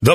The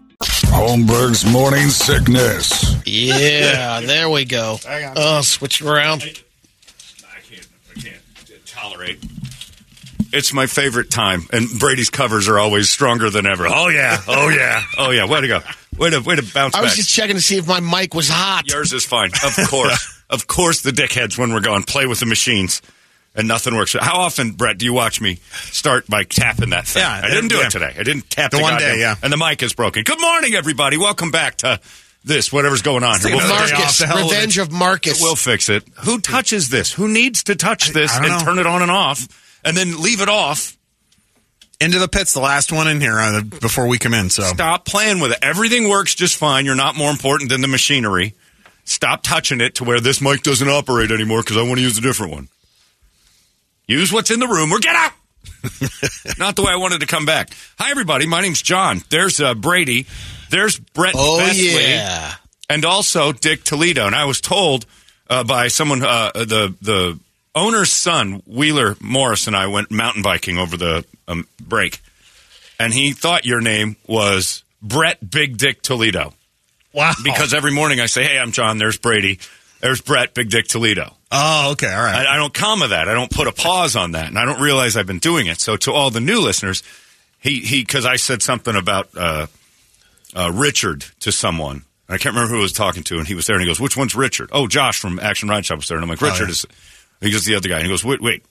Holmberg's morning sickness. Yeah, there we go. Oh, switch it around. I can't. I can't tolerate. It's my favorite time, and Brady's covers are always stronger than ever. Oh yeah, oh yeah, oh yeah. Way to go! Way to way to bounce I back. was just checking to see if my mic was hot. Yours is fine, of course, of course. The dickheads when we're gone play with the machines, and nothing works. How often, Brett, do you watch me start by tapping that thing? Yeah, I didn't do yeah. it today. I didn't tap The one goddamn- day, yeah. And the mic is broken. Good morning, everybody. Welcome back to this. Whatever's going on here. take another day off. Marcus, The hell with Revenge of Marcus. We'll fix it. Who touches this? Who needs to touch this I don't and know. turn it on and off and then leave it off? Into the pits, the last one in here uh, before we come in. So Stop playing with it. Everything works just fine. You're not more important than the machinery. Stop touching it to where this mic doesn't operate anymore because I want to use a different one. Use what's in the room or get out. not the way I wanted to come back. Hi, everybody. My name's John. There's uh, Brady. There's Brett. oh, Bestley. yeah. and also Dick Toledo. And I was told uh, by someone, uh, the the owner's son, Wheeler Morris, and I went mountain biking over the um, break, and he thought your name was Brett Big Dick Toledo wow. because every morning I say, "Hey, I'm John. There's Brady. There's Brett Big Dick Toledo." oh, okay, all right. I, I don't comma that. I don't put a pause on that, and I don't realize I've been doing it. So to all the new listeners, he he because I said something about uh, uh, Richard to someone. I can't remember who I was talking to, and he was there, and he goes, "Which one's Richard?" Oh, Josh from Action Ride Shop was there, and I'm like, "Richard Oh, yeah. is." He goes, "The other guy," and he goes, "Wait, wait,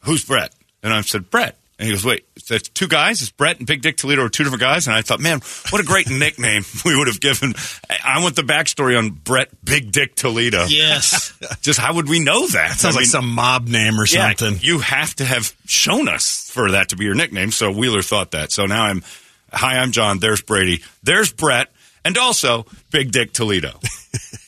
who's Brett?" And I said, Brett. And he goes, wait, that's two guys? It's Brett and Big Dick Toledo are two different guys? And I thought, man, what a great nickname we would have given. I I want the backstory on Brett Big Dick Toledo. Yes. Just how would we know that? That Sounds like some mob name or something. you have to have shown us for that to be your nickname. So Wheeler thought that. So now I'm, hi, I'm John. There's Brady. There's Brett. And also Big Dick Toledo.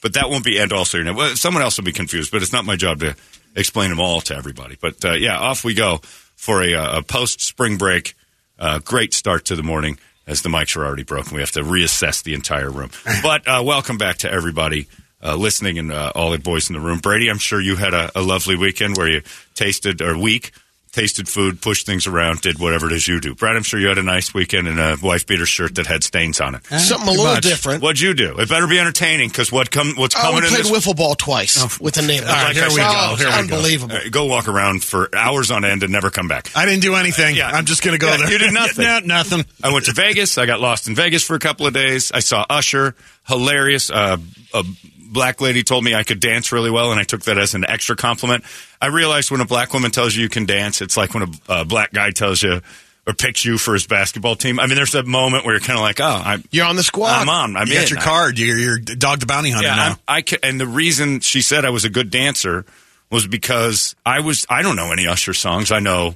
but that won't be, and also your name. Well, someone else will be confused, but it's not my job to explain them all to everybody. But uh, yeah, off we go for a, uh, a post spring break. Uh, great start to the morning as the mics are already broken. We have to reassess the entire room. But uh, welcome back to everybody uh, listening and uh, all the boys in the room. Brady, I'm sure you had a, a lovely weekend where you tasted or week tasted food, pushed things around, did whatever it is you do. Brad, I'm sure you had a nice weekend in a wife beater shirt that had stains on it. Uh, Something a little different. What'd you do? It better be entertaining because what come what's Oh, coming we in played this Oh, wiffle ball twice with the neighbor. All right, here we go. Here we go. Unbelievable. All right, go walk around for hours on end and never come back. I didn't do anything. Yeah. I'm just gonna go Yeah, there. you did nothing. no, nothing. I went to Vegas. I got lost in Vegas for a couple of days. I saw Usher. Hilarious. Uh, a black lady told me I could dance really well, and I took that as an extra compliment. I realized when a black woman tells you you can dance, it's like when a uh, black guy tells you or picks you for his basketball team. I mean, there's that moment where you're kind of like, oh, I, You're on the squad. I'm on. I'm you in. got your I- card. You're, you're dog the bounty hunter yeah, now. I'm- I ca- and the reason she said I was a good dancer was because I was. I don't know any Usher songs. I know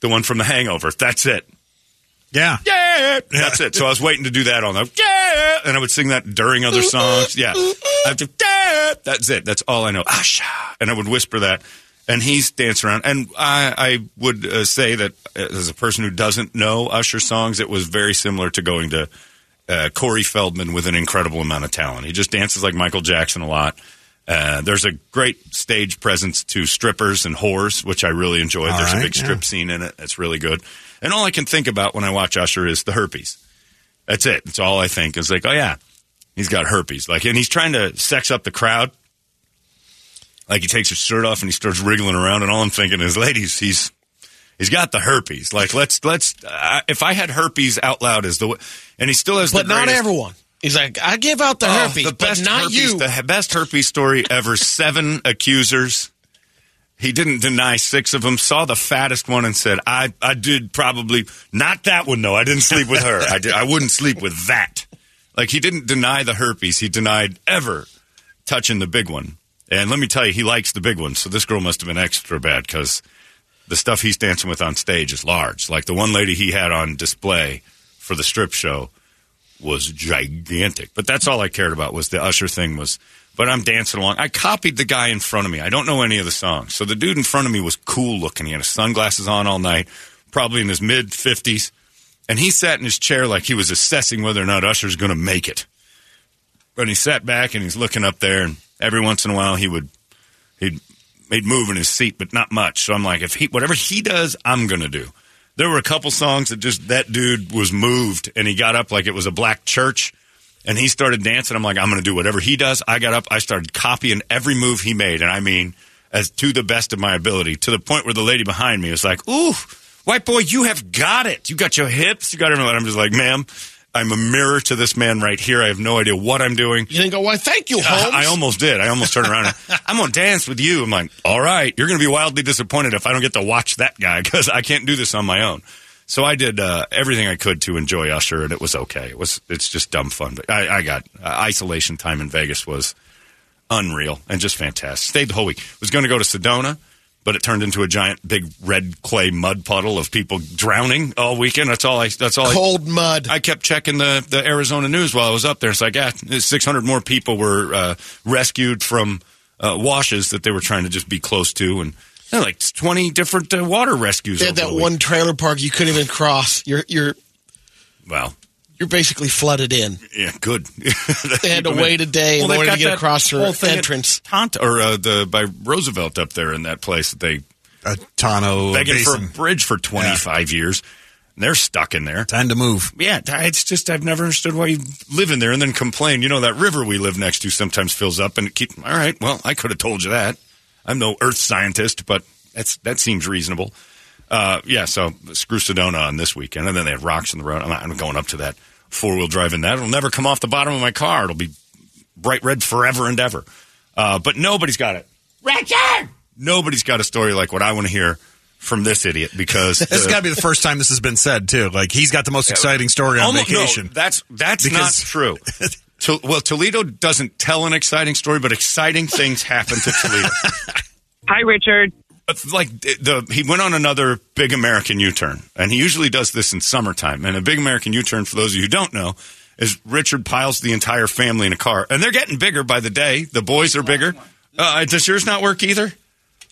the one from The Hangover. That's it. yeah. Yeah, that's it. So I was waiting to do that on the yeah, and I would sing that during other songs. Yeah, I have to, yeah, that's it. That's all I know. Asha, and I would whisper that, and he's dancing around. And I, I would uh, say that uh, as a person who doesn't know Usher songs, it was very similar to going to uh, Corey Feldman with an incredible amount of talent. He just dances like Michael Jackson a lot. Uh, there's a great stage presence to strippers and whores, which I really enjoyed. All there's a right, big strip yeah. scene in it. That's really good. And all I can think about when I watch Usher is the herpes. That's it. That's all I think is like, oh yeah, he's got herpes. Like, and he's trying to sex up the crowd. Like he takes his shirt off and he starts wriggling around, and all I'm thinking is, ladies, he's he's got the herpes. Like, let's let's. Uh, if I had herpes out loud is the way, and he still has, but the not greatest- everyone. He's like, I give out the Oh, herpes, the best but not herpes, you. The he- best herpes story ever. Seven accusers. He didn't deny six of them. Saw the fattest one and said, "I I did probably not that one. No, I didn't sleep with her. I did, I wouldn't sleep with that." Like he didn't deny the herpes. He denied ever touching the big one. And let me tell you, he likes the big one. So this girl must have been extra bad because the stuff he's dancing with on stage is large. Like the one lady he had on display for the strip show was gigantic. But that's all I cared about was the Usher thing was. But I'm dancing along. I copied the guy in front of me. I don't know any of the songs. So the dude in front of me was cool looking. He had his sunglasses on all night, probably in his mid 50s. And he sat in his chair like he was assessing whether or not Usher's going to make it. But he sat back and he's looking up there, and every once in a while he would he'd he'd move in his seat, but not much. So I'm like, if he whatever he does, I'm gonna do. There were a couple songs that just that dude was moved and he got up like it was a black church and he started dancing. I'm like, I'm gonna do whatever he does. I got up, I started copying every move he made, and I mean as to the best of my ability, to the point where the lady behind me was like, Ooh, white boy, you have got it. You got your hips, you got everything. I'm just like, ma'am, I'm a mirror to this man right here. I have no idea what I'm doing. You didn't go, why, thank you, Holmes. I, I almost did. I almost turned around. and, I'm going to dance with you. I'm like, all right, you're going to be wildly disappointed if I don't get to watch that guy because I can't do this on my own. So I did uh, everything I could to enjoy Usher, and it was okay. It was it's just dumb fun. But I, I got uh, isolation time in Vegas was unreal and just fantastic. Stayed the whole week. Was going to go to Sedona, but it turned into a giant, big red clay mud puddle of people drowning all weekend. That's all I. That's all. I, Cold mud. I kept checking the, the Arizona news while I was up there. It's like, ah, 600 more people were uh, rescued from uh, washes that they were trying to just be close to. And there were like 20 different uh, water rescues. they had over that the week. one trailer park you couldn't even cross. You're you're Well, you're basically flooded in. yeah, good. They had to wait a day in they order to got get that across their whole thing at entrance. Tonto, or uh, the, by Roosevelt up there in that place that they A Tano begging for a basin. bridge for 25 years. And they're stuck in there. Time to move. Yeah, it's just I've never understood why you live in there and then complain. You know that river we live next to sometimes fills up, and it keep. All right, well, I could have told you that. I'm no earth scientist, but that's that seems reasonable. Uh, yeah, so screw Sedona on this weekend, and then they had rocks in the road. I'm not I'm going up to that four wheel drive in that. It'll never come off the bottom of my car. It'll be bright red forever and ever. Uh, but nobody's got it. Richard, nobody's got a story like what I want to hear from this idiot because This has the- got to be the first time this has been said, too. Like, he's got the most exciting story on Almost- no, vacation. that's that's Because- not true. Tol- well, Toledo doesn't tell an exciting story, but exciting things happen to Toledo. Hi, Richard. It's like the he went on another big American U-turn, and he usually does this in summertime. And a big American U-turn, for those of you who don't know, is Richard piles the entire family in a car, and they're getting bigger by the day. The boys are bigger. Uh, does yours not work either?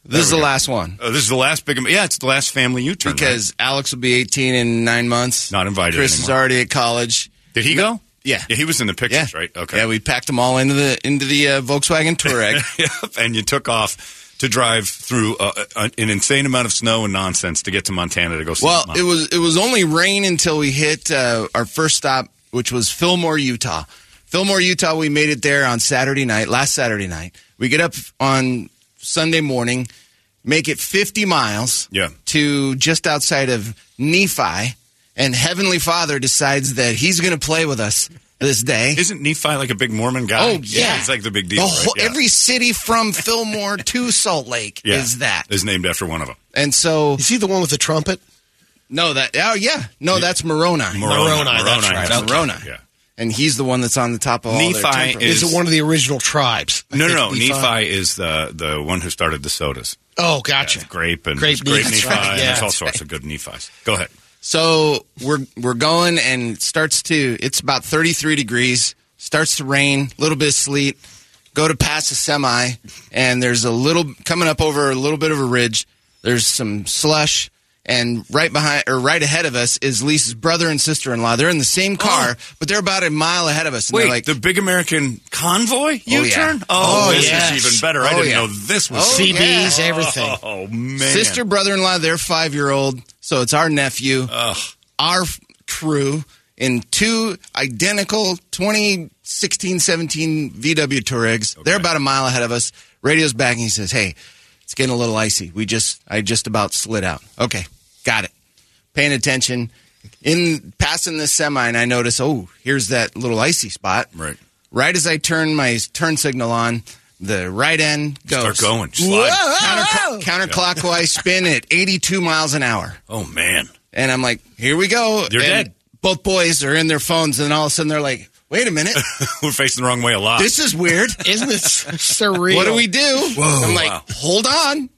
This is the last one Uh, this is the last big. Am- Yeah, it's the last family U-turn. right? because Alex will be 18 in nine months. Not invited Chris is anymore. already at college. did he go? Yeah. yeah, he was in the Yeah, pictures, right? Okay, Yeah, we packed them all into the into the uh, Volkswagen Touareg. Yep, and you took off to drive through uh, uh, an insane amount of snow and nonsense to get to Montana to go see. well, Mom. it was it was only rain until we hit uh, our first stop, which was Fillmore, Utah. Fillmore, Utah. We made it there on Saturday night. Last Saturday night, we get up on Sunday morning, make it 50 miles. Yeah. To just outside of Nephi, and Heavenly Father decides that he's going to play with us this day. Isn't Nephi like a big Mormon guy? Oh yeah, he's like the big deal. right? whole- Yeah. Every city from Fillmore to Salt Lake Yeah. is that, is named after one of them. and so Is he the one with the trumpet? no, that oh yeah, no, that's Moroni, Moroni, that's Moroni. right. Okay. Moroni, Yeah. and he's the one that's on the top of all Nephi their temper- is- Is, it one of the original tribes? I No, no, think no. Nephi- Nephi is the the one who started the sodas. Oh, Yeah, gotcha. it's grape and Grape it's grape Nephi, Nephi. right, and yeah. there's all sorts of good Nephis. Go ahead. So we're we're going, and it starts to it's about 33 degrees. Starts to rain, a little bit of sleet. Go to pass a semi, and there's a little coming up over a little bit of a ridge. There's some slush, and right behind or right ahead of us is Lisa's brother and sister-in-law. They're in the same car, but they're about a mile ahead of us. And Oh. Wait, they're like, the Big American Convoy yeah. U-turn? Oh, this yes. is even better. I Oh, didn't yeah. know this was. Oh, secret. CBs, everything. oh man, sister, brother-in-law, their five-year-old. So it's our nephew, our f- crew, in two identical 2016, 17 VW Touaregs. They're about a mile ahead of us. Radio's back, and he says, "Hey, it's getting a little icy. We just, I just about slid out. Okay, got it. Paying attention." In passing this semi, and I notice, oh, here's that little icy spot. Right. Right as I turn my turn signal on, the right end Start goes. going. Slide. Counter- counterclockwise spin at 82 miles an hour. Oh man. And I'm like, here we go. You're And dead. Both boys are in their phones, and all of a sudden they're like, wait a minute. We're facing the wrong way a lot. This is weird. Isn't it surreal? What do we do? I'm like, Wow. hold on.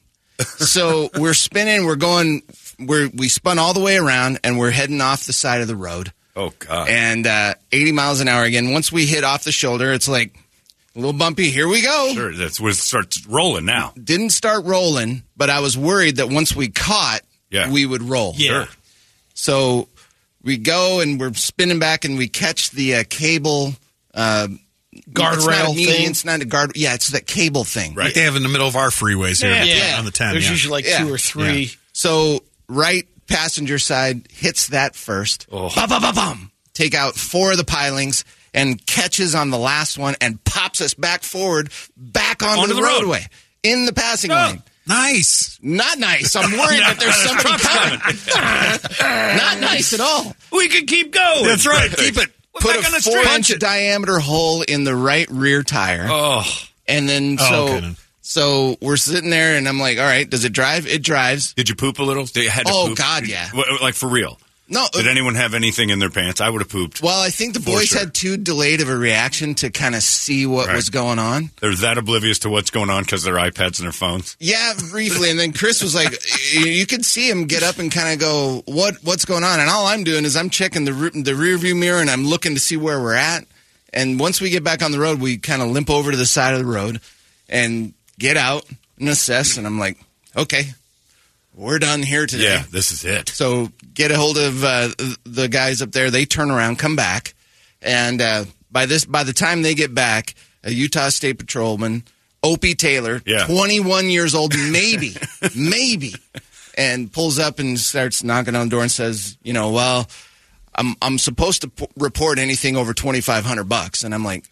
So we're spinning, we're going, we're, we spun all the way around, and we're heading off the side of the road. oh god. And uh, 80 miles an hour again. Once we hit off the shoulder, it's like a little bumpy. Here we go. Sure, that's what starts rolling now. Didn't start rolling, but I was worried that once we caught, Yeah. we would roll. Sure. So we go and we're spinning back and we catch the uh, cable uh, it's not a Guardrail median, thing. It's not a guard. Yeah, it's that cable thing. Right. Like they have in the middle of our freeways here Yeah. on the 10. There's yeah. usually like Yeah. two or three. So right passenger side hits that first. Oh. Bum, bum, bum, bum. Take out four of the pilings and catches on the last one and pops us back forward, back onto, Onto the, the road. roadway in the passing lane. nice. Not nice. I'm worried that there's somebody coming. Not nice at all. We could keep going. That's right. Keep it. Put a four-inch diameter hole in the right rear tire. Oh, And then Oh, so okay then. so we're sitting there, and I'm like, all right, does it drive? It drives. did you poop a little? Did you had to Oh, poop? God, yeah. W- Like for real. No. Did anyone have anything in their pants? I would have pooped. well, I think the For boys sure. had too delayed of a reaction to kind of see what Right. was going on. They're that oblivious to what's going on because their iPads and their phones. Yeah, briefly, and then Chris was like, y- you could see him get up and kind of go, "What what's going on?" And all I'm doing is I'm checking the re- the rearview mirror and I'm looking to see where we're at. And once we get back on the road, we kind of limp over to the side of the road and get out and assess. And I'm like, okay, we're done here today. Yeah, this is it. So get a hold of uh, the guys up there. They turn around, come back, and uh, by this by the time they get back, a Utah State Patrolman, Opie Taylor, Yeah. 21 years old, maybe, maybe, and pulls up and starts knocking on the door and says, you know, well, I'm I'm supposed to p- report anything over 2,500 bucks, and I'm like,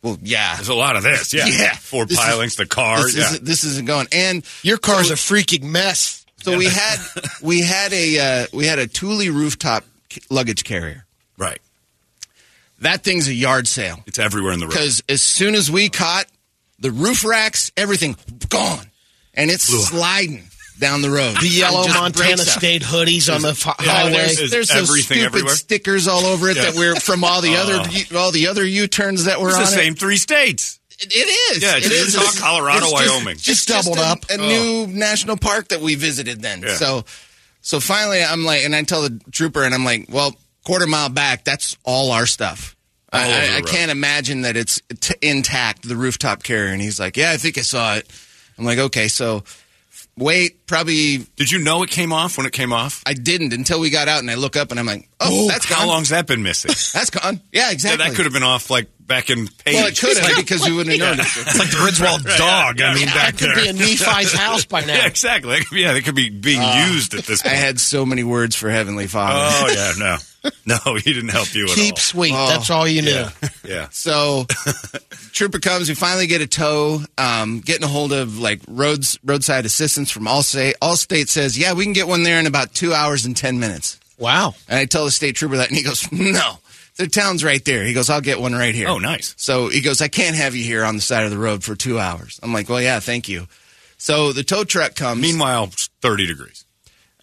well, yeah. There's a lot of this. Yeah. Yeah. Four This is- pilings, the car. This, yeah. isn't, this isn't going. And Your car's so- a freaking mess. so we had we had a uh, we had a Thule rooftop c- luggage carrier. right. That thing's a yard sale It's everywhere in the road. because as soon as we caught the roof racks, everything gone, and it's sliding down the road. The yellow It just Montana breaks up. State hoodies on the f- Oh, highway. there's Is there's those everything stupid everywhere? stickers all over it that we're from all the other all the other U turns that were it's on the same it. three states. It is. Yeah, it it's is. Utah, Colorado, It's just- Wyoming. Oh. it's Just doubled a, up. A new national park that we visited then. Yeah. So, so finally, I'm like, and I tell the trooper, and I'm like, well, quarter mile back, that's all our stuff. I, All over the I, I road. can't imagine that it's t- intact, the rooftop carrier. And he's like, yeah, I think I saw it. I'm like, okay, so wait, probably Did you know it came off when it came off? I didn't until we got out, and I look up, and I'm like, oh, that's gone. how long's that been missing? That's gone. Yeah, Yeah, exactly. that could have been off like back in page. Well, it could have because we wouldn't have noticed. It's like the Griswold dog. I mean, that back could there. be in Nephi's house by now. Yeah, exactly. That could be- Yeah, they could be being used at this Uh, I point. had so many words for Heavenly Father. oh yeah, no, no, he didn't help you at Keep all. sweet. Oh, That's all you knew. Yeah, So, trooper comes. We finally get a tow. Um, getting a hold of like roads roadside assistance from Allstate. Allstate says, "Yeah, we can get one there in about two hours and ten minutes." Wow. And I tell the state trooper that, and he goes, "No, the town's right there." He goes, "I'll get one right here." Oh, nice. So he goes, "I can't have you here on the side of the road for two hours." I'm like, "Well, yeah, thank you." So the tow truck comes. Meanwhile, it's thirty degrees.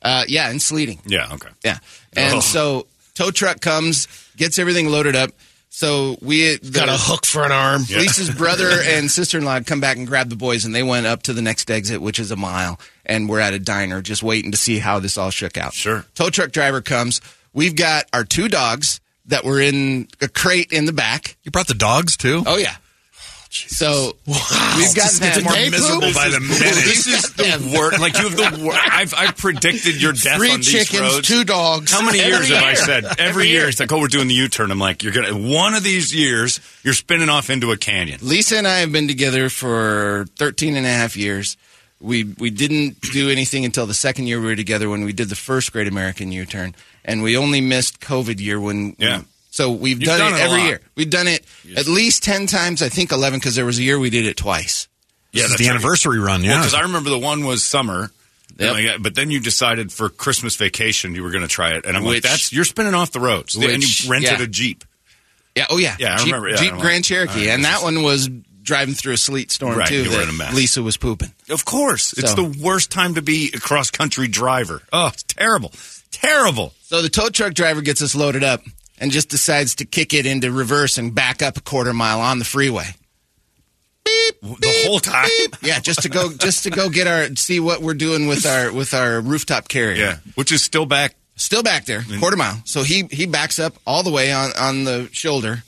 uh, yeah, and sleeting. Yeah, okay. Yeah. And Oh. so tow truck comes, gets everything loaded up. So we the, Got a hook for an arm. Lisa's brother and sister in law come back and grab the boys, and they went up to the next exit, which is a mile, and we're at a diner just waiting to see how this all shook out. Sure. Tow truck driver comes. We've got our two dogs that were in a crate in the back. You brought the dogs too? Oh, yeah. so we've got This gets that more miserable by the minute. This is the worst. Like you have the worst. I've I've predicted your death Three on these chickens, roads. two dogs. How many Every years have I year. said? Every, year, it's like, oh, we're doing the U-turn. I'm like, you're gonna one of these years, you're spinning off into a canyon. Lisa and I have been together for 13 and a half years. We we didn't do anything until the second year we were together when we did the first Great American U-turn, and we only missed COVID year when. Yeah. so we've You've done, done it it a every lot. year. We've done it at least 10 times. I think 11 because there was a year we did it twice. This Yeah, is that's the right. anniversary run, yeah. because I remember the one was summer. Yep. And I got- but then you decided for Christmas vacation you were going to try it, and I'm Which- like, "That's you're spinning off the roads." and Which- you rented yeah. a jeep. Yeah. Oh yeah. Yeah, I Jeep, remember. Yeah, Jeep I'm like, Grand Cherokee, all right, and this that is- one was driving through a sleet storm Right, too. you were that in a mess. Lisa was pooping. Of course. It's So- the worst time to be a cross country driver. Oh, it's terrible. Terrible. So the tow truck driver gets us loaded up and just decides to kick it into reverse and back up a quarter mile on the freeway. The whole time. Yeah, just to go just to go get our see what we're doing with our with our rooftop carrier. Yeah. Which is still back. Still back there, quarter mile. So he he backs up all the way on on the shoulder,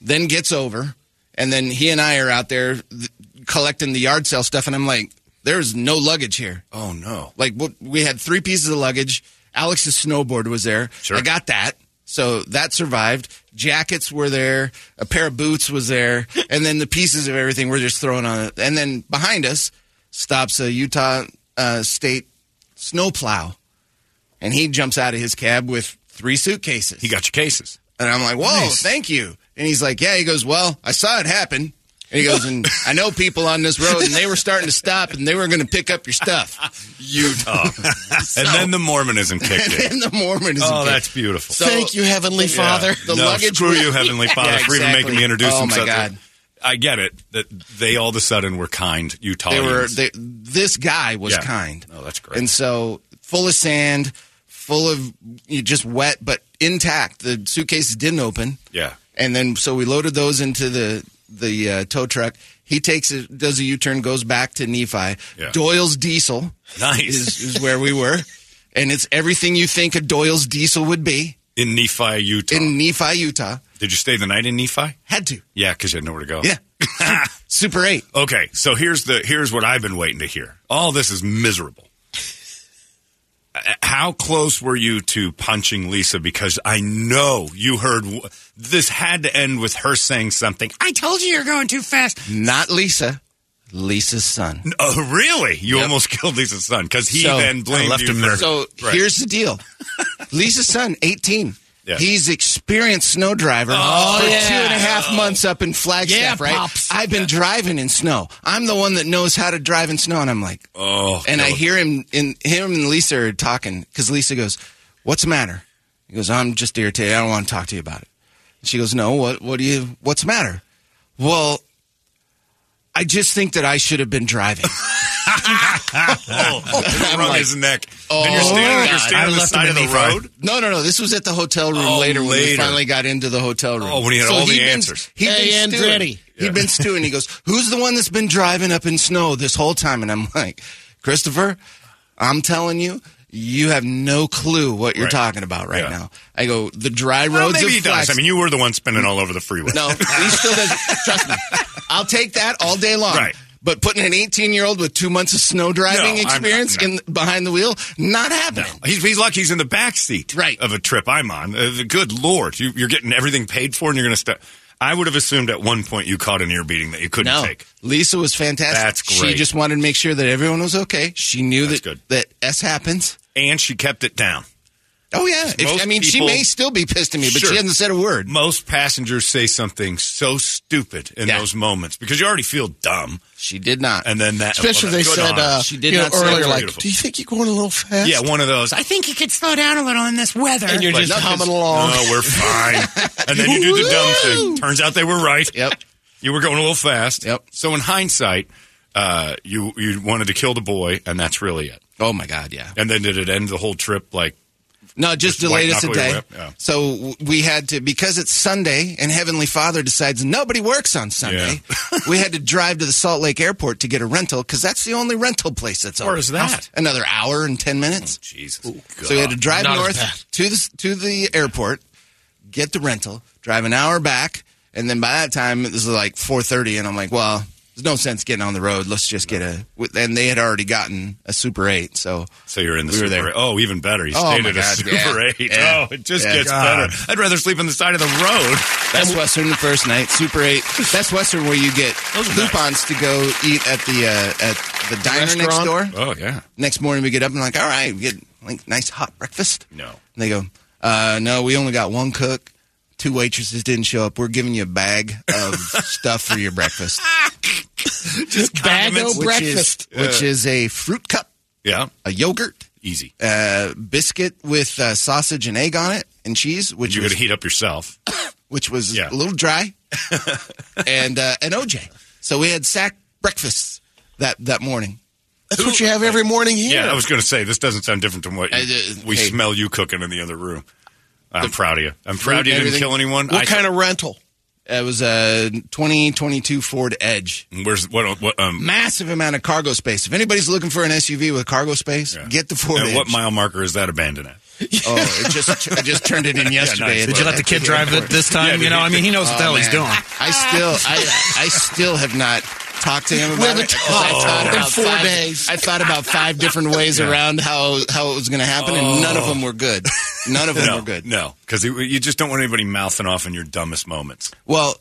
then gets over, and then he and I are out there th- collecting the yard sale stuff and I'm like, there's no luggage here. Oh, no. Like what we had three pieces of luggage. Alex's snowboard was there. Sure. I got that. So that survived. Jackets were there. A pair of boots was there. And then the pieces of everything were just thrown on it. And then behind us stops a Utah uh, State snowplow. And he jumps out of his cab with three suitcases. He got your cases. And I'm like, whoa, thank you. And he's like, yeah. He goes, well, I saw it happen. And he goes, and I know people on this road, and they were starting to stop, and they were going to pick up your stuff. Utah. and then the Mormonism kicked in. and the Mormonism. Oh, came. that's beautiful. So- Thank you, Heavenly Father. the no, luggage screw was- you, Heavenly Yeah, Father, for even exactly. making me introduce Oh, my himself. God. I get it that they all of a sudden were kind Utahans. They were. They, this guy was Yeah. kind. Oh, that's great. And so full of sand, full of you know, just wet, but intact. The suitcases didn't open. Yeah. And then so we loaded those into the the uh, tow truck. He takes a, does a U turn, goes back to Nephi. Yeah. Doyle's Diesel nice is, is where we were, and it's everything you think a Doyle's Diesel would be in Nephi, Utah. in Nephi, Utah. Did you stay the night in Nephi? Had to. Yeah, because you had nowhere to go. Yeah. Super eight. Okay, so here's the here's what I've been waiting to hear. All this is miserable. Uh, How close were you to punching Lisa? Because I know you heard w- this had to end with her saying something. I told you you're going too fast. Not Lisa. Lisa's son. Oh, really? You almost killed Lisa's son because he So- then blamed I left you him for- there. So Right. here's the deal. Lisa's son, 18. Yeah. He's experienced snow driver for two and a half months up in Flagstaff, Oh, Yeah, right? Pops. I've been driving in snow. I'm the one that knows how to drive in snow, and I'm like, Oh, and I God. hear him and him and Lisa are talking because Lisa goes, "What's the matter?" He goes, "I'm just irritated. I don't want to talk to you about it." She goes, "No, what? What do you? What's the matter?" Well, I just think that I should have been driving. Oh, around like, oh, his neck. and you're standing, you're I standing on the left him side of in the Nephi. road. No, no, no. This was at the hotel room Oh, later when we later. finally got into the hotel room. Oh, when he had all the he'd been- answers. he'd been Hey, stewing. Andretti. He'd been stewing. He goes, "Who's the one that's been driving up in snow this whole time?" And I'm like, "Christopher, I'm telling you." You have no clue what you're Right. talking about right Yeah. now. I go the dry roads. Well, maybe of he does. I Flagstaff- mean, you were the one spinning all over the freeway. no, he still doesn't. Trust me. I'll take that all day long. Right. But putting an 18 year old with two months of snow driving No, I'm not- experience no. in behind the wheel, not happening. He's, he's lucky he's in the back seat Right. of a trip I'm on. Uh, good lord, you, you're getting everything paid for, and you're going to step. I would have assumed at one point you caught an ear beating that you couldn't take. Lisa was fantastic. That's great. She just wanted to make sure that everyone was okay. She knew That's that good. that S happens. And she kept it down. Oh yeah. If- Most I mean, she people- may still be pissed at me, but Sure. she hasn't said a word. Most passengers say something so stupid in Yeah. those moments because you already feel dumb, She did not. and then that Especially oh, they good said on uh, us. She did you know, not say it earlier, was like, beautiful. do you think you're going a little fast? yeah, one of those. I think you could slow down a little in this weather. And you're just no, 'cause- humming along. No, we're fine. and then you do the dumb thing. Turns out they were right. Yep. You were going a little fast. Yep. So in hindsight, uh, you you wanted to kill the boy, and that's really it. Oh my God. Yeah. And then did it end the whole trip? Like, No, it just Just white delayed us a knuckle your day. whip, yeah. So w- we had to because it's Sunday and Heavenly Father decides nobody works on Sunday. we had to drive to the Salt Lake Airport to get a rental because that's the only rental place that's open. is that? Another hour and ten minutes. Jesus. So we had to drive Not as north bad. to the to the airport, get the rental, drive an hour back, and then by that time it was like four thirty, and I'm like, well, there's no sense getting on the road. Let's just get a. with- And they had already gotten a Super Eight, so So you're in the We were Super there. 8. Oh, even better. You Oh, stayed my at a God, Super yeah. 8. Yeah. Oh, it just Yeah. gets God. better. I'd rather sleep on the side of the road. that's Western the first night. Super Eight. That's Western where you get Those are coupons to go eat at the uh, at the diner next Restaurant? door. Oh, yeah. Next morning we get up and like, all right, we get like nice hot breakfast. No. And they go, uh, no, we only got one cook. Two waitresses didn't show up. We're giving you a bag of stuff for your breakfast, uh, Bag condiments, o' which breakfast. which is a fruit cup, Yeah. a yogurt, Easy. a biscuit with uh, sausage and egg on it, and cheese, which You're was, going to heat up yourself. which was Yeah. a little dry, and uh, an OJ. So we had sack breakfasts that, that morning. That's what you have every morning here. Yeah, I was going to say this doesn't sound different from what you, I did- we hey. smell you cooking in the other room. I'm proud of you. I'm proud you didn't everything- kill anyone. What I- kind of rental? It was a 2022 Ford Edge. Where's what? What? Um, Massive amount of cargo space. If anybody's looking for an SUV with cargo space, yeah. get the Ford And Edge. what mile marker is that abandoned at? oh, it just I just turned it in yesterday. nice. Did you let the kid drive it this time? you know, I mean, he knows what Oh, the hell he's doing. I still I I still have not talked to him about We haven't it. 'cause I talked thought in about four five- days. I thought about five different ways around how how it was going to happen, and none of them were good. None of them Oh. No, were good. no, because you just don't want anybody mouthing off in your dumbest moments. Well,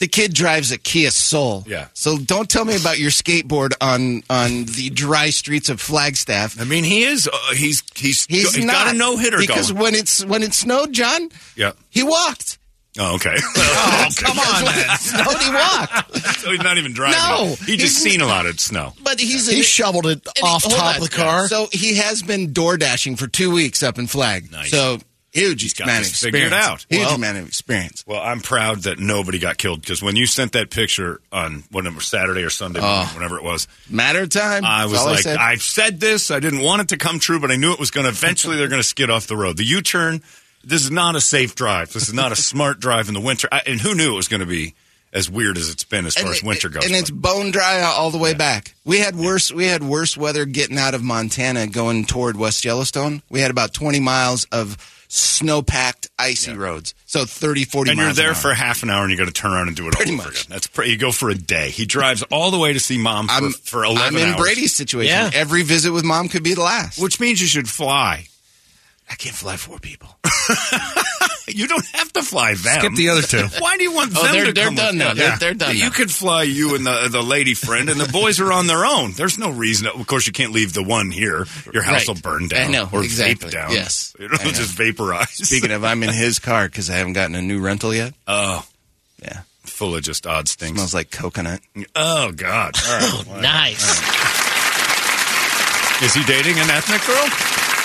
the kid drives a Kia Soul. Yeah. So don't tell me about your skateboard on on the dry streets of Flagstaff. I mean, he is. Uh, he's he's He's, he's not got a no hitter because going. when it's when it snowed, John. Yeah. He walked. oh, okay. oh, come on. When it snowed, he walked. So he's not even driving. No, he just he's- seen a lot of snow. But he's He shoveled it and he- off hold top on. of the car. So he has been door dashing for two weeks up in Flag. Nice. So huge got man of this figured experience. out. Huge Well- man of experience. Well, I'm proud that nobody got killed because when you sent that picture on whatever Saturday or Sunday, Oh. morning, whenever it was, Matter of time. I That's was all like, said. I have said this. I didn't want it to come true, but I knew it was going to eventually. They're going to skid off the road. The U-turn. This is not a safe drive. This is not a smart drive in the winter. I, and who knew it was going to be as weird as it's been as far as it- winter goes. and it's bone dry all the way back. We had worse. We had worse weather getting out of Montana going toward West Yellowstone. We had about twenty miles of snow-packed, icy roads. So 30, 40 and miles you're there an hour. for half an hour, and you got to turn around and do it Pretty all over much. again. That's pretty. You go for a day. He drives all the way to see mom for, I'm for 11 I'm in hours, Brady's situation. Yeah. Every visit with mom could be the last. which means you should fly. I can't fly four people. You don't have to fly them. Skip the other two. Why do you want Oh, them they're- to they're come with done now. you? They're- they're done You now. could fly you and the the lady friend, and the boys are on their own. There's no reason. Of course, you can't leave the one here. Your house Right. will burn down. I know, or exactly. vape down. Yes. it'll I know. just vaporize. Speaking of, I'm in his car because I haven't gotten a new rental yet. oh, Yeah. full of just odd stinks. Smells like coconut. oh God. All right. Well, nice. Is he dating an ethnic girl?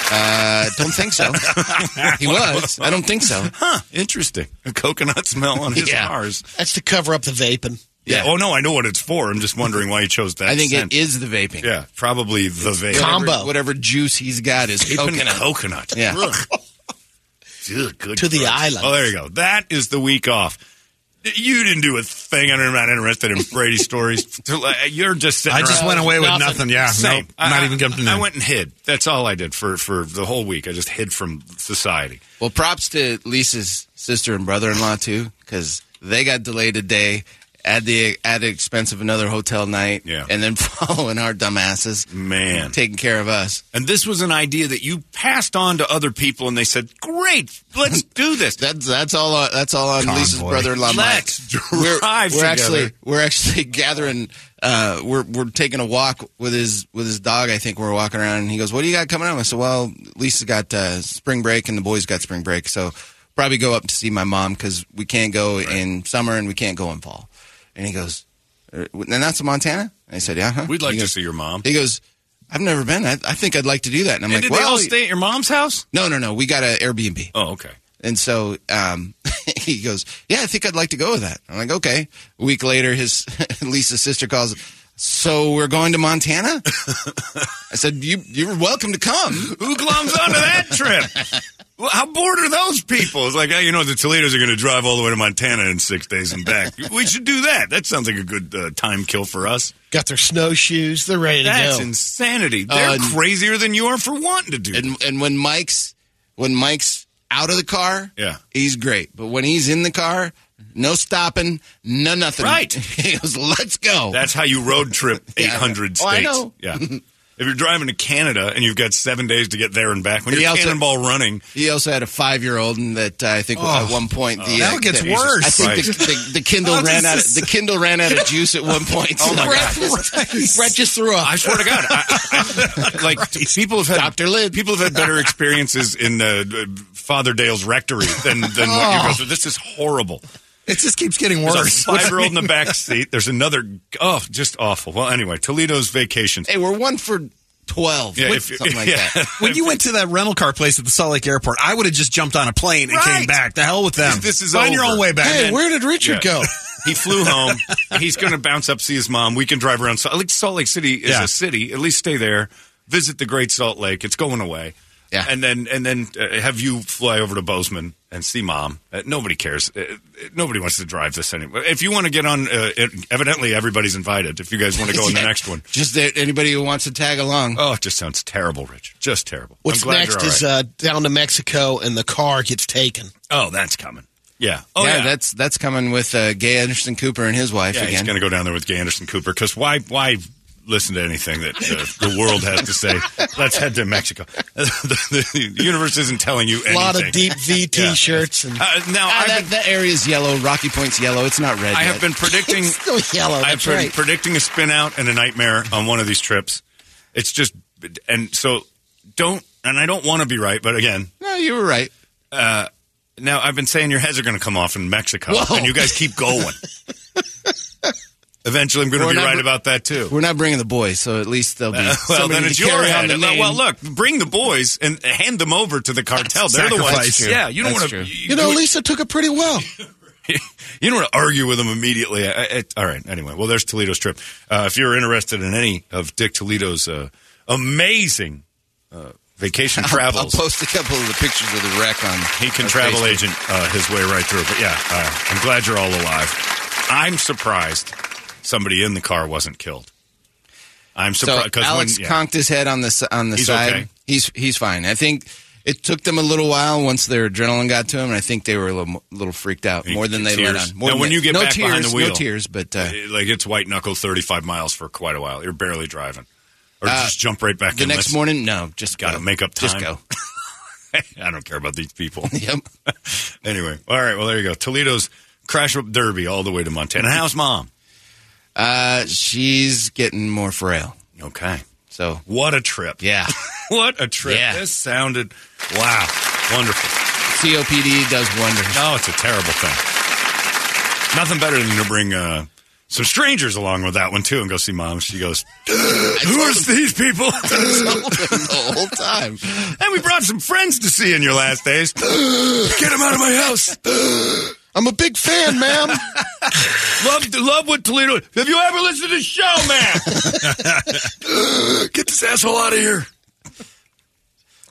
I Uh, don't think so. he was. I don't think so. Huh. Interesting. A coconut smell on his Yeah. cars. That's to cover up the vaping. Yeah. Oh no, I know what it's for. I'm just wondering why he chose that. I think scent. it is the vaping. Yeah, probably the vape. Com- Whatever, Combo. whatever juice he's got is Coconut. coconut. coconut. Yeah. Good, good To the Christ. island. Oh, there you go. That is the week off. You didn't do a thing. I'm not interested in Brady stories. uh, You're just sitting I just around. went away with nothing. Nothing. Yeah, Same. nope. not I- even coming to I know. went and hid. That's all I did for, for the whole week. I just hid from society. Well, props to Lisa's sister and brother-in-law too, because they got delayed a day at the at the expense of another hotel night. Yeah. And then following our dumbasses, Man. taking care of us. And this was an idea that you passed on to other people, and they said, "Great, let's do this." That's that's all. on- That's all on Lisa's brother-in-law. Mike. Let's We're, drive we're together. actually we're actually gathering. Uh, we're we're taking a walk with his with his dog. I think we're walking around, and he goes, "What do you got coming up?" I said, "Well, Lisa's got uh, spring break, and the boys got spring break, so probably go up to see my mom because we can't go in summer and we can't go in fall." And he goes, "Uh, "And that's in Montana?" And I said, "Yeah." huh?" We'd like he to goes, see your mom. He goes, "I've never been. I, I think I'd like to do that." And I'm And like, did "Well, they all stay at your mom's house? no, no, no. We got an Airbnb." Oh, okay. And so um, he goes, "Yeah, I think I'd like to go with that." I'm like, "Okay." A week later, his Lisa's sister calls. So we're going to Montana. I said, "You you're welcome to come." Who glums onto that trip? Well, how bored are those people? It's like, hey, you know, the Toledos are going to drive all the way to Montana in six days and back. we should do that. That sounds like a good uh, time kill for us. Got their snowshoes. They're ready to That's go. insanity. They're and- crazier than you are for wanting to do. that. Uh, And and when Mike's when Mike's out of the car, Yeah. he's great. But when he's in the car, no stopping, no nothing. Right. he goes, "Let's go." That's how you road trip 800 Oh, I states. know. Yeah. If you're driving to Canada and you've got seven days to get there and back, when But he you're also- cannonball running, He also had a five year old, and that uh, I think Oh, at one point the Now uh, it gets the- worse. I think the, Christ. the, the Kindle How ran does out. Of, this- the Kindle ran out of juice at one point. oh my God. Brett just threw up. I swear to God, I, I, like people have had Dr. Lid. people have had better experiences in uh, Father Dale's rectory than than what Oh. you go through. This is horrible. It just keeps getting There's a worse. five year old in the back seat. There's another. Oh, just awful. Well, anyway, Toledo's vacations. Hey, we're one for twelve. Yeah, Yeah, if- something like yeah. that. When you went to that rental car place at the Salt Lake Airport, I would have just jumped on a plane and Right. came back. The hell with them. This is Find your over. own way back. Hey, man. where did Richard Yeah. go? He flew home. He's going to bounce up, see his mom. We can drive around. Salt Lake, Salt Lake City is Yeah. a city. At least stay there. Visit the Great Salt Lake. It's going away. Yeah. And then and then uh, have you fly over to Bozeman and see mom. Uh, nobody cares. Uh, uh, nobody wants to drive this anymore. If you want to get on, uh, it, evidently everybody's invited. If you guys want to go in the next one. Just that anybody who wants to tag along. Oh, it just sounds terrible, Rich. Just terrible. I'm What's glad next you're all is right. uh, down to Mexico, and the car gets taken. oh, that's coming. Yeah. Oh, yeah, that's that's coming with uh, Gay Anderson Cooper and his wife Yeah, he's again. going to go down there with Gay Anderson Cooper because why? Why listen to anything that uh, the world has to say? Let's head to Mexico. the, the- the universe isn't telling you anything. A lot of deep V T-shirts and Uh, now Ah, I've that, been, that area's yellow. Rocky Point's yellow. It's not red. I yet. have been predicting. It's still yellow. I've That's been right. predicting a spin out and a nightmare on one of these trips. It's just and so don't and I don't want to be right, but again, No, you were right. now I've been saying your heads are going to come off in Mexico, Whoa. and you guys keep going. Eventually, I'm going to We're be not- right about that too. Uh, We're not bringing the boys, so at least they'll be. Well, somebody then to it's your carry head. on the name. Well, look, bring the boys and hand them over to the cartel. They're the Sacrifice. ones. That's Yeah, you don't That's want true. to. you know, Lisa took it pretty well. you don't want to argue with them immediately. I, I, it- all right. Anyway, well, there's Toledo's trip. Uh, if you're interested in any of Dick Toledo's uh, amazing uh, vacation I'll travels, post a couple of the pictures of the wreck on. He can on travel Facebook. agent uh, his way right through. But yeah, uh, I'm glad you're all alive. I'm surprised somebody in the car wasn't killed. I'm So surprised because Alex when, yeah. conked his head on the s- on the He's side. okay. He's he's fine. I think it took them a little while once their adrenaline got to him, and I think they were a little, little freaked out He- more than they tears. let on. More Now, than when they- you get no back tears, behind the wheel- no tears, but uh, Uh, like it's white knuckle 35 miles for quite a while. You're barely driving, or just jump right back Uh, the in. next Let's- morning, uh, no, just Gotta go. make up Just time. go. I don't care about these people. Yep. anyway, all right. Well, there you go. Toledo's crash up derby all the way to Montana. How's mom? Uh, she's getting more frail. Okay. So What a trip. yeah, What a trip. Yeah. This sounded wow, wonderful. COPD does wonders. No, it's a terrible thing. Nothing better than to bring uh, some strangers along with that one too, and go see mom. She goes, "Who are these people?" the whole time. and we brought some friends to see in your last days. Get them out of my house. I'm a big fan, ma'am. Love, love what Toledo. Have you ever listened to the show, man? Get this asshole out of here.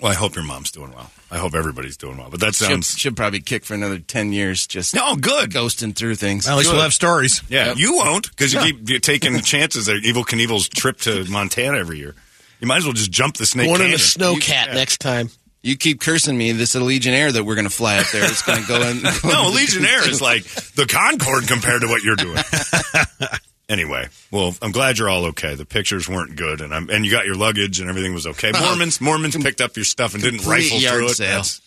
Well, I hope your mom's doing well. I hope everybody's doing well. But that She'll, sounds she'll probably kick for another ten years. Just no good. ghosting through things. At least we'll have stories. Yeah, Yep. you won't because you keep you're taking chances that Evil Knievel's trip to Montana every year. You might as well just jump the snake. Born in Canyon. a snow You- cat yeah. next time. You keep cursing me. This Allegiant Air that we're going to fly up there is going to go in. No, Legionnaire is like the Concord compared to what you're doing. anyway, well, I'm glad you're all okay. The pictures weren't good, and I'm and you got your luggage and everything was okay. Mormons, Mormons picked up your stuff and didn't Oh. complete rifle yard through it. sale. That's,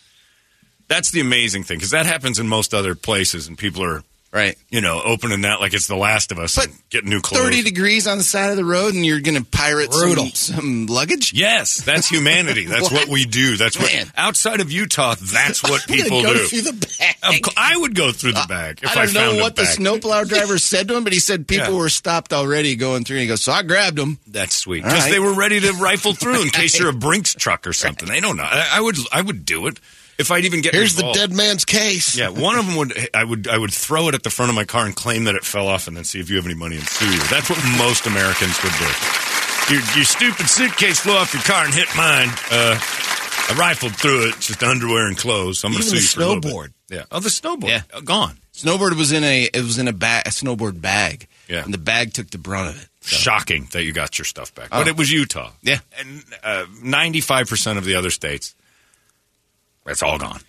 that's the amazing thing because that happens in most other places, and people are Right. you know opening that like it's The Last of Us But and getting new clothes. Thirty degrees on the side of the road, and you're going to pirate some, Brutal. some luggage. Yes, that's humanity. That's what? we do. That's what Man. outside of Utah. That's what people I'm gonna go do. through the bag. Of cou- I would go through the bag if I, I don't found know a what the bag. snowplow driver said to him, but he said people Yeah. were stopped already going through. And he goes, "So I grabbed them." That's sweet. All Because right. they were ready to rifle through in case you're a Brinks truck or something. They don't know. I, I would. I would do it if I'd even get. Here's the involved. dead man's case. Yeah, one of them would. I would. I would throw it at the front of my car and claim that it fell off, and then see if you have any money and sue you. That's what most Americans would do. Your, your stupid suitcase flew off your car and hit mine. Uh, I rifled through it, It's just underwear and clothes. I'm going to Even sue the you for a little snowboard. bit. Yeah. Oh, the snowboard. Yeah. Uh, gone. Snowboard was in a it was in a bag a snowboard bag. Yeah. and the bag took the brunt of it. Shocking that you got your stuff back, Oh. but it was Utah. Yeah. and uh, ninety-five percent of the other states, that's all gone,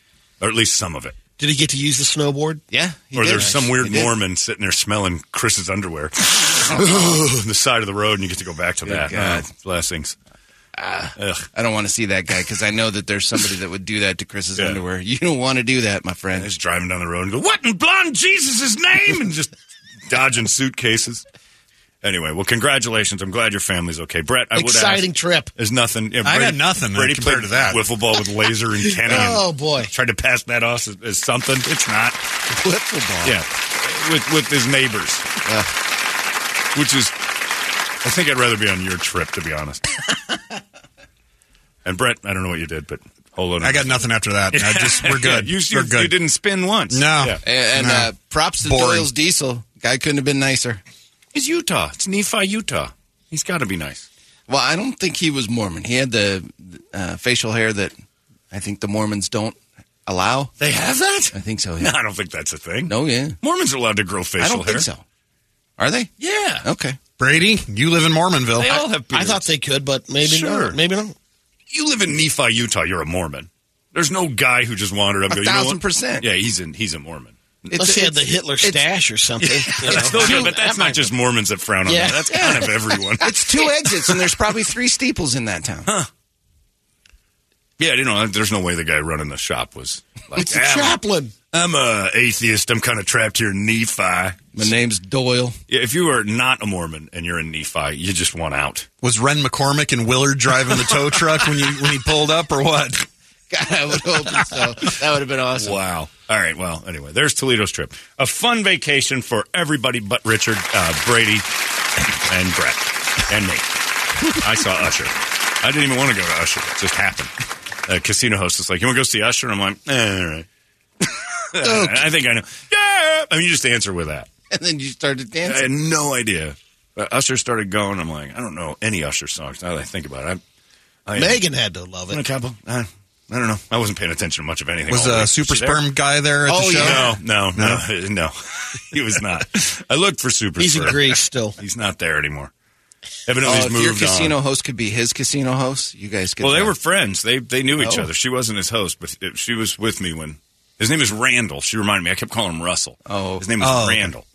or at least some of it. Did he get to use the snowboard? Yeah, he or did. there's some weird He did. Mormon sitting there smelling Chris's underwear on the side of the road, and you get to go back to that. God. Oh, blessings. Ugh. I don't want to see that guy because I know that there's somebody that would do that to Chris's Yeah. underwear. You don't want to do that, my friend. Just driving down the road and go, what in blonde Jesus' name? And just dodging suitcases. Anyway, well, congratulations. I'm glad your family's okay. Brett, I would ask. Exciting trip. There's nothing. Yeah, I got nothing Brady compared played to that. Wiffle ball with laser and Kenny. and Oh, boy. Tried to pass that off as, as something. It's not. Wiffle ball. Yeah, with with his neighbors, which is, I think I'd rather be on your trip to be honest. and Brett, I don't know what you did, but whole load. Of I got nothing after that. I just we're good. Yeah, you, we're you- good. you didn't spin once. No. Yeah. And, and No. uh, props to Boring. Doyle's Diesel Guy couldn't have been nicer. It's Utah. It's Nephi, Utah. He's got to be nice. Well, I don't think he was Mormon. He had the uh, facial hair that I think the Mormons don't allow. They have that? I think so. No, Yeah. I don't think that's a thing. No, yeah. Mormons are allowed to grow facial I don't hair. think so. Are they? Yeah. Okay. Brady, you live in Mormonville. They all have I beards. thought they could, but maybe Sure. not. Maybe not. you live in Nephi, Utah. You're a Mormon. There's no guy who just wandered up and A go, you know thousand what? percent. Yeah, he's in, he's a Mormon. Unless he had the Hitler it's- stash or something. you That's know. no good, but That that's not might- just Mormons that frown on Yeah. that. That's kind of everyone. It's two exits, and there's probably three steeples in that town. yeah, you know, there's no way the guy running the shop was like, It's a "I'm- chaplain. I'm a atheist. I'm kind of trapped here in Nephi. Yeah, My name's Doyle. if you are not a Mormon and you're in Nephi, you just want out. Was Ren McCormick and Willard driving the tow truck when you when he pulled up, or what? God, I would hope so. That would have been awesome. Wow. All right. Well, anyway, there's Toledo's trip. A fun vacation for everybody but Richard, uh, Brady, and Brett, and me. I saw Usher. I didn't even want to go to Usher. It just happened. A casino host is like, You want to go see Usher? And I'm like, eh, All right. I think I know. Yeah. I mean, you just answer with that. And then you started I dancing. had no idea. Uh, Usher started going. I'm like, I don't know any Usher songs now that I think about it. I, I, Megan had to love a it. couple. I, I don't know. I wasn't paying attention to much of anything. Was all a week. super She there? sperm guy there at Oh, the show? yeah. No, no, no, no. he was not. I looked for Super. He's in Sperm. Greece still. He's not there anymore. Evidently, Oh, he's if your moved casino on. host could be his casino host, you guys could. Well, they uh, were friends. They they knew each Oh. other. She wasn't his host, but it- she was with me when his name is Randall. She reminded me. I kept calling him Russell. Oh. his name was Oh, okay. Randall.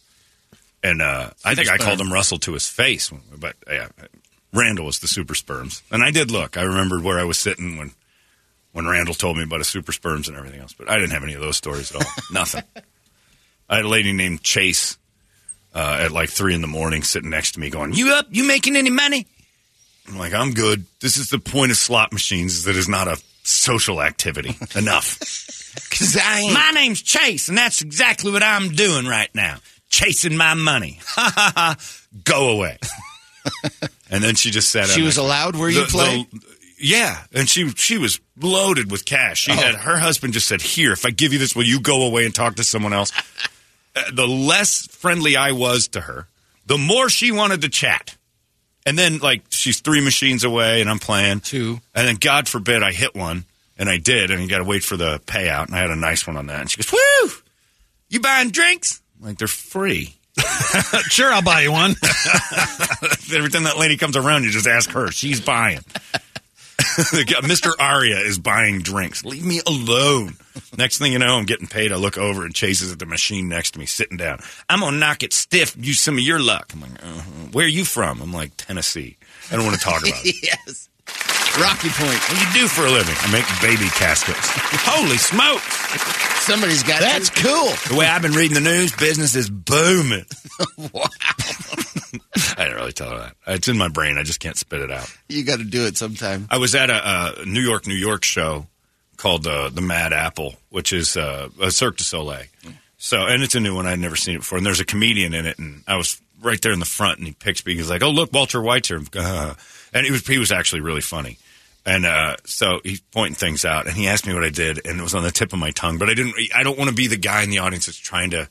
And uh, I think I called him Russell to his face, but yeah, Randall was the super sperms. And I did look. I remembered where I was sitting when when Randall told me about his super sperms and everything else. But I didn't have any of those stories at all. Nothing. I had a lady named Chase uh, at like three in the morning sitting next to me going, You up? You making any money? I'm like, I'm good. This is the point of slot machines is that is not a social activity. Enough. Cause I ain't- my name's Chase, and that's exactly what I'm doing right now. Chasing my money. Ha ha ha. Go away. and then she just sat She on was that- allowed where you the- play? the- yeah, and she she was loaded with cash. Oh. She had her husband just said, "Here, if I give you this, will you go away and talk to someone else?" Uh, the less friendly I was to her, the more she wanted to chat. And then like she's three machines away, and I'm playing Two. and then God forbid I hit one, and I did, and you got to wait for the payout. And I had a nice one on that, and she goes, "Woo, you buying drinks?" I'm like they're free. Sure, I'll buy you one. Every time that lady comes around, you just ask her. She's buying. The guy- Mr. Aria is buying drinks. Leave me alone. Next thing you know, I'm getting paid. I look over and Chase is at the machine next to me, sitting down. I'm gonna knock it stiff. Use some of your luck. I'm like, uh where are you from? I'm like Tennessee. I don't want to talk about it. yes. Rocky Point. What do you do for a living? I make baby caskets. Holy smokes! Somebody's got. That's cool. The way I've been reading the news, business is booming. I didn't really tell her that. It's in my brain. I just can't spit it out. You got to do it sometime. I was at a, uh New York, New York show called uh, the Mad Apple, which is uh, a Cirque du Soleil. So, and it's a new one. I'd never seen it before. And there's a comedian in it, and I was right there in the front, and he picks me. He's like, "Oh, look, Walter White's here," Uh, and he was he was actually really funny. And uh, so he's pointing things out, and he asked me what I did, and it was on the tip of my tongue. But I didn't. I don't want to be the guy in the audience that's trying to.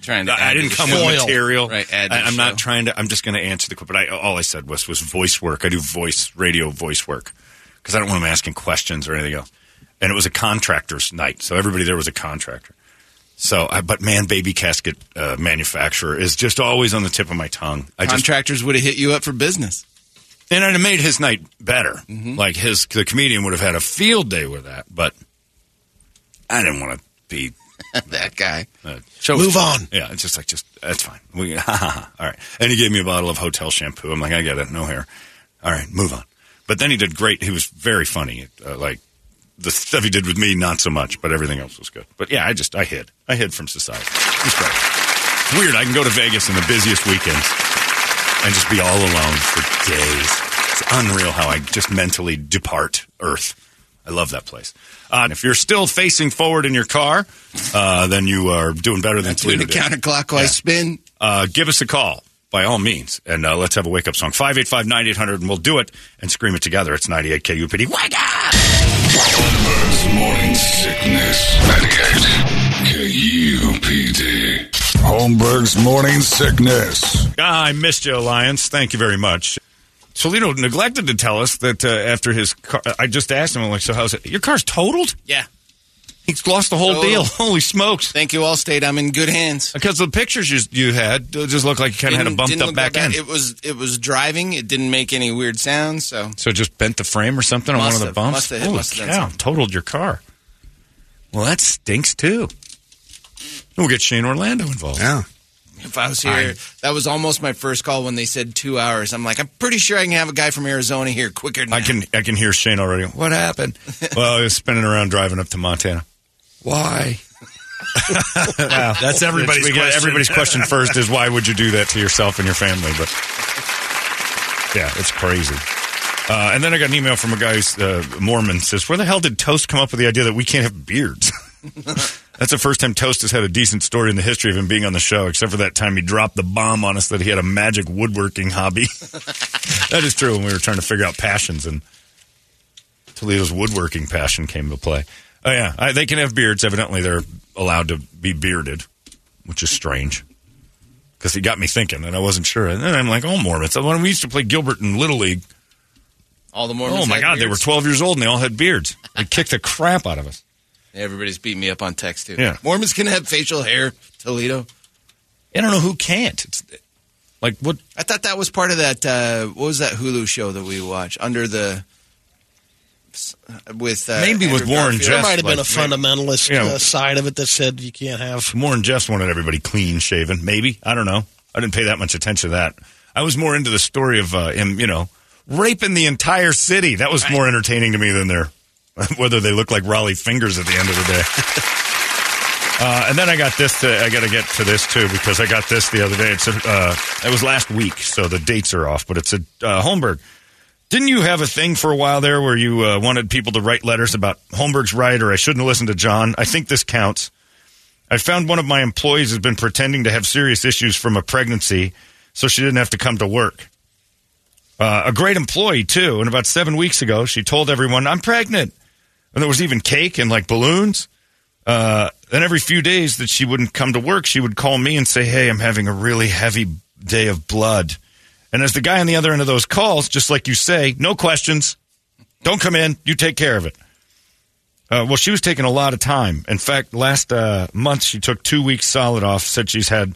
Trying to. I, I add to didn't the come show. with material. Right, add to I, the I'm not show. trying to. I'm just going to answer the question. But I, all I said was was voice work. I do voice radio voice work because I don't want them asking questions or anything else. And it was a contractor's night, so everybody there was a contractor. So, I, but man, baby casket uh, manufacturer is just always on the tip of my tongue. I just Contractors would have hit you up for business. and I'd have made his night better. Mm-hmm. Like his the comedian would have had a field day with that, but I didn't want to be that guy. Uh, show Move on. Yeah, it's just like just that's fine. We, ha, ha, ha. All right. And he gave me a bottle of hotel shampoo. I'm like, I get it. No hair. All right, move on. But then he did great. He was very funny. Uh, like the stuff he did with me, not so much, but everything else was good. But yeah, I just I hid. I hid from society. It was great. It's weird. I can go to Vegas in the busiest weekends and just be all alone for days. It's unreal how I just mentally depart Earth. I love that place. Uh, and if you're still facing forward in your car, uh, then you are doing better than Doing Toledo a did. counterclockwise spin. Uh, give us a call by all means, and uh, let's have a wake up song. 585-9800, and we'll do it and scream it together. It's 98 KUPD. Wake up! Holmberg's morning sickness. 98 KUPD. Holmberg's Holmberg's morning sickness. Ah, I missed you, Alliance. Thank you very much. Toledo neglected to tell us that uh, after his car, I just asked him, I'm like, so how's it? Your car's totaled? Yeah. He's lost the whole Totaled. deal. Holy smokes. Thank you, Allstate. I'm in good hands. Because the pictures you, you had uh, just looked like you kind of had a Didn't- bumped didn't up look that back end. bad. It was it was driving. It didn't make any weird sounds. So So it just bent the frame or something on Must one of the have, bumps. must have hit- Holy must have done cow! something. Totaled your car. Well, that stinks too. We'll get Shane Orlando involved. Yeah. if I was here, that was almost my first call when they said two hours. I'm like, I'm pretty sure I can have a guy from Arizona here quicker. Than I can I can hear Shane already. What happened? well, he was spinning around driving up to Montana. Why? That's everybody's we get- question. everybody's question first is why would you do that to yourself and your family? But yeah, it's crazy. Uh, and then I got an email from a guy who's uh, Mormon says, "Where the hell did Toast come up with the idea that we can't have beards?" That's the first time Toast has had a decent story in the history of him being on the show, except for that time he dropped the bomb on us that he had a magic woodworking hobby. that is true when we were trying to figure out passions, and Toledo's woodworking passion came to play. Oh, yeah. I, they can have beards. Evidently, they're allowed to be bearded, which is strange because he got me thinking, and I wasn't sure. And then I'm like, oh, Mormons. When we used to play Gilbert in Little League, All the more. oh, my God, they were 12 years old and they all had beards. They kicked the crap out of us. Everybody's beating me up on text too. Yeah. Mormons can have facial hair. Toledo. I don't know who can't. It's like, what? I thought that was part of that. Uh, what was that Hulu show that we watched under the with uh, Maybe with Andrew Warren Garfield. Jess- There There might have been a like, maybe- fundamentalist you know- uh, side of it that said you can't have. More and Jess wanted everybody clean shaven. Maybe I don't know. I didn't pay that much attention to that. I was more into the story of uh, him, you know, raping the entire city. That was more entertaining to me than their whether they look like Raleigh fingers at the end of the day. Uh, and then I got this. To, I got to get to this too because I got this the other day. It's a, uh, it was last week, so the dates are off. But it's a uh, Holmberg. Didn't you have a thing for a while there where you uh, wanted people to write letters about Holmberg's right or I shouldn't listen to John? I think this counts. I found one of my employees has been pretending to have serious issues from a pregnancy, so she didn't have to come to work. Uh, a great employee, too. And about seven weeks ago, she told everyone, I'm pregnant. And there was even cake and like balloons. Uh, and every few days that she wouldn't come to work, she would call me and say, Hey, I'm having a really heavy day of blood. And as the guy on the other end of those calls, just like you say, no questions. Don't come in. You take care of it. Uh, well, she was taking a lot of time. In fact, last uh, month she took two weeks solid off, said she's had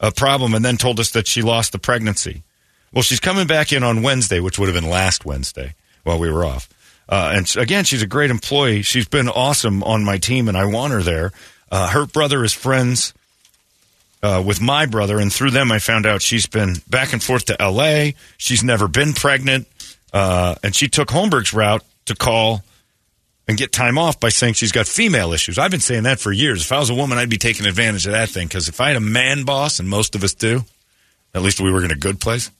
a problem, and then told us that she lost the pregnancy. Well, she's coming back in on Wednesday, which would have been last Wednesday while we were off. Uh, and s- again, she's a great employee. She's been awesome on my team, and I want her there. Uh, her brother is friends uh, with my brother, and through them, I found out she's been back and forth to L.A. She's never been pregnant, uh, and she took Holmberg's route to call and get time off by saying she's got female issues. I've been saying that for years. If I was a woman, I'd be taking advantage of that thing because if I had a man boss, and most of us do, at least we were in a good place.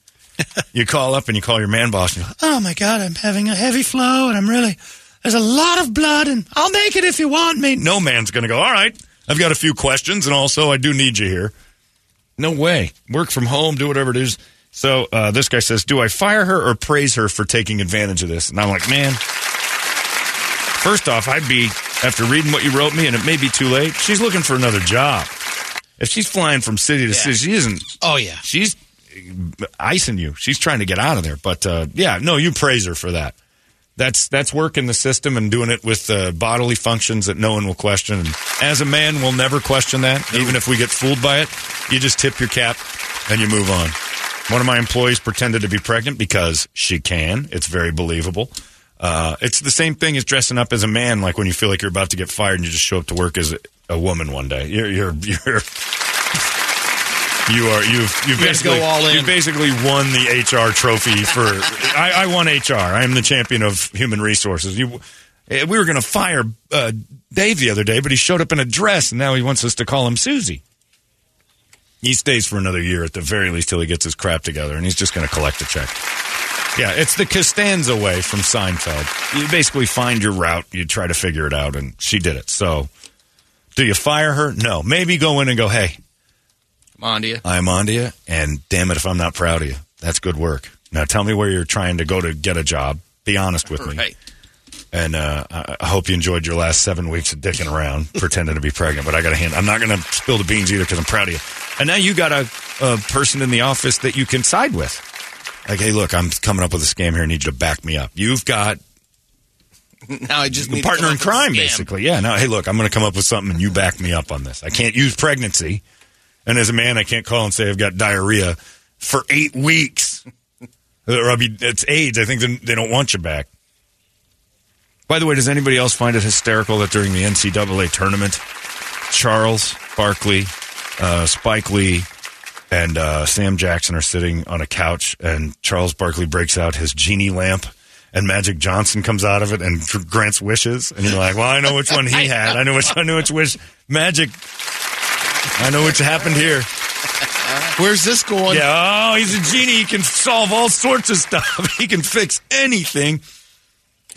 you call up and you call your man boss, and you're like, "Oh my god, I'm having a heavy flow, and I'm really there's a lot of blood, and I'll make it if you want me." No man's going to go. All right, I've got a few questions, and also I do need you here. No way. Work from home, do whatever it is. So uh, this guy says, "Do I fire her or praise her for taking advantage of this?" And I'm like, "Man." First off, I'd be, after reading what you wrote me, and it may be too late, she's looking for another job. If she's flying from city to city, she isn't, Oh yeah, she's icing you. She's trying to get out of there. But uh, yeah, no, you praise her for that. That's that's working the system and doing it with uh, bodily functions that no one will question. And as a man, we'll never question that, even if we get fooled by it. You just tip your cap and you move on. One of my employees pretended to be pregnant because she can. It's very believable. Uh, it's the same thing as dressing up as a man, like when you feel like you're about to get fired and you just show up to work as a woman one day. You're you're you're you are you've you've gotta basically go all in. you basically won the HR trophy for. I, I won HR. I am the champion of human resources. You, eh, we were going to fire uh, Dave the other day, but he showed up in a dress, and now he wants us to call him Susie. He stays for another year at the very least till he gets his crap together, and he's just going to collect a check. Yeah, it's the Costanza way from Seinfeld. You basically find your route, you try to figure it out, and she did it. So, do you fire her? No. Maybe go in and go, hey, Come on to you. I'm on to you, and damn it if I'm not proud of you. That's good work. Now tell me where you're trying to go to get a job. Be honest with me. Right. And uh, I I hope you enjoyed your last seven weeks of dicking around, pretending to be pregnant. But I got to hand, I'm not going to spill the beans either because I'm proud of you. And now you got a, a person in the office that you can side with. Like, hey, look, I'm coming up with a scam here. I need you to back me up. You've got Now I just need to partner come in up with a crime, scam. basically. Yeah. Now, hey, look, I'm going to come up with something, and you back me up on this. I can't use pregnancy, and as a man, I can't call and say I've got diarrhea for eight weeks. or I'll be, it's AIDS. I think they, they don't want you back. By the way, does anybody else find it hysterical that during the NCAA tournament, Charles Barkley, uh, Spike Lee, and uh, Sam Jackson are sitting on a couch, and Charles Barkley breaks out his genie lamp, and Magic Johnson comes out of it and gr- grants wishes, and you're like, "Well, I know which one he had. I know which. I know which wish. Magic. I know which happened here. Where's this going? Yeah. Oh, he's a genie. He can solve all sorts of stuff. He can fix anything.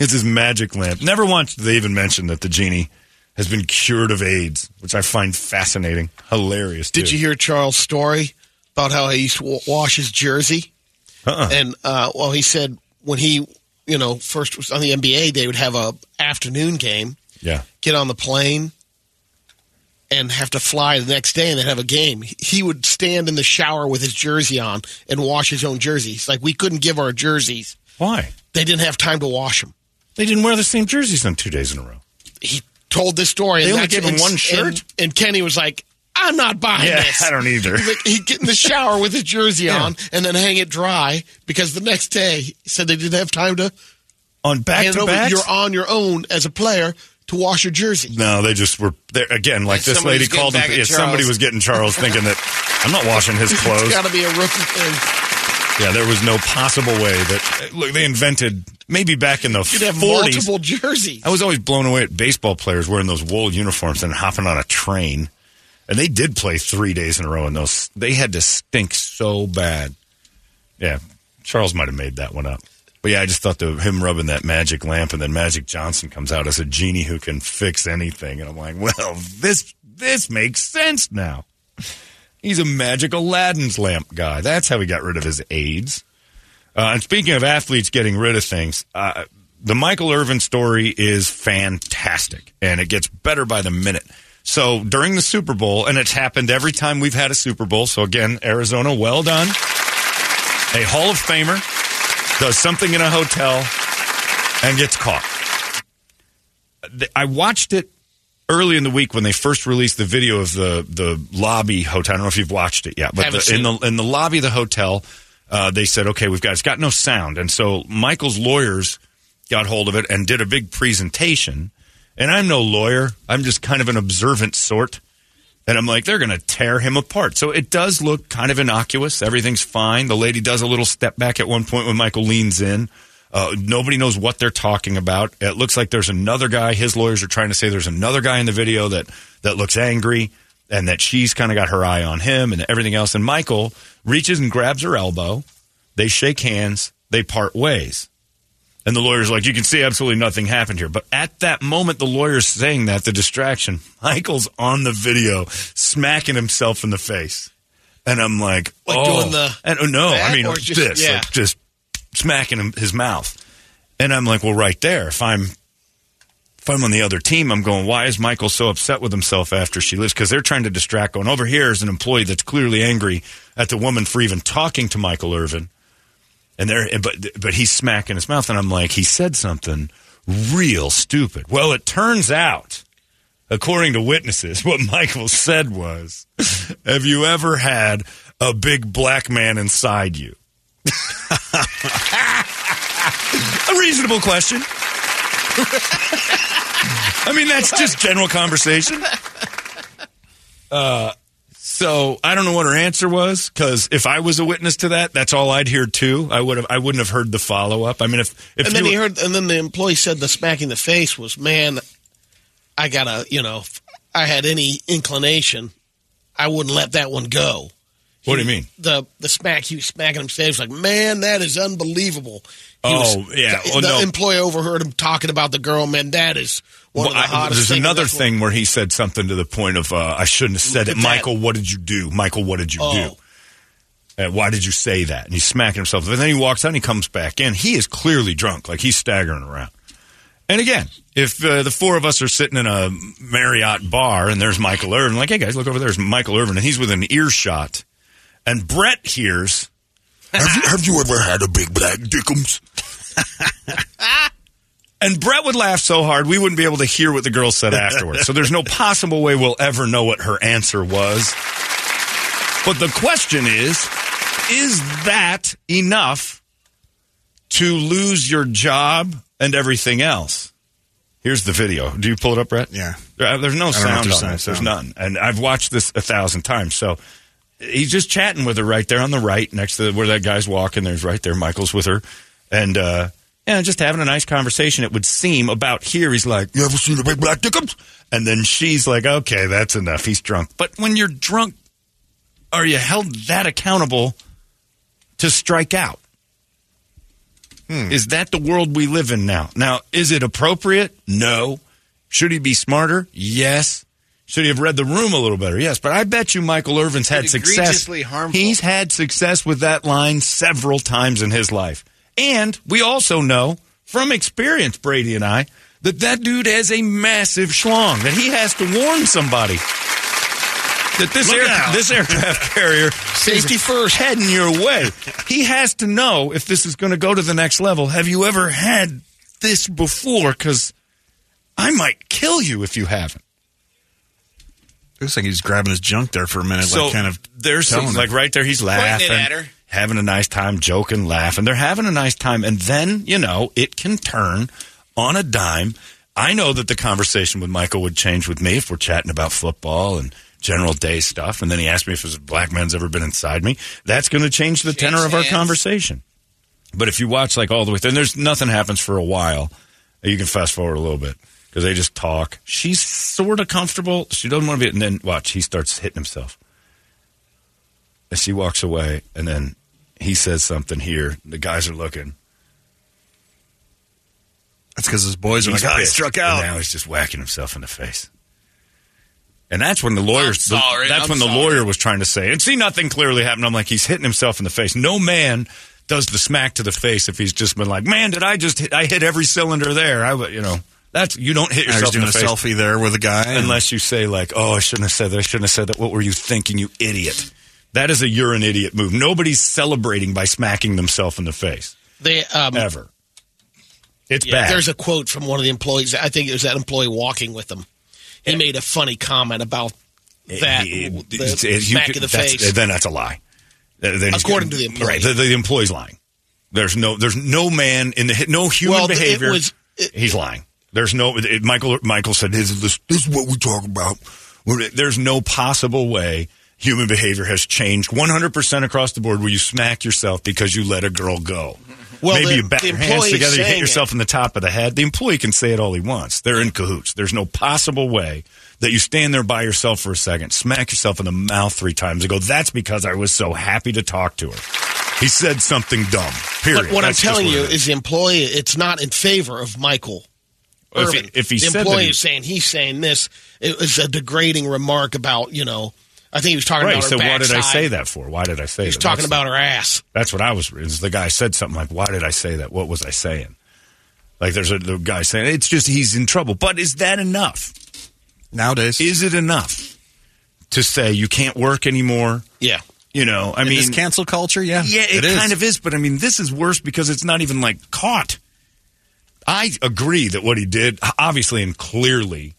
It's his magic lamp. Never once did they even mention that the genie has been cured of AIDS, which I find fascinating, hilarious. Did too. you hear Charles' story about how he used to wa- wash his jersey? Uh-uh. And uh, well, he said when he, you know, first was on the NBA, they would have a afternoon game, Yeah. get on the plane, and have to fly the next day, and then have a game. He would stand in the shower with his jersey on and wash his own jersey. He's like, we couldn't give our jerseys; Why? they didn't have time to wash them. They didn't wear the same jerseys on two days in a row. He told this story. They and only that's- gave him and- one shirt? and, and Kenny was like, "I'm not buying this." don't either. He's like, he'd get in the shower with his jersey on and then hang it dry because the next day he said they didn't have time to on back hand it to over. back. You're on your own as a player to wash your jersey. No, they just were there again. Like this Somebody lady was getting called. Him, back at yeah, somebody Charles. was getting Charles thinking that I'm not washing his clothes. It's got to be a rookie thing. yeah, there was no possible way that look. They invented maybe back in the You'd have 40s. multiple jerseys. I was always blown away at baseball players wearing those wool uniforms and hopping on a train. And they did play three days in a row in those. They had to stink so bad. Yeah, Charles might have made that one up. But yeah, I just thought the, him rubbing that magic lamp and then Magic Johnson comes out as a genie who can fix anything. And I'm like, well, this this makes sense now. He's a magic Aladdin's lamp guy. That's how he got rid of his AIDS. Uh, and speaking of athletes getting rid of things, uh, the Michael Irvin story is fantastic, and it gets better by the minute. So during the Super Bowl, and it's happened every time we've had a Super Bowl. So again, Arizona, well done. A Hall of Famer does something in a hotel and gets caught. Th- I watched it early in the week when they first released the video of the the lobby hotel. I don't know if you've watched it yet, but Haven't the, seen in the in the lobby of the hotel, uh, they said, "Okay, we've got it's got no sound," and so Michael's lawyers got hold of it and did a big presentation. And I'm no lawyer; I'm just kind of an observant sort. And I'm like, they're going to tear him apart. So it does look kind of innocuous. Everything's fine. The lady does a little step back at one point when Michael leans in. Uh, nobody knows what they're talking about. It looks like there's another guy. His lawyers are trying to say there's another guy in the video that, that looks angry and that she's kind of got her eye on him and everything else. And Michael reaches and grabs her elbow. They shake hands. They part ways. And the lawyer's like, you can see absolutely nothing happened here. But at that moment, the lawyer's saying that, the distraction, Michael's on the video smacking himself in the face. And I'm like, Like oh. doing the And, oh, no, I that mean, or just, just- this, yeah. like, just smacking him, his mouth. And I'm like, well, right there, if I'm if I'm on the other team, I'm going, why is Michael so upset with himself after she leaves? Because they're trying to distract, going, over here is an employee that's clearly angry at the woman for even talking to Michael Irvin. And they're, but, but he's smacking his mouth. And I'm like, he said something real stupid. Well, it turns out, according to witnesses, what Michael said was, have you ever had a big black man inside you? a reasonable question. I mean, that's just general conversation. Uh, so I don't know what her answer was because if I was a witness to that, that's all I'd hear too. I would have, I wouldn't have heard the follow up. I mean, if if and then you, he heard, and then the employee said the smack in the face was, man, I gotta, you know, if I had any inclination, I wouldn't let that one go. what do you mean? The the smack he was smacking him was like, man, that is unbelievable. He Oh, yeah. the, Oh, the no. employee overheard him talking about the girl. Man, that is one of the Well, I- hottest. there's things. another That's what- thing where he said something to the point of, uh, I shouldn't have said it. That- Michael, what did you do? Michael, what did you Oh. do? Uh, why did you say that? And he's smacking himself. And then he walks out and he comes back in. He is clearly drunk, like he's staggering around. And again, if uh, the four of us are sitting in a Marriott bar and there's Michael Irvin, like, hey guys, look over there's Michael Irvin, and he's within earshot, and Brett hears, Have you, have you ever had a big black dickums? and Brett would laugh so hard we wouldn't be able to hear what the girl said afterwards. so there's no possible way we'll ever know what her answer was. But the question is, is that enough to lose your job and everything else? Here's the video. Do you pull it up, Brett? Yeah. Uh, There's don't no know if sound there's on sound, this. There's sound. none. And I've watched this a thousand times. So he's just chatting with her right there on the right, next to where that guy's walking. There's right there, Michael's with her, and uh, yeah, just having a nice conversation. It would seem about here. He's like, You ever seen a big black dickums? and then she's like, okay, that's enough. He's drunk. But when you're drunk, are you held that accountable to strike out? Hmm. Is that the world we live in now? Now, is it appropriate? No. Should he be smarter? Yes. Should he have read the room a little better? Yes. But I bet you Michael Irvin's had success. egregiously harmful. He's had success with that line several times in his life. And we also know from experience, Brady and I, that that dude has a massive schlong, that he has to warn somebody that this, Look air, out. this aircraft carrier Safety is first. heading your way. He has to know if this is going to go to the next level. Have you ever had this before? Because I might kill you if you haven't. Looks like he's grabbing his junk there for a minute, like kind of there's telling some, her. like right there. He's laughing, at her. having a nice time, joking, laughing. They're having a nice time, and then you know it can turn on a dime. I know that the conversation with Michael would change with me if we're chatting about football and general day stuff, and then he asked me if his black man's ever been inside me. That's going to change the tenor of our hands. conversation. But if you watch like all the way, then there's nothing happens for a while. You can fast forward a little bit because they just talk. She's sort of comfortable. She doesn't want to be. And then watch, he starts hitting himself. And she walks away, and then he says something here. The guys are looking. That's because his boys are He's like, oh, he pissed." struck And now out. he's just whacking himself in the face. And that's when the lawyer. sorry, that's I'm when the sorry. lawyer was trying to say, and see nothing clearly happened. I'm like, he's hitting himself in the face. No man does the smack to the face if he's just been like, man, did I just hit, I hit every cylinder there? I would, you know, that's you don't hit Now he's yourself in doing the a face selfie there with a guy. and- unless you say like, "Oh, I shouldn't have said that. I shouldn't have said that. What were you thinking, you idiot?" That is a you're an idiot move. Nobody's celebrating by smacking themselves in the face They um, ever. It's Yeah, bad. There's a quote from one of the employees. I think it was that employee walking with him. He made a funny comment about that It- it- the it's- it- you smack could- of the that's- face. Then that's a lie. Uh, then he's According got- to the employee. right? The, the employee's lying. There's no, there's no man in the no human Well, it behavior. was- it- he's lying. There's no. It, Michael Michael said this is the This is what we talk about. We're- There's no possible way human behavior has changed 100% across the board where you smack yourself because you let a girl go. Well, Maybe the- you bat the your hands employee's together, you hit saying yourself in the top of the head. The employee can say it all he wants. They're in cahoots. There's no possible way that you stand there by yourself for a second, smack yourself in the mouth three times, and go, that's because I was so happy to talk to her. He said something dumb. Period. but what That's just I'm telling what you it is the employee. It's not in favor of Michael. If he- Irvin. if he the said that employee he- is saying he's saying this, it was a degrading remark about you know. I think he was talking Right. about So her what did I backside. say that for? Why did I say He's that? talking That's- about her ass. That's what I was. Is the guy said something like, "Why did I say that? What was I saying?" Like there's a the guy saying, "It's just he's in trouble." But is that enough? nowadays, Is it enough to say you can't work anymore? Yeah. You know, I I mean, mean, this cancel culture, yeah, yeah, it, is. kind of is. But I mean, this is worse because it's not even like caught. I agree that what he did, obviously and clearly,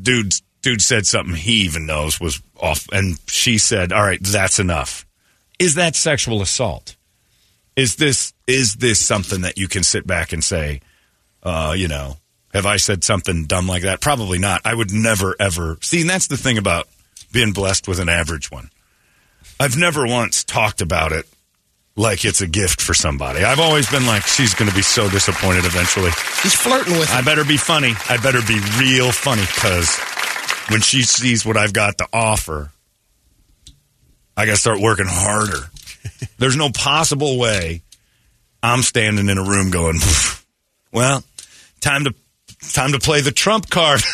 dude, dude said something he even knows was off, and she said, "All right, that's enough." Is that sexual assault? Is this is this something that you can sit back and say, uh, you know, have I said something dumb like that? Probably not. I would never ever see. And that's the thing about being blessed with an average one. I've never once talked about it like it's a gift for somebody. I've always been like, she's going to be so disappointed eventually. He's flirting with. I Him. better be funny. I better be real funny because when she sees what I've got to offer, I got to start working harder. There's no possible way I'm standing in a room going, well, time to time to play the trump card.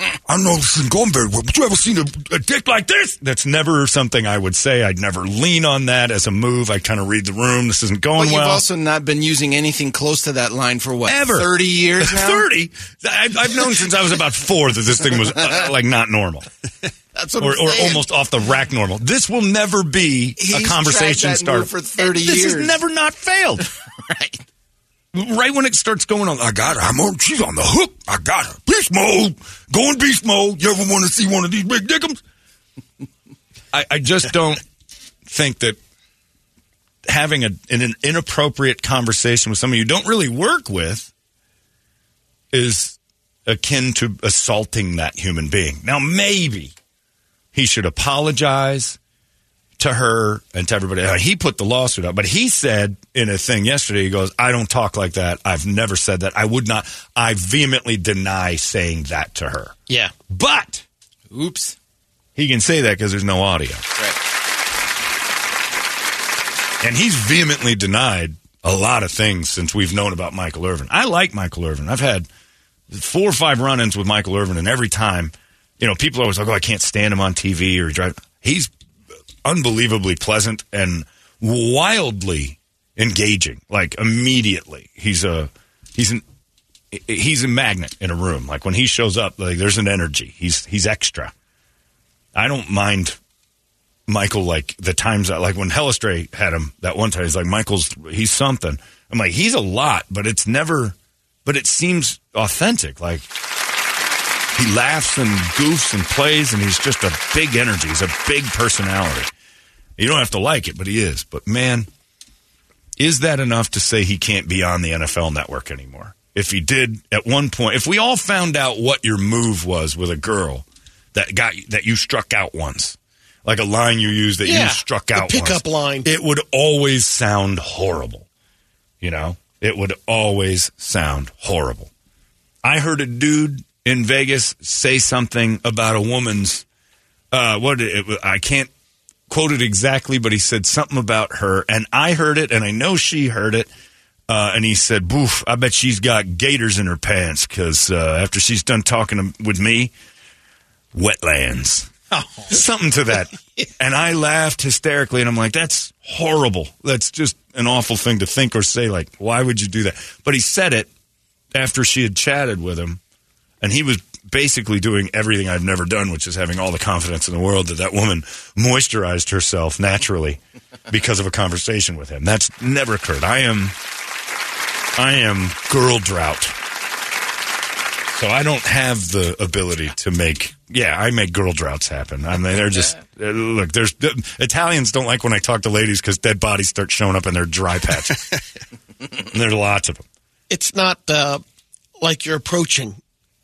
I don't know if this is going very well, but you ever seen a, a dick like this? That's never something I would say. I'd never lean on that as a move. I kind of read the room. This isn't But going you've well. also not been using anything close to that line for what? Ever. 30 years now? 30? I, I've known since I was about four that this thing was uh, like not normal. That's what or, I'm or saying. almost off the rack normal. This will never be He's a conversation tried that starter. move for 30 this years. has never not failed. right. Right when it starts going on, I got her. I'm on. She's on the hook. I got her. Beast mode. Going beast mode. You ever want to see one of these big dickums? I, I just don't think that having a, an, an inappropriate conversation with someone you don't really work with is akin to assaulting that human being. Now, maybe he should apologize to her and to everybody. Uh, He put the lawsuit up, but he said in a thing yesterday, he goes, I don't talk like that. I've never said that. I would not, I vehemently deny saying that to her. Yeah. But Oops. he can say that because there's no audio. Right. And he's vehemently denied a lot of things since we've known about Michael Irvin. I like Michael Irvin. I've had four or five run ins with Michael Irvin, and every time, you know, people are always like, oh, I can't stand him on TV or drive. He's unbelievably pleasant and wildly engaging, like immediately. He's a, he's an, he's a magnet in a room. Like when he shows up, like there's an energy. He's, he's extra. I don't mind Michael like the times that like when Hellestray had him that one time. He's like Michael's he's something. I'm like he's a lot, but it's never. But it seems authentic. Like he laughs and goofs and plays, and he's just a big energy. He's a big personality. You don't have to like it, but he is. But man, is that enough to say he can't be on the NFL network anymore? If he did at one point, if we all found out what your move was with a girl that got that you struck out once, like a line you used that you Yeah, struck the out pickup once, line. it would always sound horrible. You know, it would always sound horrible. I heard a dude in Vegas say something about a woman's. Uh, what did it, I can't quote it exactly, but he said something about her, and I heard it, and I know she heard it. Uh, and he said, "Boof, I bet she's got gators in her pants because uh, after she's done talking to, with me, wetlands, something to that." and I laughed hysterically, and I'm like, "That's horrible. That's just an awful thing to think or say. Like, why would you do that?" But he said it after she had chatted with him, and he was basically doing everything I've never done, which is having all the confidence in the world that that woman moisturized herself naturally because of a conversation with him. That's never occurred. I am, I am girl drought. So I don't have the ability to make. Yeah, I make girl droughts happen. I mean, they're just uh, look. There's Italians don't like when I talk to ladies because dead bodies start showing up in their dry patches. and there's lots of them. It's not uh, like you're approaching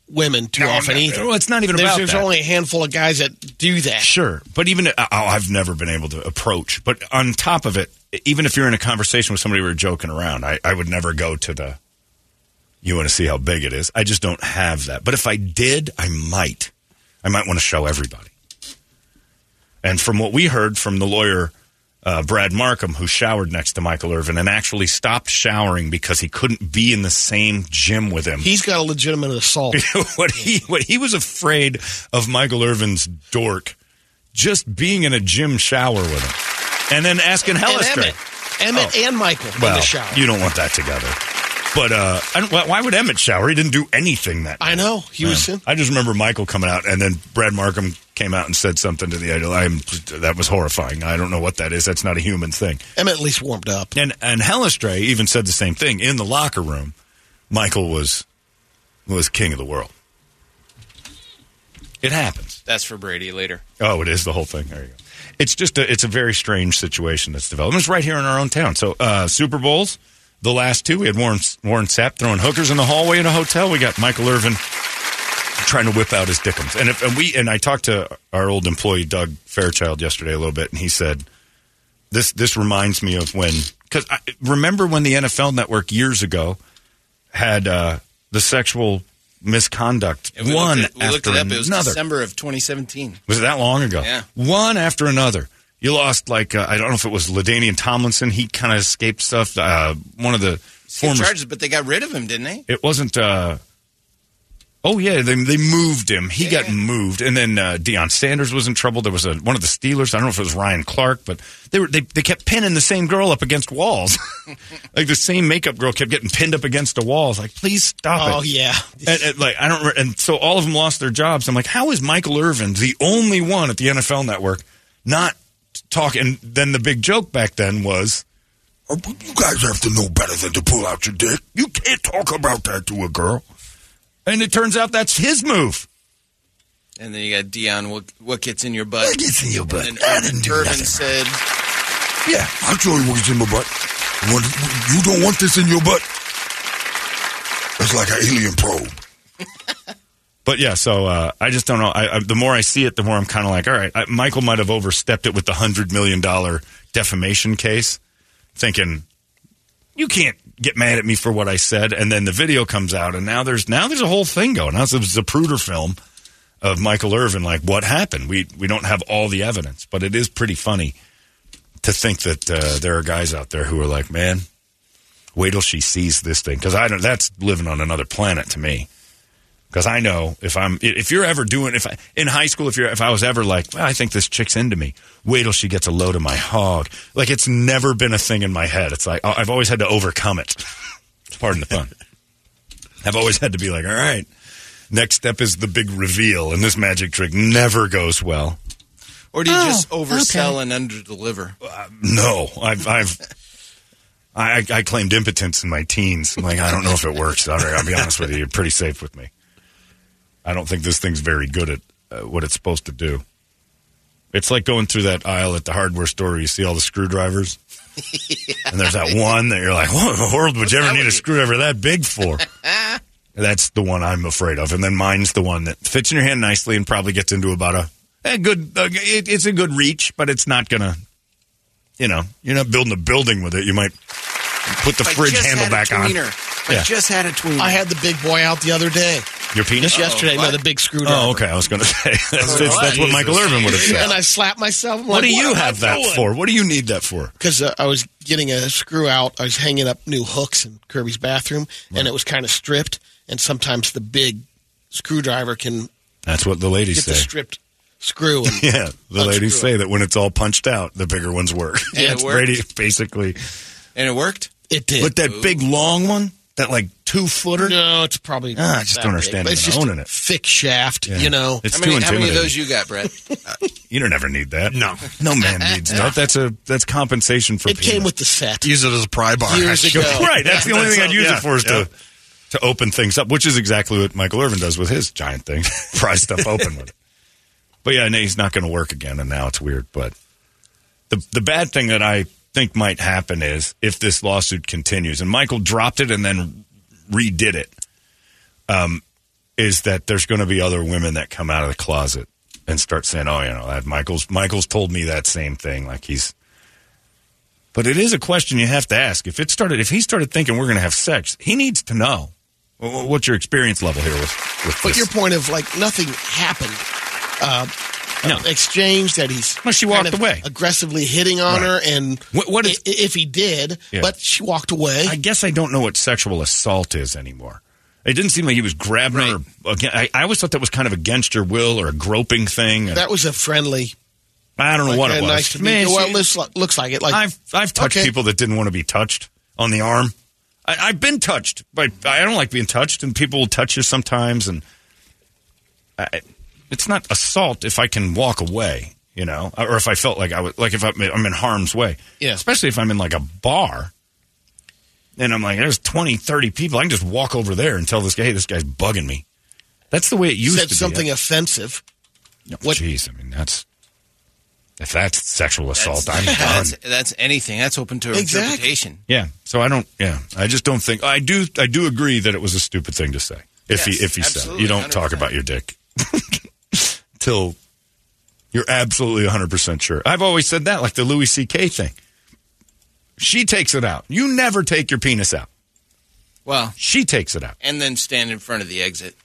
women too often either. Well, it's not even there's, about There's that. only a handful of guys that do that. Sure, but even oh, I've never been able to approach. But on top of it, even if you're in a conversation with somebody, we're joking around. I, I would never go to the. You want to see how big it is? I just don't have that. But if I did, I might. I might want to show everybody. And from what we heard from the lawyer, uh, Brad Markham, who showered next to Michael Irvin and actually stopped showering because he couldn't be in the same gym with him He's got a legitimate assault. what he what he was afraid of Michael Irvin's dork just being in a gym shower with him, and then asking and Hellister. Emmett, Emmett Oh. and Michael in Well, the shower. you don't want that together. But uh, I don't, why- why would Emmett shower? He didn't do anything that. I night. know. He was in. I just remember Michael coming out, and then Brad Markham came out and said something to the idol. I'm that was horrifying. I don't know what that is. That's not a human thing. Emmett at least warmed up. And and Hellestray even said the same thing in the locker room. Michael was was king of the world. It happens. That's for Brady later. Oh, it is the whole thing. There you go. It's just a, it's a very strange situation that's developed. It's right here in our own town. So uh, Super Bowls, the last two, we had Warren Warren Sapp throwing hookers in the hallway in a hotel. We got Michael Irvin trying to whip out his dickums. And if and we and I talked to our old employee Doug Fairchild yesterday a little bit, and he said this this reminds me of when because I remember when the NFL Network years ago had uh, the sexual misconduct And we looked one it- we looked after it up. It was another. December of 2017. Was it that long ago? Yeah. One after another. You lost like uh, I don't know if it was Ladainian Tomlinson. He kind of escaped stuff. Uh, one of the Two former. charges, but they got rid of him, didn't they? It wasn't. Uh, Oh yeah, they they moved him. He got moved, and then uh, Deion Sanders was in trouble. There was a, one of the Steelers. I don't know if it was Ryan Clark, but they were they, they kept pinning the same girl up against walls, like the same makeup girl kept getting pinned up against the walls. Like, please stop it. Oh, yeah. And, and, like I don't. re- And so all of them lost their jobs. I'm like, how is Michael Irvin the only one at the NFL Network not talking? And then the big joke back then was, "Oh, You guys have to know better than to pull out your dick. You can't talk about that to a girl. and it turns out that's his move. And then you got Dion. What, what gets in your butt? What gets in your butt? And I then didn't do Irvin nothing. said, Yeah, I'll show you what gets in my butt. What- You don't want this in your butt. It's like an alien probe. But yeah, so uh, I just don't know. I, I, the more I see it, the more I'm kind of like, all right, I, Michael might have overstepped it with the hundred million dollar defamation case, thinking you can't get mad at me for what I said. And then the video comes out, and now there's now there's a whole thing going. Now it's a Zapruder film of Michael Irvin, like what happened. We we don't have all the evidence, but it is pretty funny to think that uh, there are guys out there who are like, man, wait till she sees this thing because I don't. That's living on another planet to me. Because I know if I'm if you're ever doing if I, in high school if you're if I was ever like well, I think this chick's into me wait till she gets a load of my hog like it's never been a thing in my head it's like I- I've always had to overcome it pardon the pun I've always had to be like all right next step is the big reveal and this magic trick never goes well or do you just Oh, oversell and underdeliver? no I've I've I, I claimed impotence in my teens I'm like I don't know if it works all right I'll be honest with you you're pretty safe with me I don't think this thing's very good at uh, what it's supposed to do. It's like going through that aisle at the hardware store where you see all the screwdrivers. And there's that one that you're like, what in the world would you ever need a screwdriver that big for? That's the one I'm afraid of. And then mine's the one that fits in your hand nicely and probably gets into about a, a good, uh, it, it's a good reach, but it's not going to, you know, you're not building a building with it. You might put the If I fridge just handle had a back on. tweener. If Yeah. I just had a tweener. I had the big boy out the other day. Your penis? Just yesterday, no, the big screwdriver. Oh, okay. I was going to say that's, that's what Michael Irvin would have said. And I slapped myself. I'm What like, do you am I have that doing?" for? What do you need that for? because uh, I was getting a screw out. I was hanging up new hooks in Kirby's bathroom, and it was kind of stripped. And sometimes the big screwdriver can That's what the ladies get the say. stripped screw. And Yeah, the Unscrew ladies it. say that when it's all punched out, the bigger ones work. it That's worked? Brady basically. And it worked? It did. But that big long one, that like two footer. no, it's probably. Ah, I just that don't big, understand but it, it's just owning a it. Thick shaft, Yeah. you know. How it's many, too how many intimidating. of those you got, Brett? you don't ever need that. No, no man needs that. That's a that's compensation for. it came penis. with the set. Use it as a pry bar. Years ago. right. That's the only thing I'd use yeah, it for is yeah. to to open things up, which is exactly what Michael Irvin does with his giant thing, pry stuff open with it. But yeah, no, he's not going to work again, and now it's weird. But the the bad thing that I think might happen is if this lawsuit continues, and Michael dropped it and then redid it, um, is that there's going to be other women that come out of the closet and start saying, "Oh, you know, that Michael's Michael's told me that same thing." Like he's but it is a question you have to ask. If it started, if he started thinking we're going to have sex, he needs to know wh- wh- what's your experience level here with, with But this. your point of like nothing happened. Uh, No. an exchange that he's Well, she walked kind of away. aggressively hitting on Right. her, and What- what is- i- if he did? Yeah. But she walked away. I guess I don't know what sexual assault is anymore. It didn't seem like he was grabbing her. Again, I, I always thought that was kind of against your will or a groping thing. that was a friendly I don't know Like, what uh, it was. Nice to meet Man, you. Well, she- it looks like, looks like it. Like I've I've touched Okay. people that didn't want to be touched on the arm. I, I've been touched, but I don't like being touched, and people will touch you sometimes, and I, it's not assault if I can walk away, you know, or if I felt like I was like if I'm I'm in harm's way, Yeah. Especially if I'm in like a bar, and I'm like, there's 20, 30 people, I can just walk over there and tell this guy, hey, this guy's bugging me. That's the way it used said to something be. offensive. No, what- Jeez, I mean that's if that's sexual assault, I'm done. That's, that's anything. That's open to Exactly. interpretation. Yeah. So I don't. Yeah. I just don't think. I do. I do agree that it was a stupid thing to say. If Yes, he if he said it. absolutely, you don't talk 100%. about your dick till you're absolutely 100 percent sure. I've always said that, like the Louis C.K. thing. She takes it out. You never take your penis out. Well, She takes it out. and then stand in front of the exit.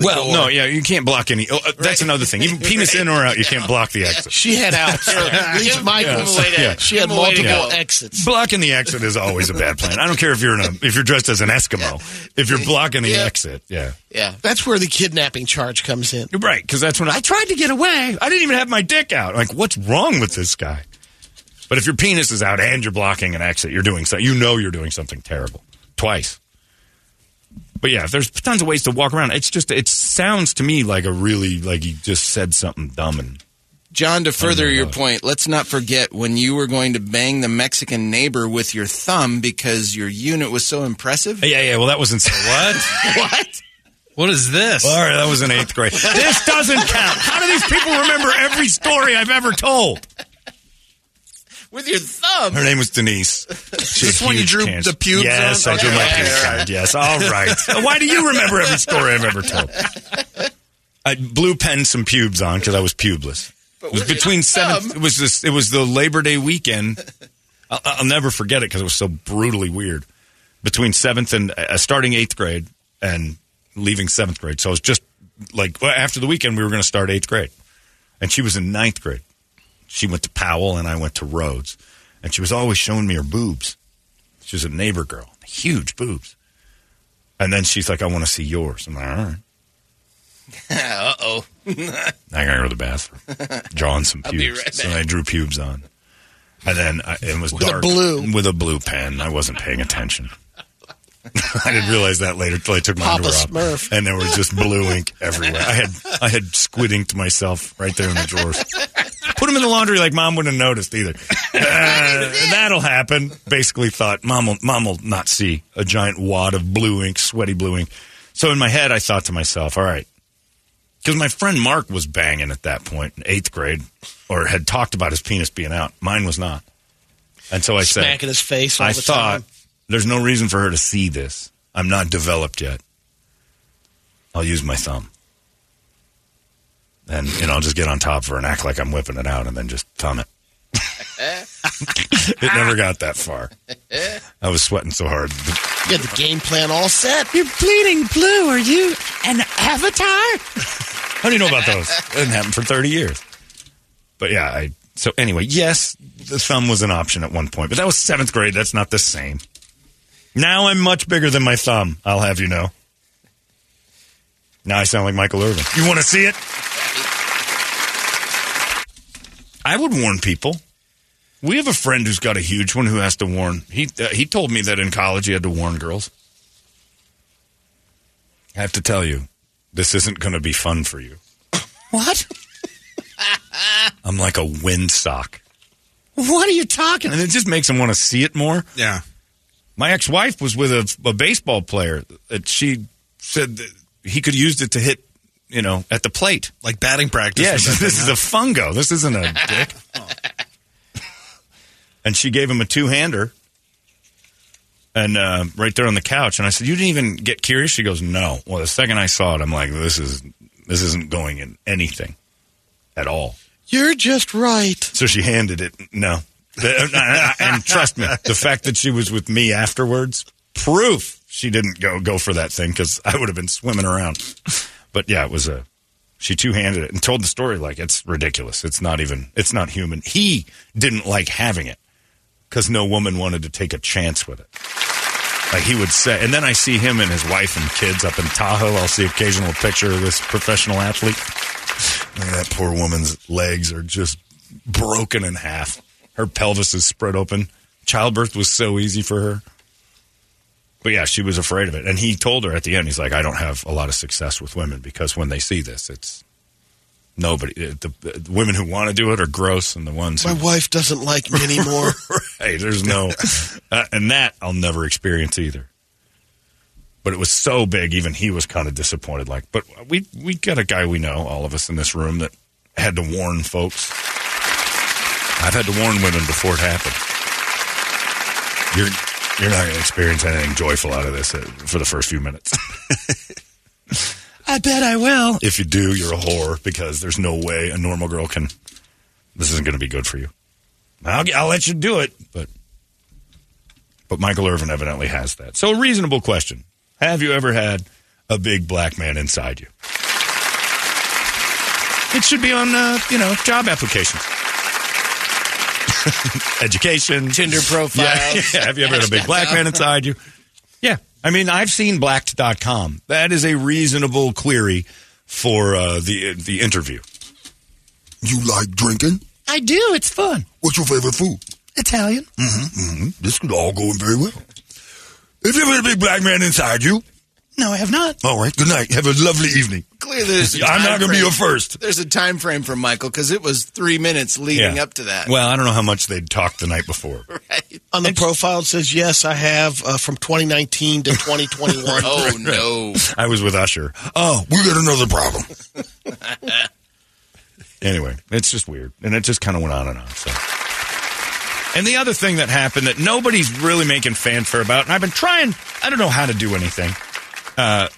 Well, door. no, yeah, you can't block any. Oh, uh, that's another thing. Even penis in or out, you can't block the exit. She had out. At least Michael. so, yeah. She had multiple exits. Blocking the exit is always a bad plan. I don't care if you're in a, if you're dressed as an Eskimo. If you're blocking the Yeah. exit, yeah, Yeah. That's where the kidnapping charge comes in. you're right. Because that's when I, tried to get away. I didn't even have my dick out. Like, what's wrong with this guy? But if your penis is out and you're blocking an exit, you're doing so. You know you're doing something terrible twice. But yeah, there's tons of ways to walk around. It's just it sounds to me like a really like you just said something dumb and John, to further your God. point, let's not forget when you were going to bang the Mexican neighbor with your thumb because your unit was so impressive. Yeah, yeah. Well, that wasn't what. What? What is this? All right, that was in eighth grade. This doesn't count. How do these people remember every story I've ever told? With your thumb. Her name was Denise. This one you drew the pubes Yes, on? I drew my Okay, pubes. all on. Yes, all right. Why do you remember every story I've ever told? I blue penned some pubes on because I was pubeless. It was with your between seven. thumb. It was this. It was the Labor Day weekend. I'll, I'll never forget it because it was so brutally weird. Between seventh and uh, starting eighth grade and leaving seventh grade, so it was just like well, after the weekend we were going to start eighth grade, and she was in ninth grade. She went to Powell and I went to Rhodes, and she was always showing me her boobs. She was a neighbor girl, huge boobs. And then she's like, "I want to see yours." I'm like, "All right." Uh oh. I gotta go to the bathroom. Drawing some be pubes. right so back. I drew pubes on. And then I, it was a dark. blue. With a blue pen. I wasn't paying attention. I didn't realize that later till I took my Papa underwear off. Smurf. And there was just blue ink everywhere. I had I had squid inked myself right there in the drawers. Put them in the laundry like mom wouldn't have noticed either. Uh, that'll happen. Basically thought mom will, mom will not see a giant wad of blue ink, sweaty blue ink. So in my head I thought to myself, all right, because my friend Mark was banging at that point in eighth grade, or had talked about his penis being out. Mine was not, and so I said, Smacking his face all I the thought time. there's no reason for her to see this. I'm not developed yet. I'll use my thumb, and you know I'll just get on top of her and act like I'm whipping it out, and then just thumb it. it never got that far. I was sweating so hard. You had the game plan all set. You're bleeding blue. Are you an avatar? How do you know about those? It didn't happen for 30 years. But yeah, I. So anyway, yes, the thumb was an option at one point, but that was seventh grade. That's not the same. Now I'm much bigger than my thumb, I'll have you know. Now I sound like Michael Irvin. You want to see it? I would warn people. We have a friend who's got a huge one who has to warn. He uh, he told me that in college he had to warn girls. I have to tell you, this isn't going to be fun for you. What? I'm like a windsock. What are you talking? And it just makes them want to see it more. Yeah. My ex-wife was with a, a baseball player that she said that he could use it to hit, you know, at the plate. Like batting practice. Yeah, with she- that this thing, is a fungo. This isn't a dick. and she gave him a two-hander, and uh, right there on the couch. And I said, "You didn't even get curious." She goes, "No." Well, the second I saw it, I'm like, "This is this isn't going in anything at all." You're just right. So she handed it. No. and trust me, the fact that she was with me afterwards, proof she didn't go go for that thing because I would have been swimming around. But yeah, it was a. She two handed it and told the story like it's ridiculous. It's not even. It's not human. He didn't like having it because no woman wanted to take a chance with it. Like he would say, and then I see him and his wife and kids up in Tahoe. I'll see occasional picture of this professional athlete. Look at that poor woman's legs are just broken in half. Her pelvis is spread open. Childbirth was so easy for her. But yeah, she was afraid of it. And he told her at the end, he's like, I don't have a lot of success with women because when they see this, it's nobody. The, the women who want to do it are gross, and the ones who My wife doesn't like me anymore. Hey, there's no, uh, and that I'll never experience either. But it was so big, even he was kind of disappointed. Like, but we we got a guy we know, all of us in this room, that had to warn folks. I've had to warn women before it happened. You're you're not going to experience anything joyful out of this uh, for the first few minutes. I bet I will. If you do, you're a whore because there's no way a normal girl can. This isn't going to be good for you. I'll, I'll let you do it, but but Michael Irvin evidently has that. So, a reasonable question: Have you ever had a big black man inside you. It should be on, uh, you know, job applications. Education. Tinder profile. Yeah, yeah. Have you ever had a big black man inside you? Yeah. I mean, I've seen blacked.com. That is a reasonable query for uh, the the interview. You like drinking? I do. It's fun. What's your favorite food? Italian. hmm This could all go very well. If you ever had a big black man inside you, No, I have not. all right, good night. Have a lovely evening. Clearly, there's a I'm not time going to be frame. your first. There's a time frame for Michael because it was three minutes leading Yeah. up to that. Well, I don't know how much they'd talked the night before. On the profile, it says, yes, I have uh, from 2019 to 2021. oh no! I was with Usher. Oh, we got another problem. Anyway, it's just weird. And it just kind of went on and on. So. And the other thing that happened that nobody's really making fanfare about, and I've been trying, I don't know how to do anything. Uh,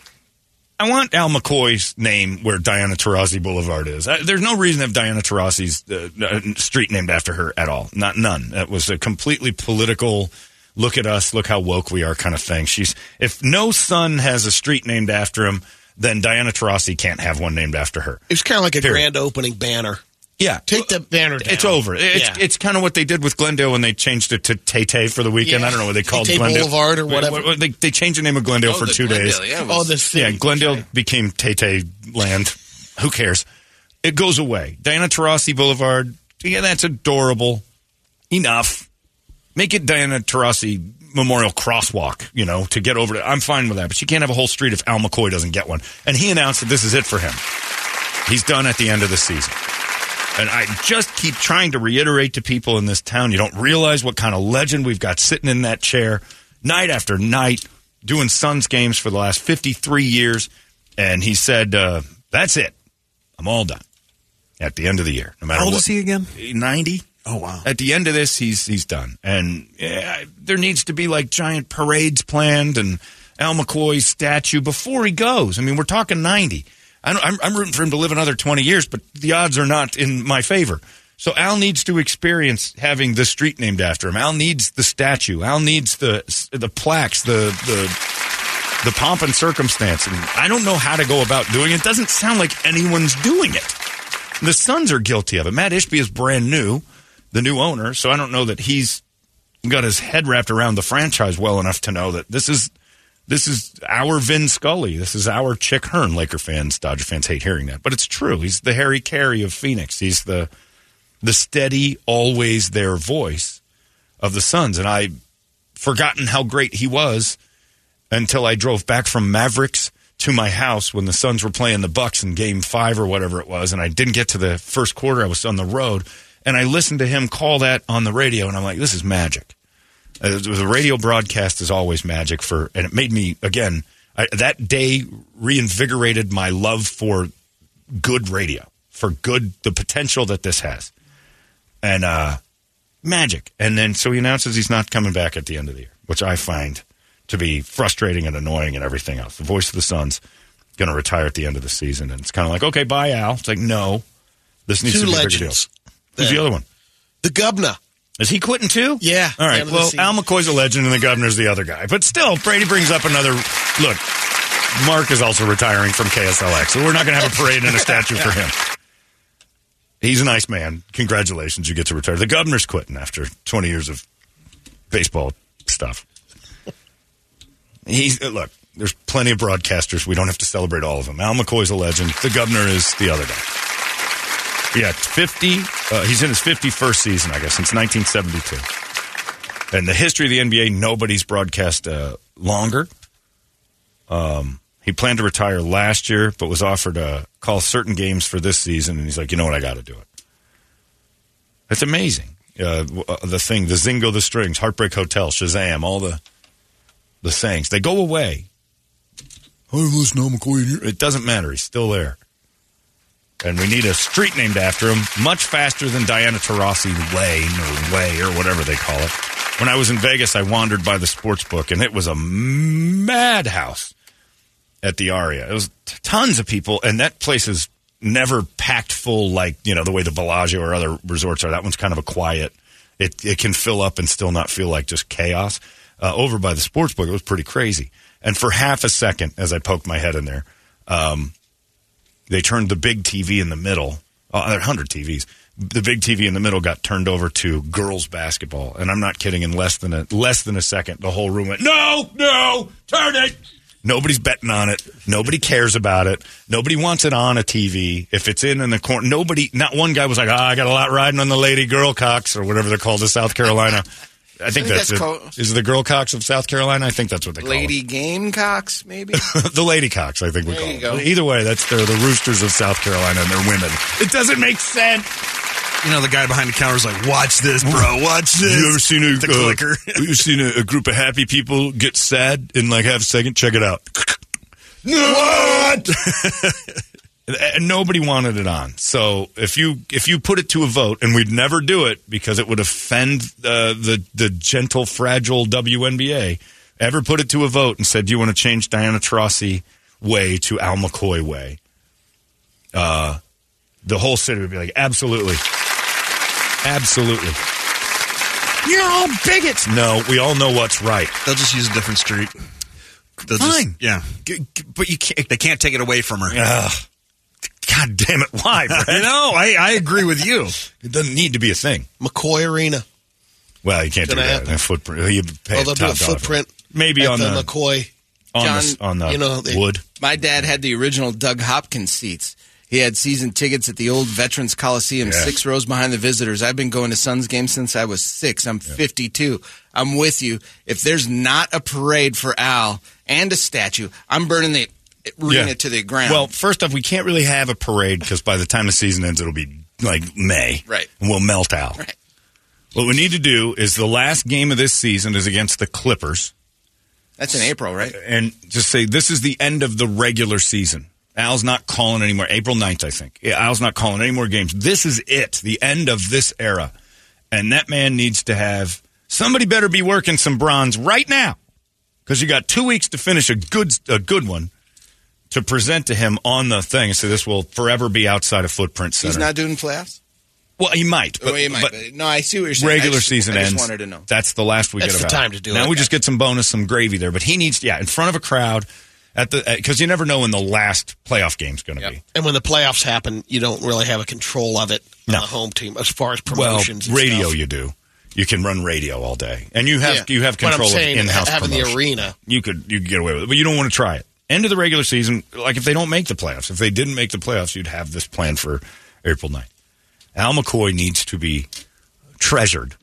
I want Al McCoy's name where Diana Taurasi Boulevard is. I, there's no reason to have Diana Taurasi's uh, uh, street named after her at all. Not none. That was a completely political. Look at us. Look how woke we are, kind of thing. She's if no son has a street named after him, then Diana Taurasi can't have one named after her. It was kind of like a Period. grand opening banner. Yeah, Take the banner down. it's over. It's, Yeah. it's kind of what they did with Glendale when they changed it to Tay for the weekend. Yeah. I don't know what they called Tay-Tay Glendale Boulevard or whatever. What- what- They, they changed the name of Glendale for the two Glendale, days. Yeah, it oh, was- the city. Yeah, Glendale became Tay Land. Who cares? It goes away. Diana Taurasi Boulevard. Yeah, that's adorable. Enough. Make it Diana Taurasi Memorial Crosswalk. You know, to get over to. I'm fine with that, but she can't have a whole street if Al McCoy doesn't get one. And he announced that this is it for him. He's done at the end of the season. And I just keep trying to reiterate to people in this town you don't realize what kind of legend we've got sitting in that chair night after night, doing Suns games for the last 53 years. And he said, uh, That's it. I'm all done at the end of the year. No matter How old what. is he again? 90. Oh, wow. At the end of this, he's he's done. And yeah, there needs to be like giant parades planned and Al McCoy's statue before he goes. I mean, we're talking 90. I don't, I'm, I'm rooting for him to live another 20 years, but the odds are not in my favor. So Al needs to experience having the street named after him. Al needs the statue. Al needs the the plaques, the the the pomp and circumstance. And I don't know how to go about doing it. It doesn't sound like anyone's doing it. The Suns are guilty of it. Matt Ishby is brand new, the new owner, so I don't know that he's got his head wrapped around the franchise well enough to know that this is this is our Vin Scully. This is our Chick Hearn. Laker fans, Dodger fans hate hearing that, but it's true. He's the Harry Carey of Phoenix. He's the the steady, always there voice of the Suns, and I forgotten how great he was until I drove back from Mavericks to my house when the Suns were playing the Bucks in game 5 or whatever it was and I didn't get to the first quarter I was on the road and I listened to him call that on the radio and I'm like this is magic. Uh, the radio broadcast is always magic for and it made me again I, that day reinvigorated my love for good radio, for good the potential that this has. And uh magic. And then so he announces he's not coming back at the end of the year, which I find to be frustrating and annoying and everything else. The voice of the Suns going to retire at the end of the season, and it's kind of like, okay, bye, Al. It's like, no, this needs Two to be legends. a bigger deal. Who's the other one? The governor. Is he quitting too? Yeah, All end right. of the Well, season. Al McCoy's a legend, and the governor's the other guy. But still, Brady brings up another look. Mark is also retiring from KSLX, so we're not going to have a parade and a statue for him. He's a nice man. Congratulations, you get to retire. The governor's quitting after 20 years of baseball stuff. He's uh, look. There's plenty of broadcasters. We don't have to celebrate all of them. Al McCoy's a legend. The governor is the other guy. Yeah, 50. Uh, he's in his 51st season, I guess, since 1972. In the history of the NBA, nobody's broadcast uh, longer. Um, he planned to retire last year, but was offered to call certain games for this season, and he's like, you know what, I got to do it. It's amazing. Uh, w- uh, the thing, the Zingo, the Strings, Heartbreak Hotel, Shazam, all the the sayings. They go away. Hey, listen, I'm McCoy in here. It doesn't matter. He's still there. And we need a street named after him, much faster than Diana Taurasi Lane or Way or whatever they call it. When I was in Vegas, I wandered by the sports book, and it was a madhouse at the Aria. It was t- tons of people, and that place is never packed full like you know the way the Bellagio or other resorts are. That one's kind of a quiet. It it can fill up and still not feel like just chaos. uh, over by the sports book. It was pretty crazy. And for half a second, as I poked my head in there, um, they turned the big TV in the middle. Uh, there are 100 TVs. The big TV in the middle got turned over to girls basketball, and I'm not kidding. In less than a less than a second, the whole room went, "No, no, turn it." Nobody's betting on it. Nobody cares about it. Nobody wants it on a TV. If it's in in the corner, nobody. Not one guy was like, "Ah, I got a lot riding on the lady girl cocks or whatever they're called in South Carolina." I think think, that's, that's it. called- Is it the girl cocks of South Carolina? I think that's what they call it Lady Gamecocks, maybe? the lady cocks, I think we There call you them. go. Either way, that's they're the roosters of South Carolina and they're women. It doesn't make sense. You know, the guy behind the counter is like, watch this, Mm-hmm. bro, watch this. the uh, clicker? uh, you seen a, a group of happy people get sad and like have a second? Check it out. what? and nobody wanted it on. So if you if you put it to a vote, and we'd never do it because it would offend uh, the the gentle, fragile WNBA. Ever put it to a vote and said, "Do you want to change Diana Taurasi way to Al McCoy way?" Uh, the whole city would be like, "Absolutely, absolutely." You're all bigots. No, we all know what's right. They'll just use a different street. They'll Fine. Just, yeah. G- g- but you can't. They can't take it away from her. Ugh. God damn it! Why? I Brad? know. I, I agree with you. It doesn't need to be a thing. McCoy Arena. Well, you can't do Gonna that. happen. in a footprint. You pay Well, they'll do a top dollar. footprint. Maybe at on the, McCoy. on the John, s- on the you know, they- wood. My dad had the original Doug Hopkins seats. He had season tickets at the old Veterans Coliseum, Yeah. six rows behind the visitors. I've been going to Suns games since I was six. I'm 52. I'm with you. If there's not a parade for Al and a statue, I'm burning the arena Yeah. to the ground. Well, first off, we can't really have a parade because by the time the season ends, it'll be like May. Right. And we'll melt out. Right. What we need to do is the last game of this season is against the Clippers. that's in April, right? and just say this is the end of the regular season. Al's not calling anymore. April 9th, I think. Yeah, Al's not calling any more games. This is it, the end of this era. And that man needs to have somebody better be working some bronze right now because you got two weeks to finish a good a good one to present to him on the thing. So this will forever be outside of footprint center. He's not doing playoffs? well, he might, Well, you might, but- but- no, I see what you're saying. I regular just- season I just ends. wanted to know. That's the last we That's get. the about it. time to do Now it. we just get some bonus, some gravy there. But he needs, yeah, in front of a crowd at the because you never know when the last playoff game's going to be. And when the playoffs happen, you don't really have a control of it on No. the home team as far as Well, promotions. and radio stuff. you do. You can run radio all day, and you have Yeah. you have But I'm control of saying, in-house having the promotion. arena. You could you could get away with it, but you don't want to try it. End of the regular season, like if they don't make the playoffs, if they didn't make the playoffs, you'd have this plan for April 9th. Al McCoy needs to be treasured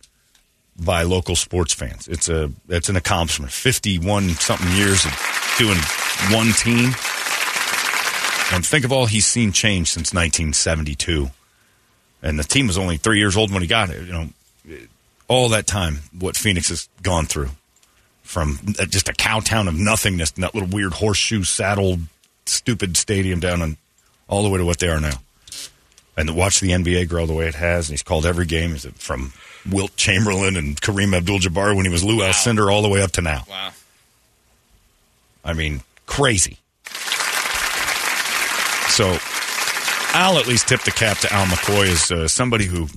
by local sports fans. It's a it's an accomplishment. Fifty one something years of doing one team, and think of all he's seen change since nineteen seventy two. And the team was only three years old when he got it. You know, all that time, what Phoenix has gone through from uh, just a cow town of nothingness, and that little weird horseshoe saddle, stupid stadium down, and all the way to what they are now and to watch the NBA grow the way it has. And he's called every game is it from Wilt Chamberlain and Kareem Abdul-Jabbar when he was Lou Alcindor all the way up to now. Wow. I mean, crazy. So I'll at least tip the cap to Al McCoy as uh, somebody who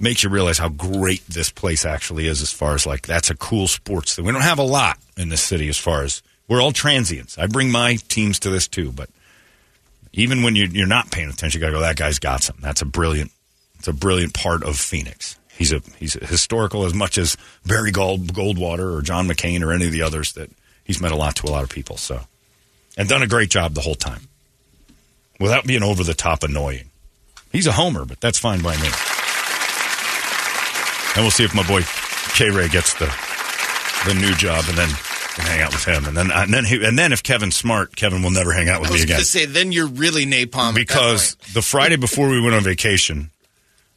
makes you realize how great this place actually is as far as like that's a cool sports thing. We don't have a lot in this city as far as we're all transients. I bring my teams to this too, but even when you, you're not paying attention, you gotta go, that guy's got something. That's a brilliant, it's a brilliant part of Phoenix. He's a, he's a historical as much as Barry Gold, Goldwater or John McCain or any of the others that he's meant a lot to a lot of people. So, and done a great job the whole time without being over the top annoying. He's a homer, but that's fine by me. And we'll see if my boy K Ray gets the the new job, and then we'll hang out with him, and then and then he, and then if Kevin's smart, Kevin will never hang out with I me was going again to say, then you're really napalm. at that because point. the Friday before we went on vacation,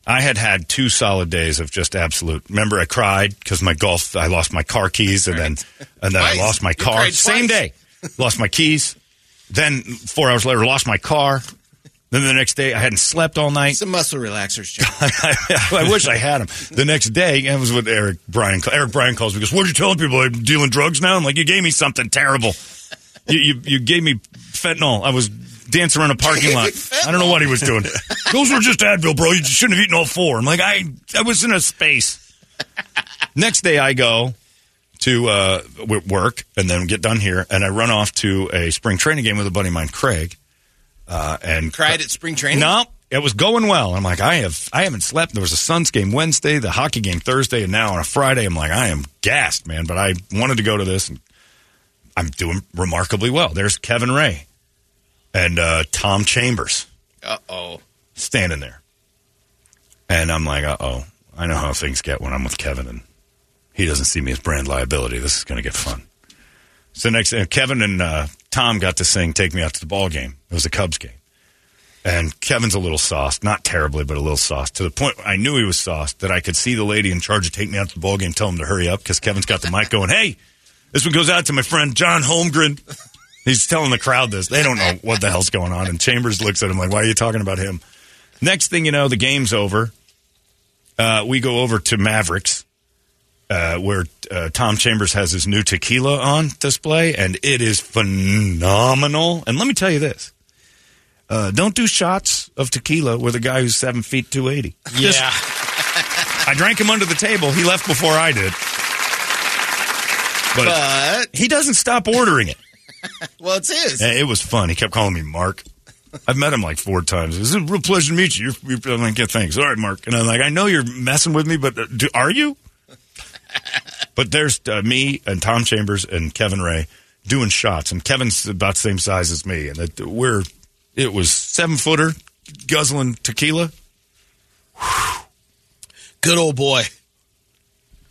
I had had two solid days of just absolute. Remember, I cried because my golf. I lost my car keys, and then and then I Twice. lost my You car. cried Same twice. day, lost my keys. Then four hours later, lost my car. Then the next day, I hadn't slept all night. it's a muscle relaxers, John. I wish I had him. The next day, it was with Eric Bryan. Eric Bryan calls me. Goes, "What are you telling people? I'm dealing drugs now." I'm like, "You gave me something terrible. You you, you gave me fentanyl. I was dancing around a parking lot. I don't know what he was doing. Those were just Advil, bro. You shouldn't have eaten all four. I'm like, I I was in a space. Next day, I go. to uh, w- work and then get done here. And I run off to a spring training game with a buddy of mine, Craig. Uh, and Cried at spring training? No, it was going well. I'm like, I have, I haven't slept. There was a Suns game Wednesday, the hockey game Thursday, and now on a Friday, I'm like, I am gassed, man. But I wanted to go to this, and I'm doing remarkably well. There's Kevin Ray and uh, Tom Chambers Uh oh. standing there. And I'm like, uh oh, I know how things get when I'm with Kevin and he doesn't see me as brand liability. This is going to get fun. So next, uh, Kevin and uh, Tom got this thing, take me out to the ball game. It was a Cubs game. And Kevin's a little sauced, not terribly, but a little sauced to the point I knew he was sauced that I could see the lady in charge of take me out to the ball game, tell him to hurry up because Kevin's got the mic going, hey, this one goes out to my friend John Holmgren. He's telling the crowd this. They don't know what the hell's going on. And Chambers looks at him like, why are you talking about him? Next thing you know, the game's over. Uh, we go over to Mavericks, uh, where uh, Tom Chambers has his new tequila on display, and it is phenomenal. And let me tell you this. Uh, don't do shots of tequila with a guy who's seven feet two eighty. Yeah. I drank him under the table. He left before I did. But He doesn't stop ordering it. well, it's his. Yeah, it was fun. He kept calling me Mark. I've met him like four times. It's a real pleasure to meet you. You're, you're, I'm like, yeah, thanks. All right, Mark. And I'm like, I know you're messing with me, but uh, do, are you? but there's uh, me and Tom Chambers and Kevin Ray doing shots, and Kevin's about the same size as me, and it, we're it was seven footer guzzling tequila, Good old boy.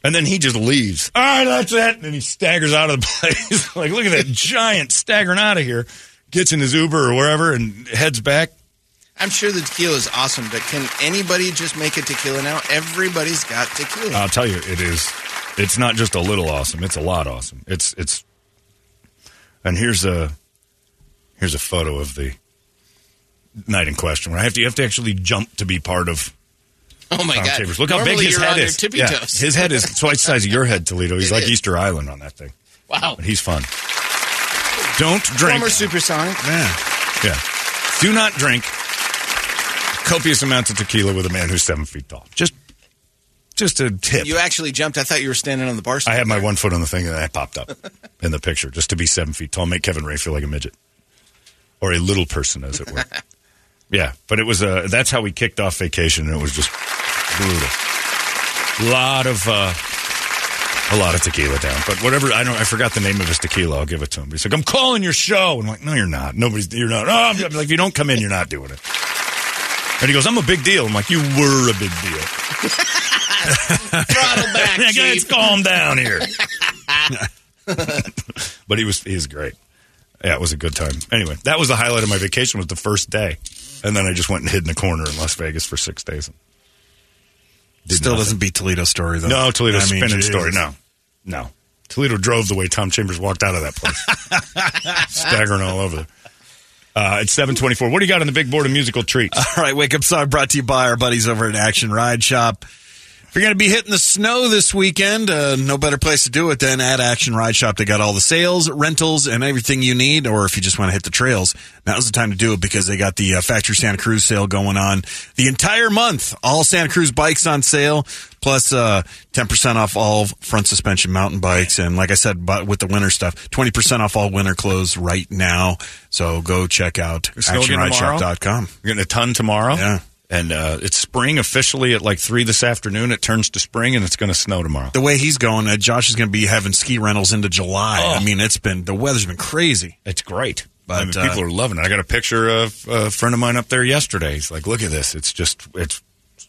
and then he just leaves. All right, that's it. And then he staggers out of the place. like, look at that giant staggering out of here. Gets in his Uber or wherever and heads back. I'm sure the tequila is awesome, but can anybody just make a tequila now? Everybody's got tequila. I'll tell you, it is. It's not just a little awesome; it's a lot awesome. It's it's. And here's a here's a photo of the night in question where I have to you have to actually jump to be part of oh my Tom god! Chambers. Look how big Normally his you're head on your is. tippy Yeah, toes. his head is twice the size of your head, Toledo. He's It like is. Easter Island on that thing. Wow. But he's fun. Don't drink. Former supersonic. Yeah. Do not drink copious amounts of tequila with a man who's seven feet tall. Just just a tip. You actually jumped. I thought you were standing on the bar. I had my one foot on the thing and I popped up in the picture just to be seven feet tall, make Kevin Ray feel like a midget or a little person, as it were. yeah, but it was uh, that's how we kicked off vacation, and it was just brutal. A lot of uh, a lot of tequila down, but whatever. I don't. I forgot the name of his tequila. I'll give it to him. He's like, "I'm calling your show," and I'm like, "No, you're not. Nobody's. You're not. Oh, I'm, I'm like, if you don't come in, you're not doing it." And he goes, "I'm a big deal." I'm like, "You were a big deal." throttle back, Yeah, Chief. Let's calm down here. but he was he was great. Yeah, it was a good time. Anyway, that was the highlight of my vacation was the first day, and then I just went and hid in a corner in Las Vegas for six days. Did Still nothing. doesn't beat Toledo's story, though. No Toledo I mean, spinning geez. story. No, no. Toledo drove the way Tom Chambers walked out of that place, staggering all over. Uh, it's seven twenty-four. What do you got on the big board of musical treats? All right, Wake Up Song brought to you by our buddies over at Action Ride Shop. If you're going to be hitting the snow this weekend, uh, no better place to do it than at Action Ride Shop. They got all the sales, rentals, and everything you need. Or if you just want to hit the trails, now's the time to do it because they got the uh, Factory Santa Cruz sale going on the entire month. All Santa Cruz bikes on sale, plus uh, 10% off all front suspension mountain bikes. And like I said, but with the winter stuff, 20% off all winter clothes right now. So go check out snow again tomorrow? actionrideshop.com. We're getting a ton tomorrow. Yeah. And uh, it's spring officially at like three this afternoon. It turns to spring and it's going to snow tomorrow. the way he's going, uh, Josh is going to be having ski rentals into July. Oh. I mean, it's been the weather's been crazy. It's great. But, I mean, uh, people are loving it. I got a picture of a friend of mine up there yesterday. He's like, "Look at this! It's just it's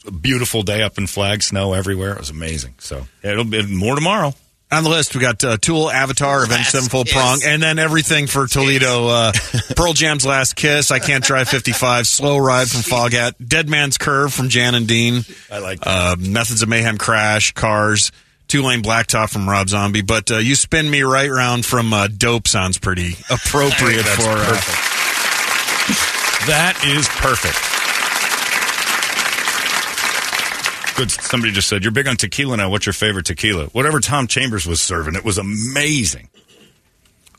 a beautiful day up in Flag, snow everywhere. It was amazing." So it'll be more tomorrow. On the list, we got uh, Tool, Avatar, Avenged Sevenfold, Kiss. Prong, and then everything for Toledo. Uh, Pearl Jam's Last Kiss, I Can't Drive 55, Slow Ride from Foghat, Dead Man's Curve from Jan and Dean. I like that. uh, Methods of Mayhem Crash, Cars, Two Lane Blacktop from Rob Zombie. But uh, You Spin Me Right Round from uh, Dope sounds pretty appropriate That's for uh, perfect. that is perfect. Good. Somebody just said you're big on tequila now. What's your favorite tequila? Whatever Tom Chambers was serving, it was amazing.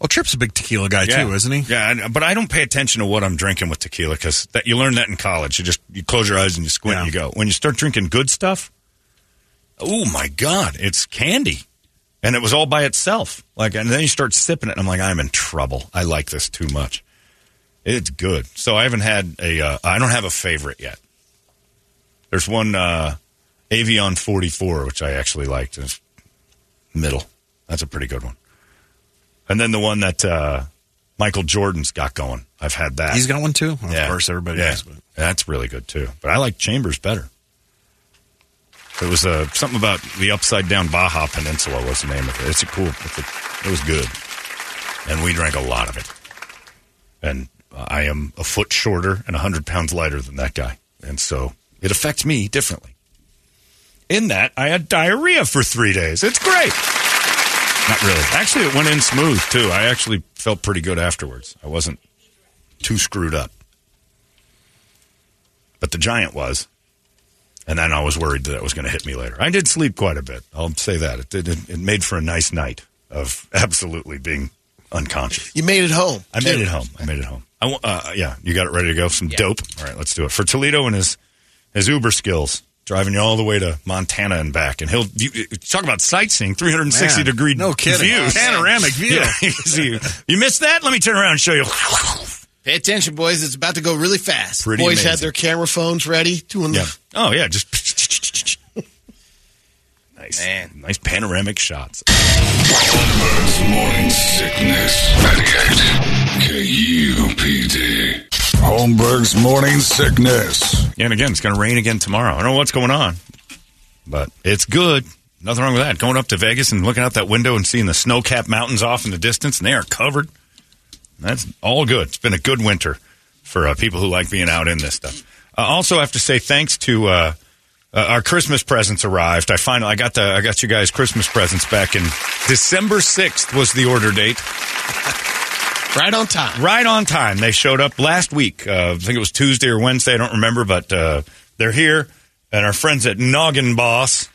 Oh, Tripp's a big tequila guy, too, isn't he? Yeah, and- but I don't pay attention to what I'm drinking with tequila because that you learn that in college. You just you close your eyes and you squint Yeah. and you go. When you start drinking good stuff, oh my god, it's candy. and it was all by itself. Like, and then you start sipping it, and I'm like, I'm in trouble. I like this too much. It's good. So I haven't had a. Uh, I don't have a favorite yet. There's one uh, Avion 44 which I actually liked. and It's middle. That's a pretty good one. And then the one that uh, Michael Jordan's got going. I've had that. He's got one too. Well, Of course, everybody Yeah. does. But That's really good too. But I like Chambers better. It was uh, something about the upside down Baja Peninsula was the name of it. It's a cool. It's a, it was good, and we drank a lot of it. And uh, I am a foot shorter and hundred pounds lighter than that guy, and so it affects me differently. In that, I had diarrhea for three days. It's great. Not really. Actually, it went in smooth too. I actually felt pretty good afterwards. I wasn't too screwed up but the giant was. And then I was worried that it was going to hit me later. I did sleep quite a bit. I'll say that. It, did, it, it made for a nice night of absolutely being unconscious. You made it home. I made it home. I made it home. I, wa- uh, yeah, you got it ready to go. Some dope. All right, let's do it. For Toledo and his, his Uber skills, driving you all the way to Montana and back. And he'll you, you- talk about sightseeing, 360 Man, degree no kidding. views. Panoramic view. Yeah. So you, you missed that? Let me turn around and show you. Pay attention, boys. It's about to go really fast. Pretty Boys amazing. had their camera phones ready. Doing Yeah. the, Oh yeah, just nice, nice panoramic shots. Holmberg's morning sickness. 98 KUPD. Holmberg's morning sickness. And again, it's going to rain again tomorrow. I don't know what's going on, but it's good. Nothing wrong with that. Going up to Vegas and looking out that window and seeing the snow-capped mountains off in the distance, and they are covered. That's all good. It's been a good winter for uh, people who like being out in this stuff. I also have to say thanks to uh, uh, our Christmas presents arrived. I finally I got the I got you guys Christmas presents back in December sixth was the order date. right on time. right on time. They showed up last week. Uh, I think it was Tuesday or Wednesday. I don't remember, but uh, they're here. And our friends at Noggin Boss,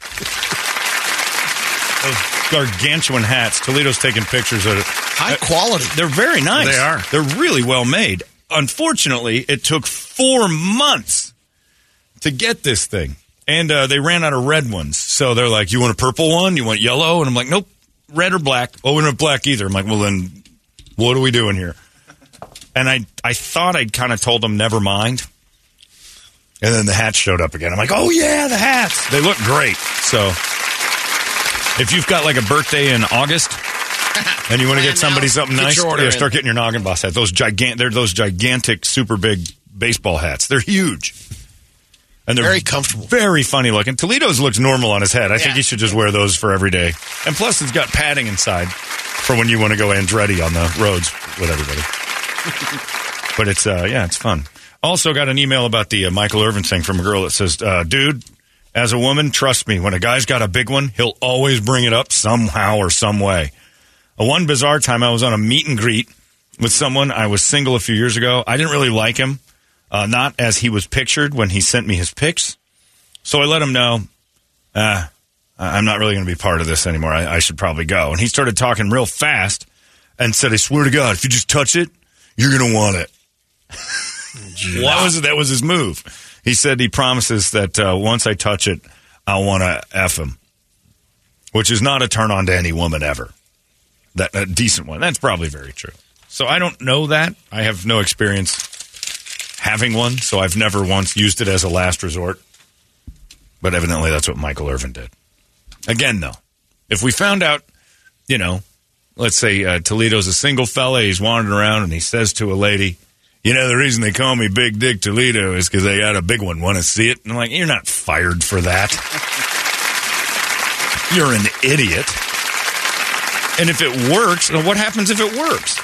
those gargantuan hats. Toledo's taking pictures of it. High quality. They're very nice. They are. They're really well made. Unfortunately, it took four months to get this thing, and uh, they ran out of red ones. So they're like, "You want a purple one? You want yellow?" And I'm like, "Nope, red or black." Oh, we don't have black either. I'm like, "Well, then, what are we doing here?" And I, I thought I'd kind of told them, "Never mind." And then the hats showed up again. I'm like, "Oh yeah, the hats. They look great." So. If you've got like a birthday in August and you want to Plan get somebody now. something Get nice, your order yeah, in. start getting your noggin boss hat. Those gigantic, they're those gigantic, super big baseball hats. They're huge, and they're Very comfortable. very funny looking. Toledo's looks normal on his head. I think Yeah. he should just wear those for every day. And plus, it's got padding inside for when you want to go Andretti on the roads with everybody. but it's uh, yeah, it's fun. Also, got an email about the uh, Michael Irvin thing from a girl that says, uh, "Dude." As a woman, trust me, when a guy's got a big one, he'll always bring it up somehow or some way. Uh, One bizarre time, I was on a meet and greet with someone. I was single a few years ago. I didn't really like him, uh, not as he was pictured when he sent me his pics. So I let him know, uh, I- I'm not really going to be part of this anymore. I-, I should probably go. And he started talking real fast and said, I swear to God, if you just touch it, you're going to want it. Why was it? That was his move. He said he promises that uh, once I touch it, I want to F him, which is not a turn on to any woman ever that a decent one. That's probably very true. So I don't know that. I have no experience having one, so I've never once used it as a last resort. But evidently, that's what Michael Irvin did. Again, though, if we found out, you know, let's say uh, Toledo's a single fella, he's wandering around and he says to a lady, you know, the reason they call me Big Dick Toledo is because they got a big one. Want to see it? And I'm like, you're not fired for that. you're an idiot. And if it works, now what happens if it works?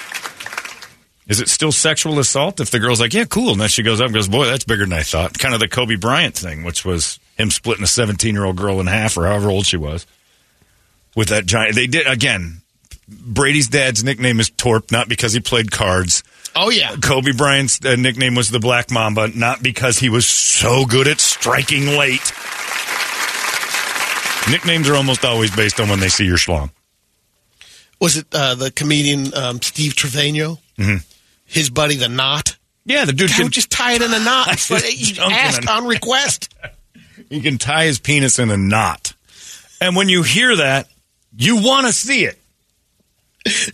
Is it still sexual assault if the girl's like, yeah, cool? And then she goes up and goes, boy, that's bigger than I thought. Kind of the Kobe Bryant thing, which was him splitting a 17 year old girl in half or however old she was with that giant. They did, again, Brady's dad's nickname is Torp, not because he played cards. Oh yeah. Kobe Bryant's uh, nickname was the Black Mamba, not because he was so good at striking late. Nicknames are almost always based on when they see your schlong. Was it uh, the comedian um, Steve Trevino? His buddy the Knot. Yeah, the dude Who just tie it in a knot? It's like, just you jumped in asked a- on request. He can tie his penis in a knot. And when you hear that, You want to see it,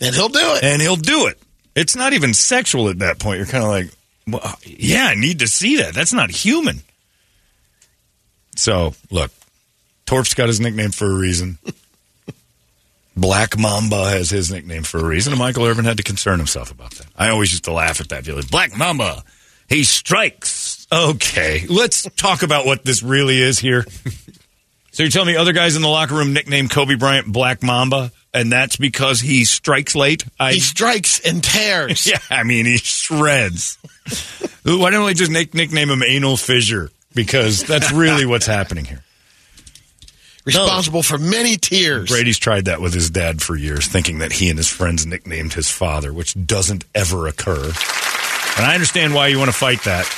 and he'll do it. and he'll do it. It's not even sexual at that point. You're kind of like, well, yeah, I need to see that. That's not human. So, look, Torp's got his nickname for a reason. Black Mamba has his nickname for a reason, and Michael Irvin had to concern himself about that. I always used to laugh at that. Be like, Black Mamba, he strikes. Okay, let's talk about what this really is here. So you're telling me other guys in the locker room nicknamed Kobe Bryant Black Mamba, and that's because he strikes late? I He strikes and tears. yeah, I mean he shreds. Why don't we just nick- nickname him Anal Fissure? Because that's really what's happening here. Responsible for many tears. Brady's tried that with his dad for years, thinking that he and his friends nicknamed his father, which doesn't ever occur. And I understand why you want to fight that.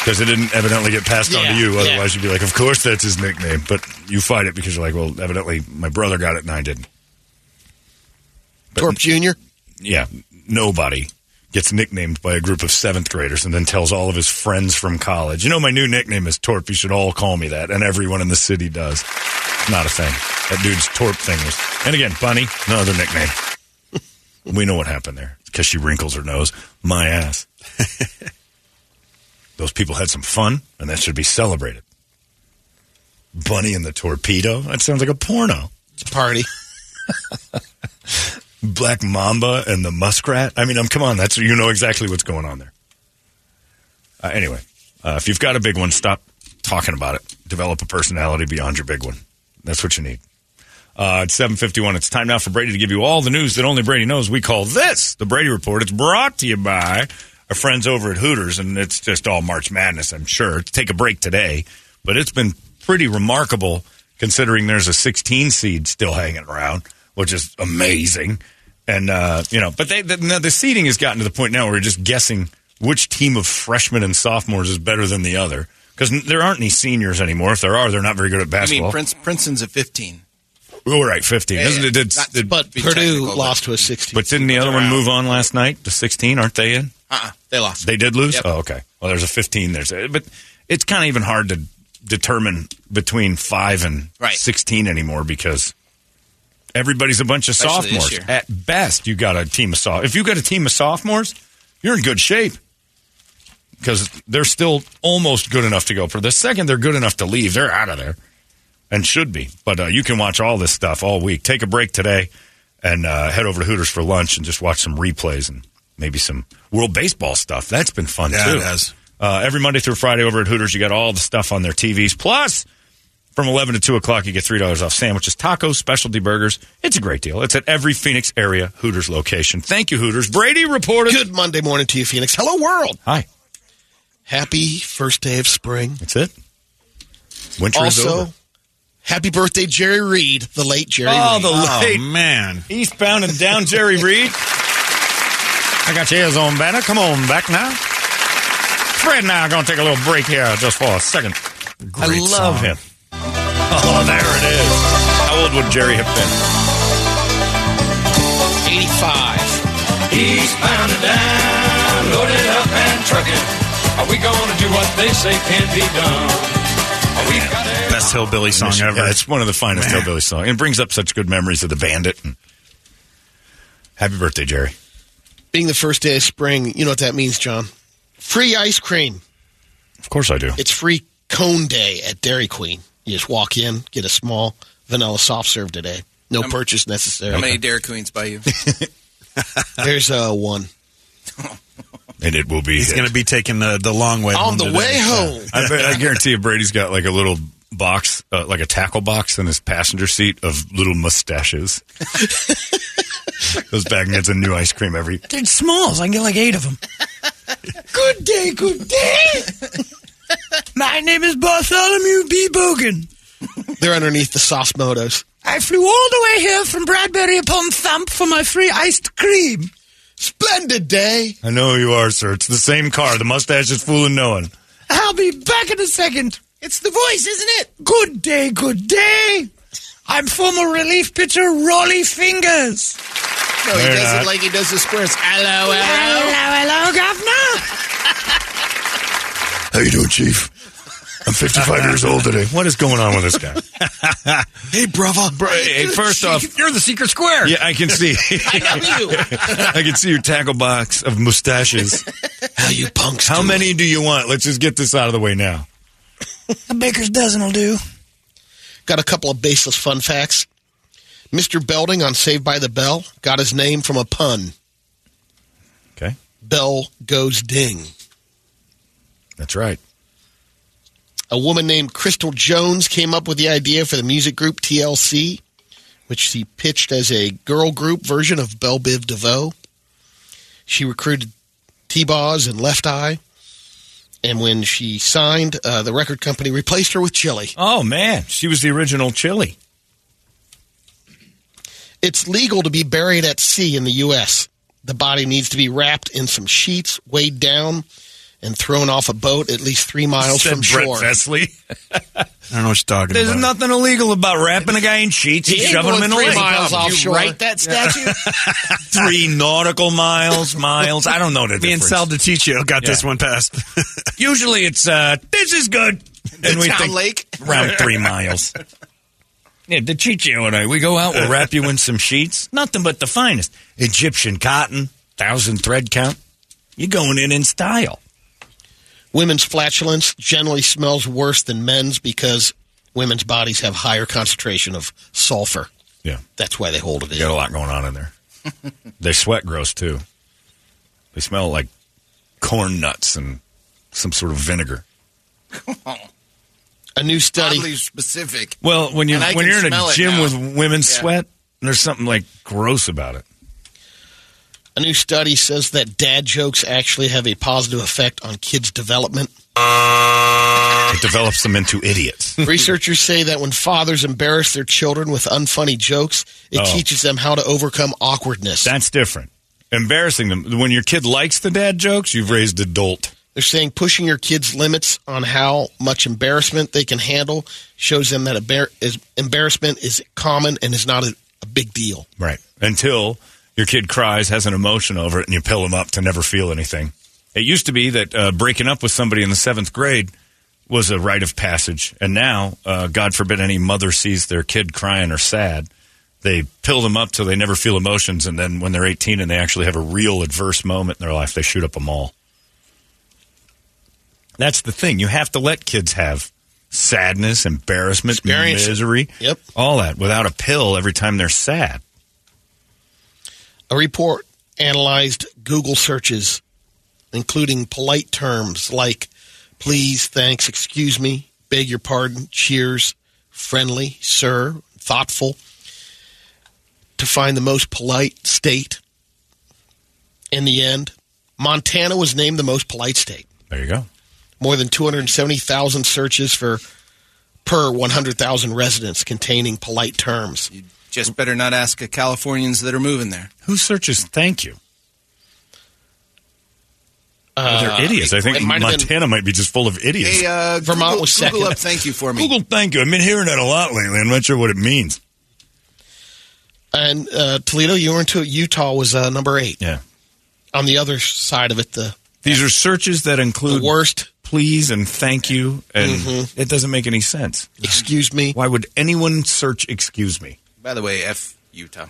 Because it didn't evidently get passed on to Yeah, you. yeah. Otherwise, you'd be like, of course that's his nickname. But you fight it because you're like, well, evidently my brother got it and I didn't. Torp Jr. yeah, nobody gets nicknamed by a group of seventh graders and then tells all of his friends from college, you know, my new nickname is Torp. You should all call me that. And everyone in the city does. Not a thing. That dude's Torp thing was. And again, Bunny, no other nickname. we know what happened there because she wrinkles her nose. My ass. Those people had some fun, and that should be celebrated. Bunny and the torpedo. That sounds like a porno. It's a party. Black Mamba and the Muskrat. I mean, I'm come on. That's you know exactly what's going on there. Uh, anyway, uh, if you've got a big one, stop talking about it. Develop a personality beyond your big one. That's what you need. Uh, it's 7:51. It's time now for Brady to give you all the news that only Brady knows. We call this the Brady Report. It's brought to you by our friends over at Hooters, and it's just all March Madness. I'm sure. Take a break today, but it's been pretty remarkable considering there's a 16 seed still hanging around, which is amazing. And uh, you know, but they, the, now the seeding has gotten to the point now where you're just guessing which team of freshmen and sophomores is better than the other because there aren't any seniors anymore. If there are, they're not very good at I mean, basketball. Prince, Princeton's a 15. All right, 15. Isn't it? Did, Not did- but be Purdue technical, but- lost to a 16. but didn't the other one move on last night? The 16, aren't they in? Uh-uh, they lost. They did lose? Yep. Oh, okay. Well, there's a 15 there. So- But it's kind of even hard to determine between 5 and Right. 16 anymore because everybody's a bunch of Especially this sophomores. year. At best, you got a team of sophomores. If you got a team of sophomores, you're in good shape because they're still almost good enough to go. For the second they're good enough to leave, they're out of there and should be. But uh, you can watch all this stuff all week. Take a break today and uh, head over to Hooters for lunch and just watch some replays and maybe some World Baseball stuff. That's been fun Yeah, too. it has. Uh, every Monday through Friday over at Hooters, you got all the stuff on their TVs. Plus, from 11 to 2 o'clock, you get $3 off sandwiches, tacos, specialty burgers. It's a great deal. It's at every Phoenix area Hooters location. Thank you, Hooters. Brady reported. Good Monday morning to you, Phoenix. Hello, world. Hi. Happy first day of spring. That's it. Winter is Also, over. happy birthday, Jerry Reed, the late Jerry Reed. Oh, man. Eastbound and down Jerry Reed. I got your ears on better. Come on back now. Fred and I are going to take a little break here just for a second. I Great song. love him. Oh, there it is. How old would Jerry have been? 85. Eastbound and down, loaded up and trucking. Are we going to do what they say can't be done? Are we got it? Best hillbilly song ever. Yeah, it's one of the finest Man. hillbilly songs. It brings up such good memories of the bandit. And... Happy birthday, Jerry. Being the first day of spring, you know what that means, John? Free ice cream. Of course I do. It's free cone day at Dairy Queen. You just walk in, get a small vanilla soft serve today. No purchase necessary. How many Dairy Queens by you? There's uh, one. And it will be. He's hit. going to be taking the, the long way home On the today. way home. I, bet, I guarantee you, Brady's got like a little box, uh, like a tackle box in his passenger seat of little mustaches. Goes back and gets a new ice cream every. Dude, smalls. I can get like eight of them. Good day, good day. My name is Bartholomew B. Bogan. They're underneath the Sosmotos. I flew all the way here from Bradbury upon Thump for my free iced cream. Splendid day. I know who you are, sir. It's the same car. The mustache is fooling no one. I'll be back in a second. It's the voice, isn't it? Good day, good day. I'm former relief pitcher Rolly Fingers. No, he They're does not. it like he does the squares. Hello, Hello, hello, Governor. How you doing, Chief? I'm 55 years old today. What is going on with this guy? hey, brother. hey, first off, You're the secret square. yeah, I can see. I know you. I can see your tackle box of mustaches. How you punks? How many do you want? Let's just get this out of the way now. A baker's dozen will do. Got a couple of baseless fun facts. Mr. Belding on Saved by the Bell got his name from a pun. Okay, Bell goes ding. that's right. A woman named Crystal Jones came up with the idea for the music group TLC, which she pitched as a girl group version of Belle Biv DeVoe. She recruited T Boz and Left Eye, and when she signed, uh, the record company replaced her with Chili. Oh man, she was the original Chili. It's legal to be buried at sea in the U.S. The body needs to be wrapped in some sheets, weighed down, and thrown off a boat at least three miles Said from Brett shore. Vesley. I don't know what you're talking There's about. nothing illegal about wrapping a guy in sheets and He ain't shoving him going in a three lake. miles offshore. Write that statue. Three nautical miles, miles. I don't know the Me and difference. Sal DiCiccio got this Yeah. one passed. Usually it's uh, this is good, and we Town think Lake. around three miles. Yeah, the Chicho and I, we go out, we'll wrap you in some sheets. Nothing but the finest Egyptian cotton, thousand thread count. You're going in in style. Women's flatulence generally smells worse than men's because women's bodies have higher concentration of sulfur. Yeah, That's why they hold it in. got a lot going on in there. they sweat gross too. They smell like corn nuts and some sort of vinegar. A new study. Oddly specific. Well, when you And I when can you're in smell a it gym now. with women Yeah. sweat, there's something like gross about it. A new study says that dad jokes actually have a positive effect on kids' development. It develops them into idiots. Researchers say that when fathers embarrass their children with unfunny jokes, it Oh. teaches them how to overcome awkwardness. That's different. Embarrassing them when your kid likes the dad jokes. You've raised adult. They're saying pushing your kids' limits on how much embarrassment they can handle shows them that embar- is, embarrassment is common and is not a, a big deal. Right. Until your kid cries, has an emotion over it, and you pill him up to never feel anything. It used to be that uh, breaking up with somebody in the seventh grade was a rite of passage. And now, uh, God forbid any mother sees their kid crying or sad. They pill them up till they never feel emotions. And then when they're 18 and they actually have a real adverse moment in their life, they shoot up a mall. That's the thing. You have to let kids have sadness, embarrassment, Experience. misery, Yep. all that without a pill every time they're sad. A report analyzed Google searches, including polite terms like please, thanks, excuse me, beg your pardon, cheers, friendly, sir, thoughtful, to find the most polite state. In the end, Montana was named the most polite state. There you go. More than 270,000 searches for per 100,000 residents containing polite terms. You just better not ask a Californians that are moving there. Who searches thank you? Well, they're idiots. I think Uh, it might have been- Montana might be just full of idiots. Hey, uh, Vermont Google, was second. Google up. Thank you for me. Google thank you. I've been hearing that a lot lately. I'm not sure what it means. And uh, Toledo, you were into it. Utah was uh, number eight. Yeah. On the other side of it, the, These are searches that the include worst, Mm-hmm. please and thank you, and it doesn't make any sense. excuse me. Why would anyone search excuse me? By the way, F Utah.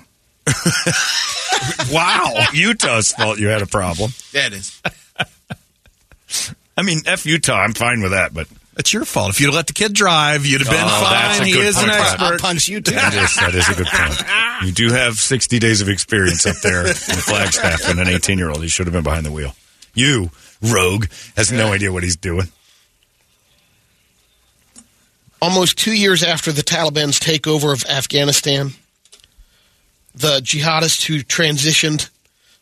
Wow. Utah's fault you had a problem. That is. I mean, F Utah, I'm fine with that, but That's your fault. If you'd let the kid drive, you'd have been Oh, that's a fine. He good is an point. expert. punch Utah. that is, that is a good point. You do have 60 days of experience up there in Flagstaff and an 18 year old. You should have been behind the wheel. You, rogue, has no idea what he's doing. Almost two years after the Taliban's takeover of Afghanistan, the jihadists who transitioned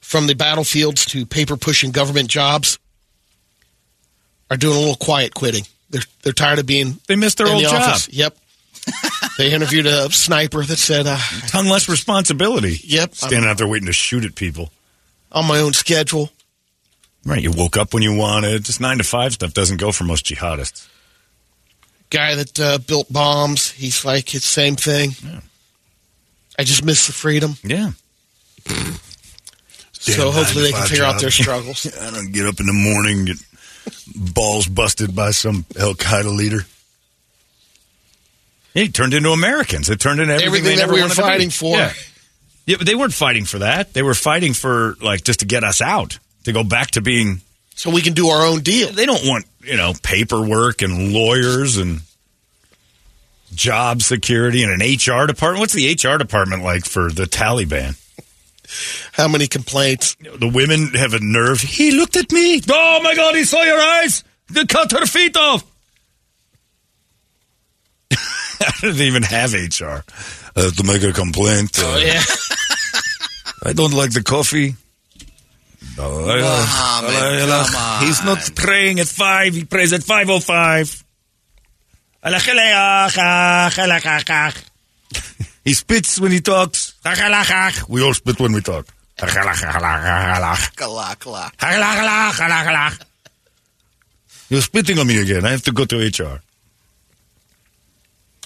from the battlefields to paper pushing government jobs are doing a little quiet quitting. They're, they're tired of being They missed their in old the job. office. Yep. they interviewed a sniper that said, uh, ton less responsibility. Yep. Standing out there waiting to shoot at people. on my own schedule. Right. You woke up when you wanted. Just nine to five stuff doesn't go for most jihadists. guy that uh, built bombs. He's like it's same thing. I just miss the freedom. Yeah. so hopefully they can nine-to-five figure out job. their struggles. I don't get up in the morning, get balls busted by some Al Qaeda leader. He turned into Americans. It turned into everything, Everything they that never we were wanted to be. fighting for. Yeah. yeah, but they weren't fighting for that. They were fighting for like just to get us out to go back to being. so we can do our own deal. They don't want you know paperwork and lawyers and job security and an HR department. What's the HR department like for the Taliban? How many complaints? The women have a nerve. He looked at me. Oh my God! He saw your eyes. They cut her feet off. I didn't even have HR. I have to make a complaint. Uh, I don't like the coffee. He's not praying at five. He prays at five o five. He spits when he talks. We all spit when we talk. You're spitting on me again. I have to go to HR.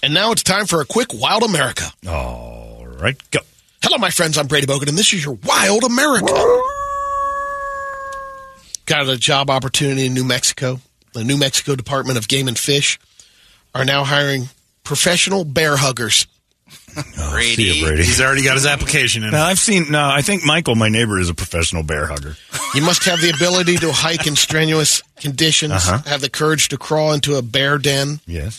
And now it's time for a quick Wild America. All right, go. Hello, my friends. I'm Brady Bogan, and this is your Wild America. Got a job opportunity in New Mexico. The New Mexico Department of Game and Fish are now hiring professional bear huggers. See you, Brady. He's already got his application in. Now I've seen. No, I think Michael, my neighbor, is a professional bear hugger. You must have the ability to hike in strenuous conditions, Uh-huh. have the courage to crawl into a bear den, Yes.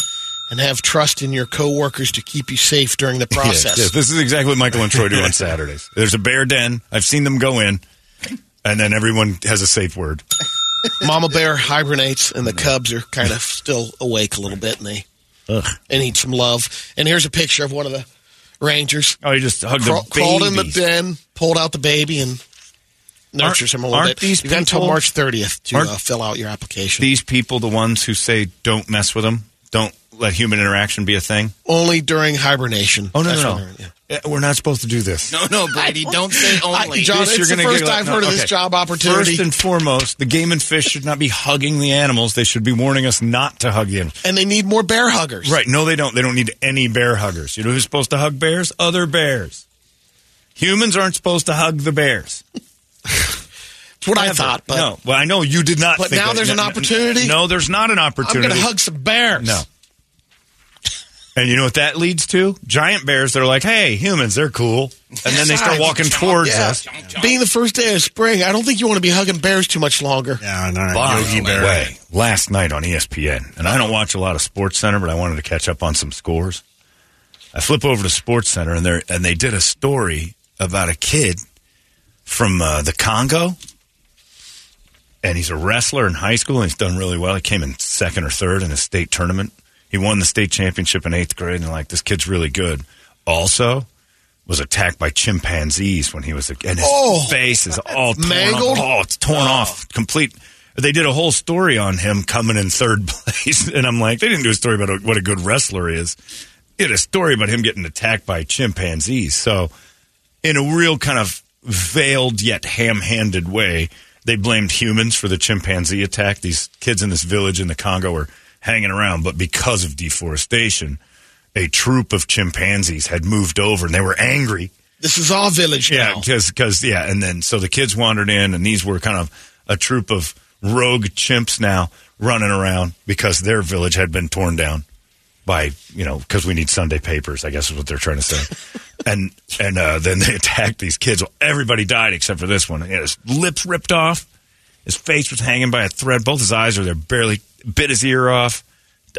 and have trust in your coworkers to keep you safe during the Yes, process. yes. This is exactly what Michael and Troy do on Saturdays. There's a bear den. I've seen them go in, and then everyone has a safe word. Mama bear hibernates, and the cubs are kind of still awake a little bit, and they and need some love. And here's a picture of one of the rangers Oh, you just hug Craw- the crawled in the babies. den, pulled out the baby, and nurtures him a little aren't bit. these You've got until people- March 30th to aren't- uh, fill out your application. These people, the ones who say don't mess with them, don't let human interaction be a thing. only during hibernation. Oh no, That's no, when no. they're in, yeah. Yeah, We're not supposed to do this. No, no, Brady, don't say only. I- John, This it's the gonna first giggle at- I've no, heard of okay. this job opportunity. First and foremost, the game and fish should not be hugging the animals. They should be warning us not to hug the animals. and they need more bear huggers. Right. No, they don't. They don't need any bear huggers. You know who's supposed to hug bears? Other bears. Humans aren't supposed to hug the bears. That's what I Ever. thought. But no, well, I know you did not. But think now that. there's No, an no, opportunity? No, there's not an I'm opportunity. going to hug some bears. No. And you know what that leads to? Giant bears. They're like, hey, humans, they're cool, and then they start walking towards Yeah. us. Being the first day of spring, I don't think you want to be hugging bears too much longer. Yeah, no, By Yogi the Bear. way, last night on E ESPN, and I don't watch a lot of Sports Center, but I wanted to catch up on some scores. I flip over to Sports Center, and they and they did a story about a kid from uh, the Congo, and he's a wrestler in high school, and he's done really well. He came in second or third in a state tournament. He won the state championship in eighth grade, and they're like this kid's really good. Also. Was attacked by chimpanzees when he was a and his face is all torn Mangled? Off. Oh, it's torn off. Complete. They did a whole story on him coming in third place, and I'm like, they didn't do a story about what a good wrestler is. They did a story about him getting attacked by chimpanzees. So, in a real kind of veiled yet ham-handed way, they blamed humans for the chimpanzee attack. These kids in this village in the Congo were hanging around, but because of deforestation, a troop of chimpanzees had moved over, and they were angry. This is all village Yeah, now. because yeah, and then so the kids wandered in, and these were kind of a troop of rogue chimps now running around because their village had been torn down by you know because we need Sunday papers, I guess is what they're trying to say. and and uh, then they attacked these kids. Well, everybody died except for this one. Yeah, his lips ripped off. His face was hanging by a thread. Both his eyes are there. Barely bit his ear off.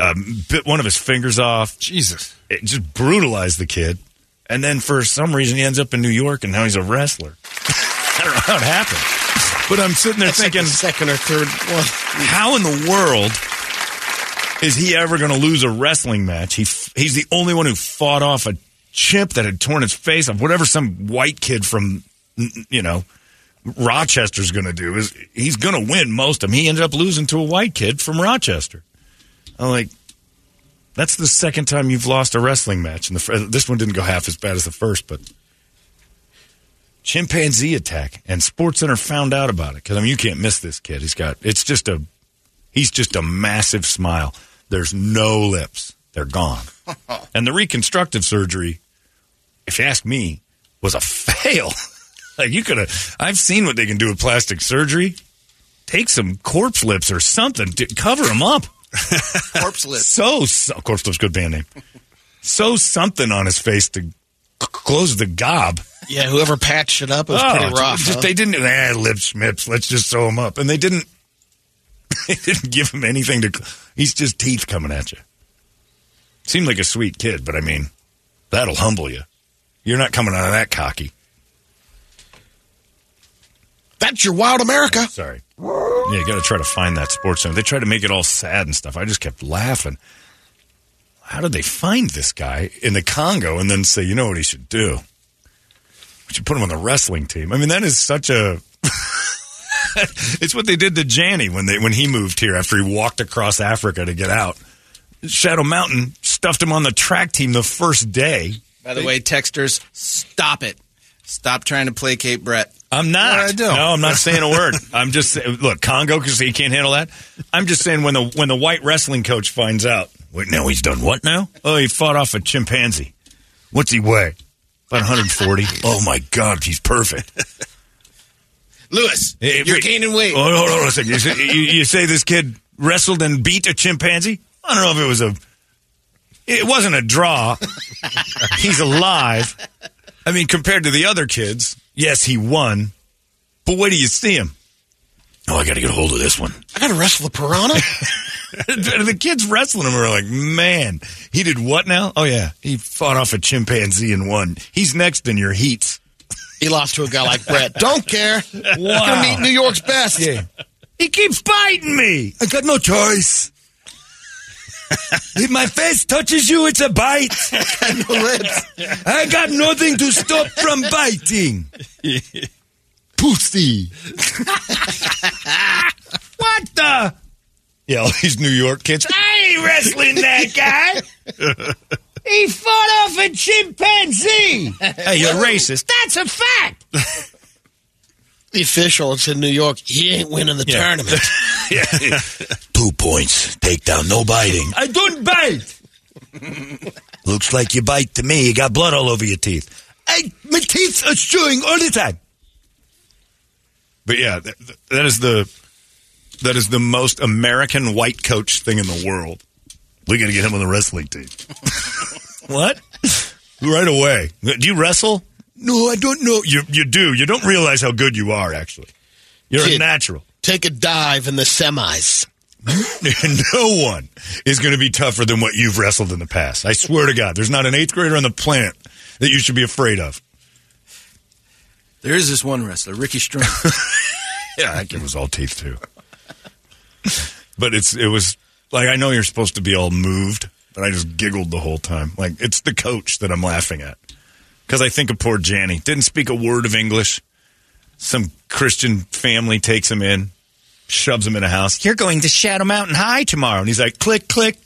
Um, bit one of his fingers off Jesus. it just brutalized the kid. And then for some reason he ends up in New York and now he's a wrestler. I don't know how it happened. But I'm sitting there That's like thinking, the second or third one. how in the world is he ever going to lose a wrestling match? He f- he's the only one who fought off a chimp that had torn his face off. Whatever some white kid from n- n- you know Rochester's going to do is he's going to win most of them. He ended up losing to a white kid from Rochester. I'm like, that's the second time you've lost a wrestling match, and the fir- this one didn't go half as bad as the first, but. Chimpanzee attack, and SportsCenter found out about it because I mean you can't miss this kid. He's got it's just a He's just a massive smile. There's no lips. They're gone. and the reconstructive surgery, if you ask me, was a fail. like you could have I've seen what they can do with plastic surgery. take some corpse lips or something. Dude, cover them up. Corpse lips. So, so corpse lips, good band name. So something on his face to c- close the gob. Yeah, whoever patched it up it was pretty rough. Oh, just- huh? They didn't. Eh, lip smips. Let's just sew them up, and they didn't. They didn't give him anything to. He's just teeth coming at you. Seemed like a sweet kid, but I mean, that'll humble you. You're not coming out of that cocky. That's your wild America. Sorry. Yeah, you got to try to find that sports center. They tried to make it all sad and stuff. I just kept laughing. How did they find this guy in the Congo and then say, you know what he should do? We should put him on the wrestling team. I mean, that is such a. it's what they did to Janny when they when he moved here after he walked across Africa to get out. Shadow Mountain stuffed him on the track team the first day. By the way, texters, stop it. Stop trying to placate Brett. I'm not. I do. No, I'm not saying a word. I'm just saying, look Congo because he can't handle that. I'm just saying when the when the white wrestling coach finds out. Wait, now he's done what now? Oh, he fought off a chimpanzee. What's he weigh? About 140. oh my God, he's perfect. Lewis, Hey, you're wait. gaining weight. Hold, hold, hold on a second. You say, you, you say this kid wrestled and beat a chimpanzee? I don't know if it was a. It wasn't a draw. He's alive. I mean, compared to the other kids, yes, he won. But where do you see him? Oh, I got to get a hold of this one. I got to wrestle the piranha. the kids wrestling him are like, man, he did what now? Oh yeah, he fought off a chimpanzee and won. He's next in your heats. he lost to a guy like Brett. Don't care. Wow. Gonna meet New York's best. He keeps biting me. I got no choice. if my face touches you, it's a bite. I got nothing to stop from biting. Pussy. what the? Yeah, all these New York kids. I ain't wrestling that guy. he fought off a chimpanzee. Hey, you're racist. That's a fact. The official, it's in New York. He ain't winning the tournament. Two points. Take down. No biting. I don't bite. Looks like you bite to me. You got blood all over your teeth. I, my teeth are chewing all the time. But yeah, th- th- that is the that is the most American white coach thing in the world. We got to get him on the wrestling team. what? Right away. Do you wrestle? No, I don't know. You you do. You don't realize how good you are. Actually, you're a Kid. natural. Take a dive in the semis. no one is going to be tougher than what you've wrestled in the past. I swear to God, there's not an eighth grader on the planet that you should be afraid of. There is this one wrestler, Ricky Strong. Yeah, that kid was all teeth too. but it's it was like I know you're supposed to be all moved, but I just giggled the whole time. Like it's the coach that I'm laughing at because I think of poor Janny. Didn't speak a word of English. Some Christian family takes him in, shoves him in a house. You're going to Shadow Mountain High tomorrow, and he's like, click, click.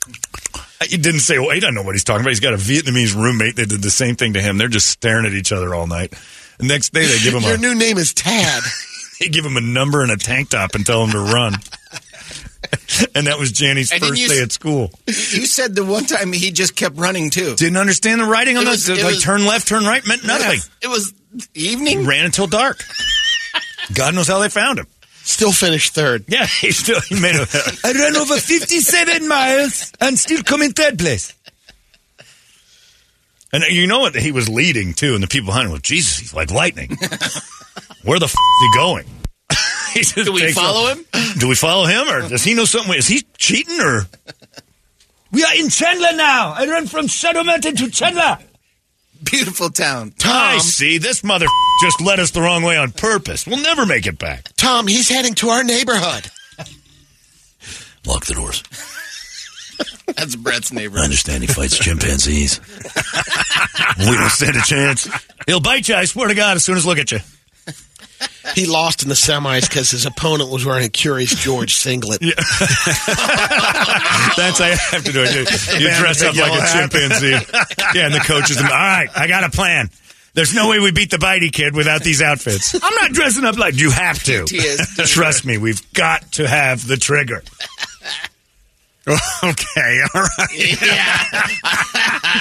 He didn't say. Well, he doesn't know what he's talking about. He's got a Vietnamese roommate. They did the same thing to him. They're just staring at each other all night. The next day, they give him Your a new name is Tad. they give him a number and a tank top and tell him to run. and that was Janny's And then first you day s- at school. you said the one time he just kept running too. Didn't understand the writing on It the was- it like was- turn left, turn right meant nothing. It was He evening. ran until dark. God knows how they found him. Still finished third. Yeah, he still he made a. I ran over fifty-seven miles and still come in third place. And you know what? He was leading too, and the people behind him were, Jesus, he's like lightning. Where the f- is he going? He just we takes follow off. Do we follow him, or does he know something? Is he cheating, or? We are in Chandler now. I run from Shadow Mountain to Chandler. Beautiful town. I see. This mother f- just led us the wrong way on purpose. We'll never make it back. Tom, he's heading to our neighborhood. Lock the doors. That's Brett's neighbor. understand he fights chimpanzees. we don't stand a chance. He'll bite you, I swear to God, as soon as look at you. He lost in the semis because his opponent was wearing a Curious George singlet. That's how you have to do it. You, you dress up like a chimpanzee. Yeah, and the coach is, all right, I got a plan. There's no way we beat the bitey kid without these outfits. I'm not dressing up like you have to. PTSD. Trust me, we've got to have the trigger. okay, all right.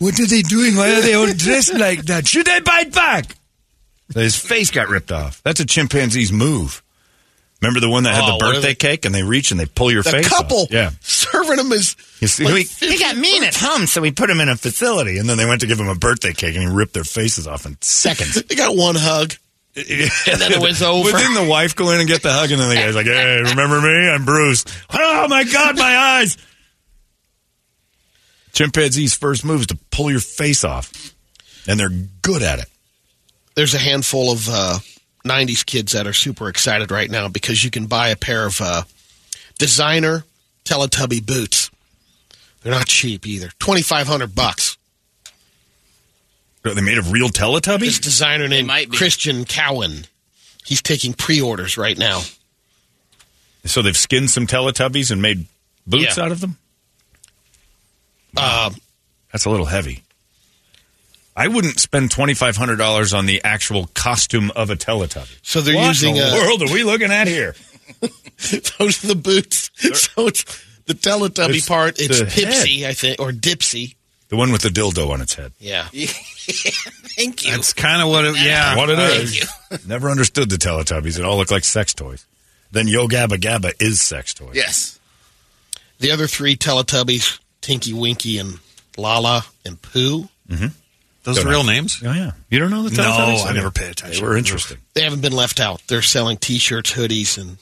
What are they doing? Why are they all dressed like that? Should they bite back? His face got ripped off. That's a chimpanzee's move. Remember the one that had Oh, the what are birthday they- cake and they reach and they pull your The face. off? couple Yeah. serving him is You see, like we- 50 He got mean at home, so we put him in a facility. And then they went to give him a birthday cake and he ripped their faces off in seconds. They got one hug. and then it was over. But then the wife go in and get the hug, and then the guy's like, "Hey, remember me? I'm Bruce." Oh my God, my eyes! Chimpanzee's first move is to pull your face off, and they're good at it. There's a handful of uh, 90s kids that are super excited right now because you can buy a pair of uh, designer Teletubby boots. They're not cheap either. 2500 bucks. Are they made of real This Teletubbies? designer named might be. Christian Cowan. He's taking pre-orders right now. So they've skinned some Teletubbies and made boots Yeah. out of them. Uh, That's a little heavy. I wouldn't spend twenty five hundred dollars on the actual costume of a Teletubby. so they're using what in the uh, world are we looking at here? those are the boots. so it's the Teletubby It's part. It's the Pipsy, I think, or Dipsy. The one with the dildo on its head. Yeah. Thank you. That's kind of what it, yeah. What it is. Never understood the Teletubbies. It all looked like sex toys. Then Yo Gabba Gabba is sex toys. yes. The other three Teletubbies, Tinky Winky and Lala and Pooh, Those are Don't real names? Oh yeah. You don't know the Teletubbies? I never paid attention. They were interesting. they haven't been left out. They're selling T-shirts, hoodies, and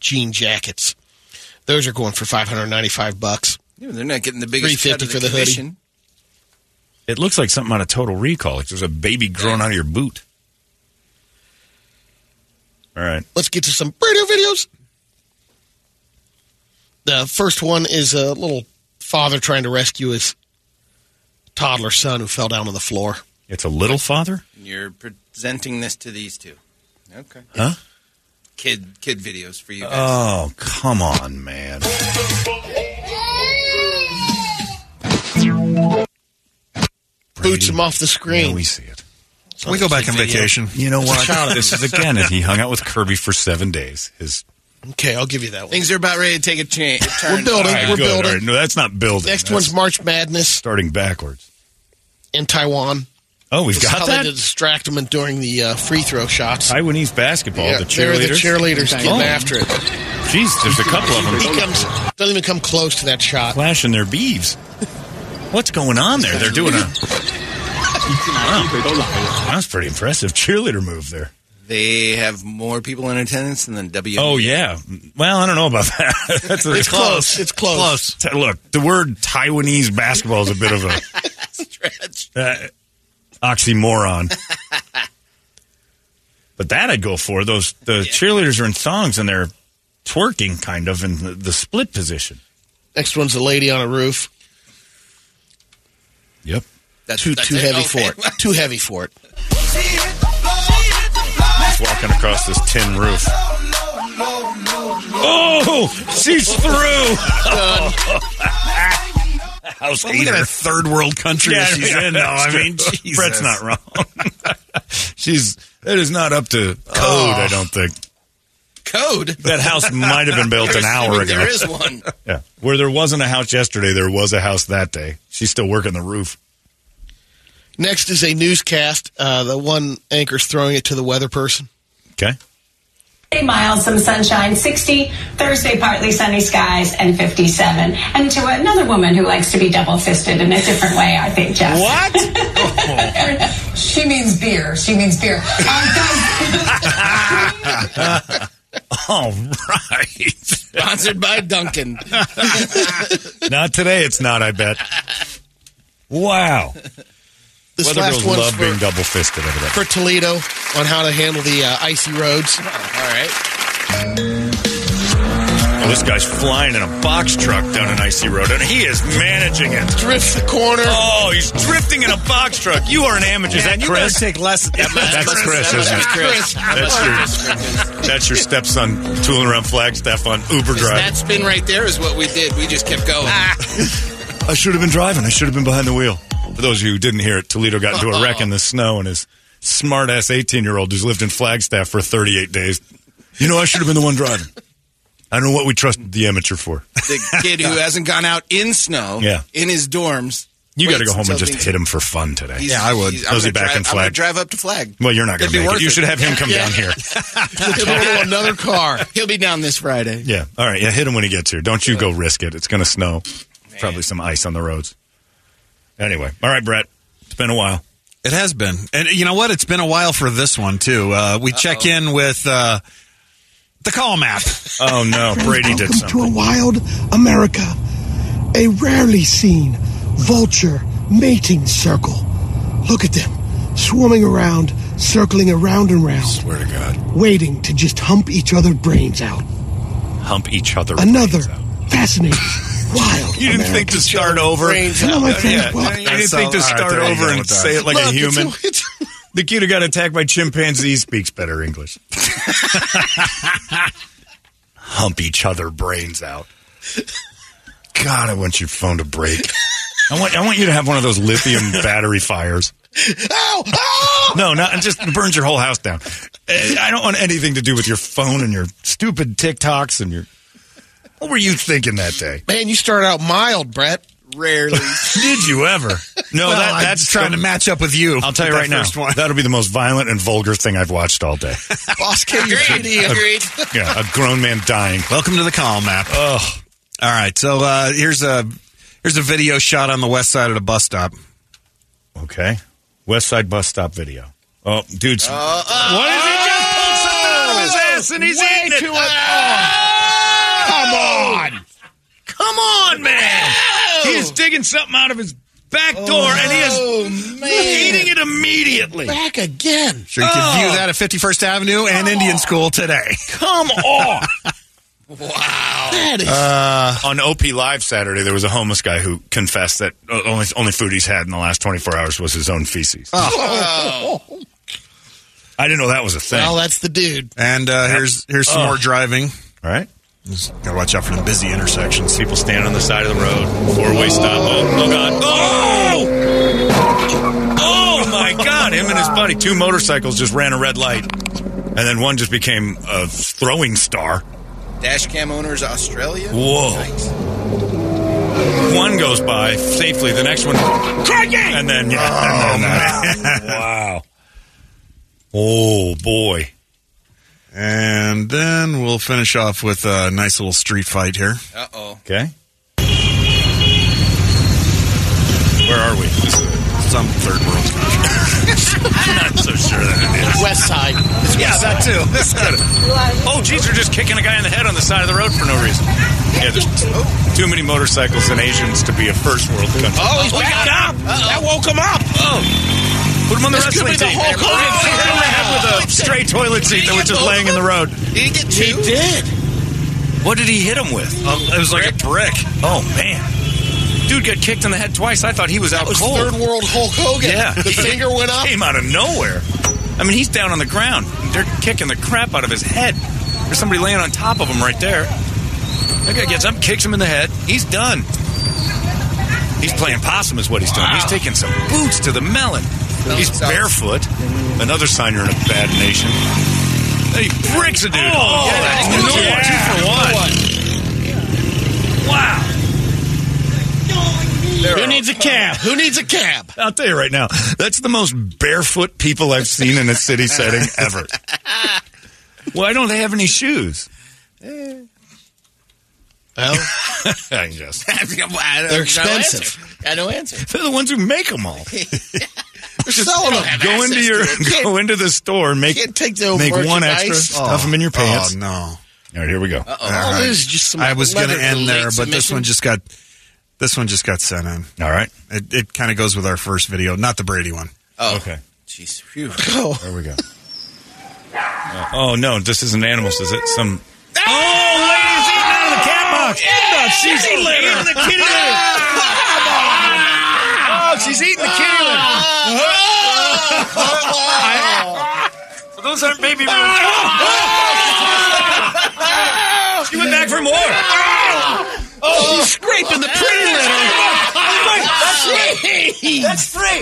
jean jackets. Those are going for five hundred ninety-five bucks. Yeah, they're not getting the biggest cut 350 of the for the hoodie. commission. It looks like something out of Total Recall. Like there's a baby growing out of your boot. All right. Let's get to some radio videos. The first one is a little father trying to rescue his toddler son who fell down on the floor. It's a little father? And You're presenting this to these two. Okay. Huh? Kid kid videos for you guys. Oh, come on, man. Boots him off the Now screen. we see it. We go back on vacation. You know what? this is again if he hung out with Kirby for seven days. His okay, I'll give you that one. Things are about ready to take a change. We're building. All right, we're good. building. All right. No, that's not building. Next That's one's March Madness starting backwards. in Taiwan. Oh, we've This is how got they did that? distract him during the uh, free throw shots. Taiwanese basketball, Yeah, the they're the cheerleaders. cheerleaders getting after it. Jeez, there's a couple of He them comes, doesn't even come close to that shot. flashing their beeves. What's going on there? They're doing a. Wow. That's pretty impressive cheerleader move there. Uh, They have more people in attendance than the W. Oh yeah. Well, I don't know about that. That's a, It's close. It's close. T- Look, the word Taiwanese basketball is a bit of a uh, oxymoron. But that I'd go for. Those the cheerleaders are in thongs and they're twerking kind of in the, the split position. Next one's a lady on a roof. Yep. That's, Too that's too it? heavy Oh, Okay. for it. Too heavy for it. walking across this tin roof. Oh, she's through. House Look at hater. that third world country Yeah, she's in. though. I mean, Jesus. Brett's not wrong. she's that is not up to code. I don't think Code. that house might have been built an Assuming hour ago. There is one. Yeah, where there wasn't a house yesterday, there was a house that day. She's still working the roof. Next is a newscast. Uh, the one anchor's throwing it to the weather person. Okay, Miles, some sunshine, 60. Thursday, partly sunny skies, and 57. And to another woman who likes to be double fisted in a different way, I think, Jeff. What? she means beer. She means beer. all right. Sponsored by Duncan. not today. It's not. I bet. Wow. This Weather last girls one's love being for, double fisted over there. for Toledo on how to handle the uh, icy roads. All right. Well, Oh, this guy's flying in a box truck down an icy road, and he is managing it. Drifts the corner. Oh, he's drifting in a box truck. You are an amateur. Is that you Chris? better take less. That's Chris, isn't it? Chris. That's your, that's your stepson tooling around Flagstaff on Uber That spin right there is what we did. We just kept going. Ah. I should have been driving. I should have been behind the wheel. For those of you who didn't hear it, Toledo got into a wreck in the snow, and his smart ass 18 year old who's lived in Flagstaff for 38 days. You know, I should have been the one driving. I don't know what we trusted the amateur for. The kid who hasn't gone out in snow Yeah. in his dorms You got to waits go home and until just things- hit him for fun today. He's- yeah, I would. he's- I'm Does he gonna back drive- and I'm gonna flag? drive up to flag. Well, you're not going It'd to be make it. worth You it. should have him come down here. He'll be in another car. He'll be down this Friday. Yeah. All right. Yeah. Hit him when he gets here. Don't you go risk it. It's going to snow. Probably some ice on the roads. Anyway. All right, Brett. It's been a while. It has been. And you know what? It's been a while for this one, too. Uh, we check in with uh, the call map. Oh, no. Brady did Welcome to a wild America. A rarely seen vulture mating circle. Look at them, swarming around, circling around and round. Swear to God. Waiting to just hump each other's brains out. Hump each other. Another fascinating, wild. You didn't think to start over? Hello, my friend. Yeah. Welcome. You didn't think to all right, start there you over go and with that. say it like a Look, it's human. The kid who got attacked by chimpanzees speaks better English. Hump each other brains out. God, I want your phone to break. I want I want you to have one of those lithium battery fires. No, not it just burns your whole house down. Eh, I don't want anything to do with your phone and your stupid TikToks and your. What were you thinking that day? Man, you start out mild, Brett. Rarely. Did you ever? No, Well, that, I'm that's trying to match up with you I'll tell you with right that now, first one. that'll be the most violent and vulgar thing I've watched all day. Boss K, you're pretty. Agreed. yeah, a grown man dying. Welcome to the call map. Ugh. All right. So uh, here's a here's a video shot on the west side of the bus stop. Okay. West Side bus stop video. Oh, dude's. what is he just pulled something out of his ass and he's eating it? Ah! Come on. Come on, man. He is digging something out of his back door and he is eating it immediately. Back again. Sure, you can view that at 51st Avenue and Indian School today. Come on. Uh, That is On OP Live Saturday, there was a homeless guy who confessed that uh, only, only food he's had in the last 24 hours was his own feces. I didn't know Oh. that was a thing. well, Oh, that's the dude. And uh, here's here's some Ugh. more driving. All right. Just gotta watch out for the busy intersections. People standing on the side of the road, four way stop. Oh, oh God! Oh! Oh my God! Him and his buddy, two motorcycles just ran a red light, and then one just became a throwing star. Dash cam owners Australia. Whoa. One goes by safely, the next one, and then yeah, Oh, and then, uh, wow. Oh boy! And then we'll finish off with a nice little street fight here. Uh oh. Okay, where are we? Some third world country. I'm not so sure that it is. West side. Yeah, that too. oh, geez, they're just kicking a guy in the head on the side of the road for no reason. Yeah, there's too many motorcycles and Asians to be a first world country. Oh, he's back up. That woke him up. Oh. Put him on the This could wrestling be team. the Hulk Oh, Hogan. he hit him in the head with a stray toilet seat that was just laying in the road. Did he get two? He did. What did he hit him with? Um, it was like a brick. Oh, man. Dude got kicked in the head twice. I thought he was out was cold. third world Hulk Hogan. Yeah. The finger went up. Came out of nowhere. I mean, he's down on the ground. They're kicking the crap out of his head. There's somebody laying on top of him right there. That guy gets up, kicks him in the head. He's done. He's playing possum, is what he's doing. He's taking some boots to the melon. He's barefoot. Another sign you're in a bad nation. He bricks a dude. Oh, that's that's two- yeah. two for one. Wow. Who needs a cab? Who needs a cab? I'll tell you right now, that's the most barefoot people I've seen in a city setting ever. Why don't they have any shoes? Well, I guess. they're expensive. I no answer. They're the ones who make them all. They're selling them. Go into your go into the store and make Can't take the make one merchandise. extra, stuff them in your pants. Oh no! All right, here we go. All this is just some I was going to leather end there, late but this submission. one just got this one just got sent in. All right, It, it kind of goes with our first video, not the Brady one. Oh. Okay. Jeez. Phew. there we go. Oh, oh, no, this isn't animals, is it? Some. Oh, ladies eating out of the cat box. she's eating the kitty litter. Oh, she's eating the kitty litter. So those aren't baby boobs. She went back for more. Oh, she's scraping the pretty litter. That's three. That's three.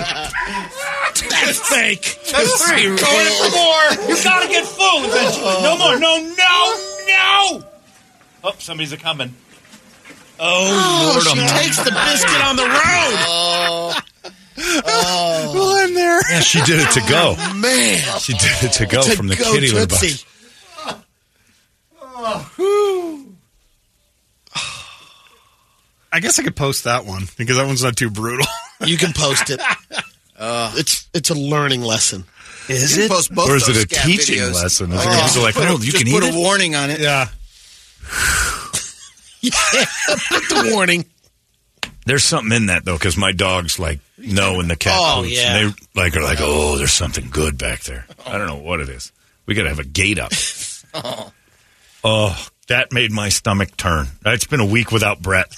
That's fake. That's three. Going in for more. You gotta get full eventually. No more. No, no, no. Oh, somebody's a coming. Oh, Lord, She I'm- takes the biscuit on the road. Yeah, she did it to go. Man. She did it to go To from the go, kitty litter box. Tootsie. I guess I could post that one because that one's not too brutal. You can post it. Uh, it's it's a learning lesson. Is You it? post both Or is it those a scat teaching videos. lesson? Oh, Is it yeah. just like, Put a- no, you just can put eat a it? warning on it. Yeah. Put the warning. There's something in that though, because my dogs like know when the cat Oh, poops, yeah. and they like are like, oh, there's something good back there. I don't know what it is. We got to have a gate up. Oh. oh, that made my stomach turn. It's been a week without Brett.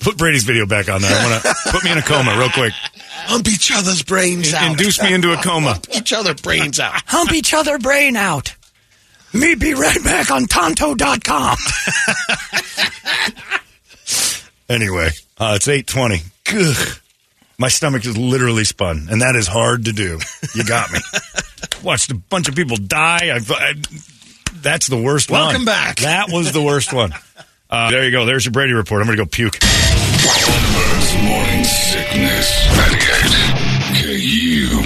Put Brady's video back on there. I want to put me in a coma real quick. Hump each other's brains out. Induce me into a coma. Hump each other brains out. Hump each other brain out. Me be right back on Tonto.com. Anyway, uh, it's eight twenty. My stomach just literally spun, and that is hard to do. You got me. Watched a bunch of people die. I've, I, that's the worst one. Welcome back. That was the worst one. Uh, there you go. There's your Brady report. I'm going to go puke. Holmberg's morning sickness. Medicaid.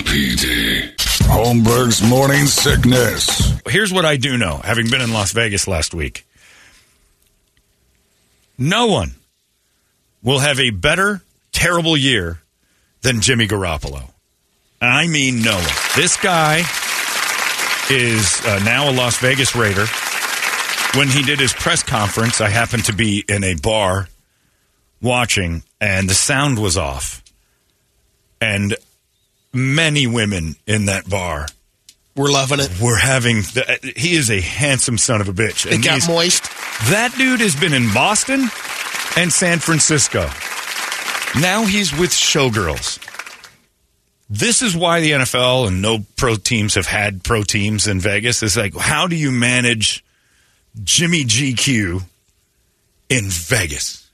KUPD. Holmberg's morning sickness. Here's what I do know, having been in Las Vegas last week. No one will have a better terrible year than Jimmy Garoppolo. And I mean no one. This guy is uh, now a Las Vegas Raider. When he did his press conference, I happened to be in a bar watching, and the sound was off. And many women in that bar We're loving it. were having. The, uh, he is a handsome son of a bitch. It got he's- moist. That dude has been in Boston and San Francisco. Now he's with showgirls. This is why the NFL and no pro teams have had pro teams in Vegas. It's like, how do you manage Jimmy GQ in Vegas?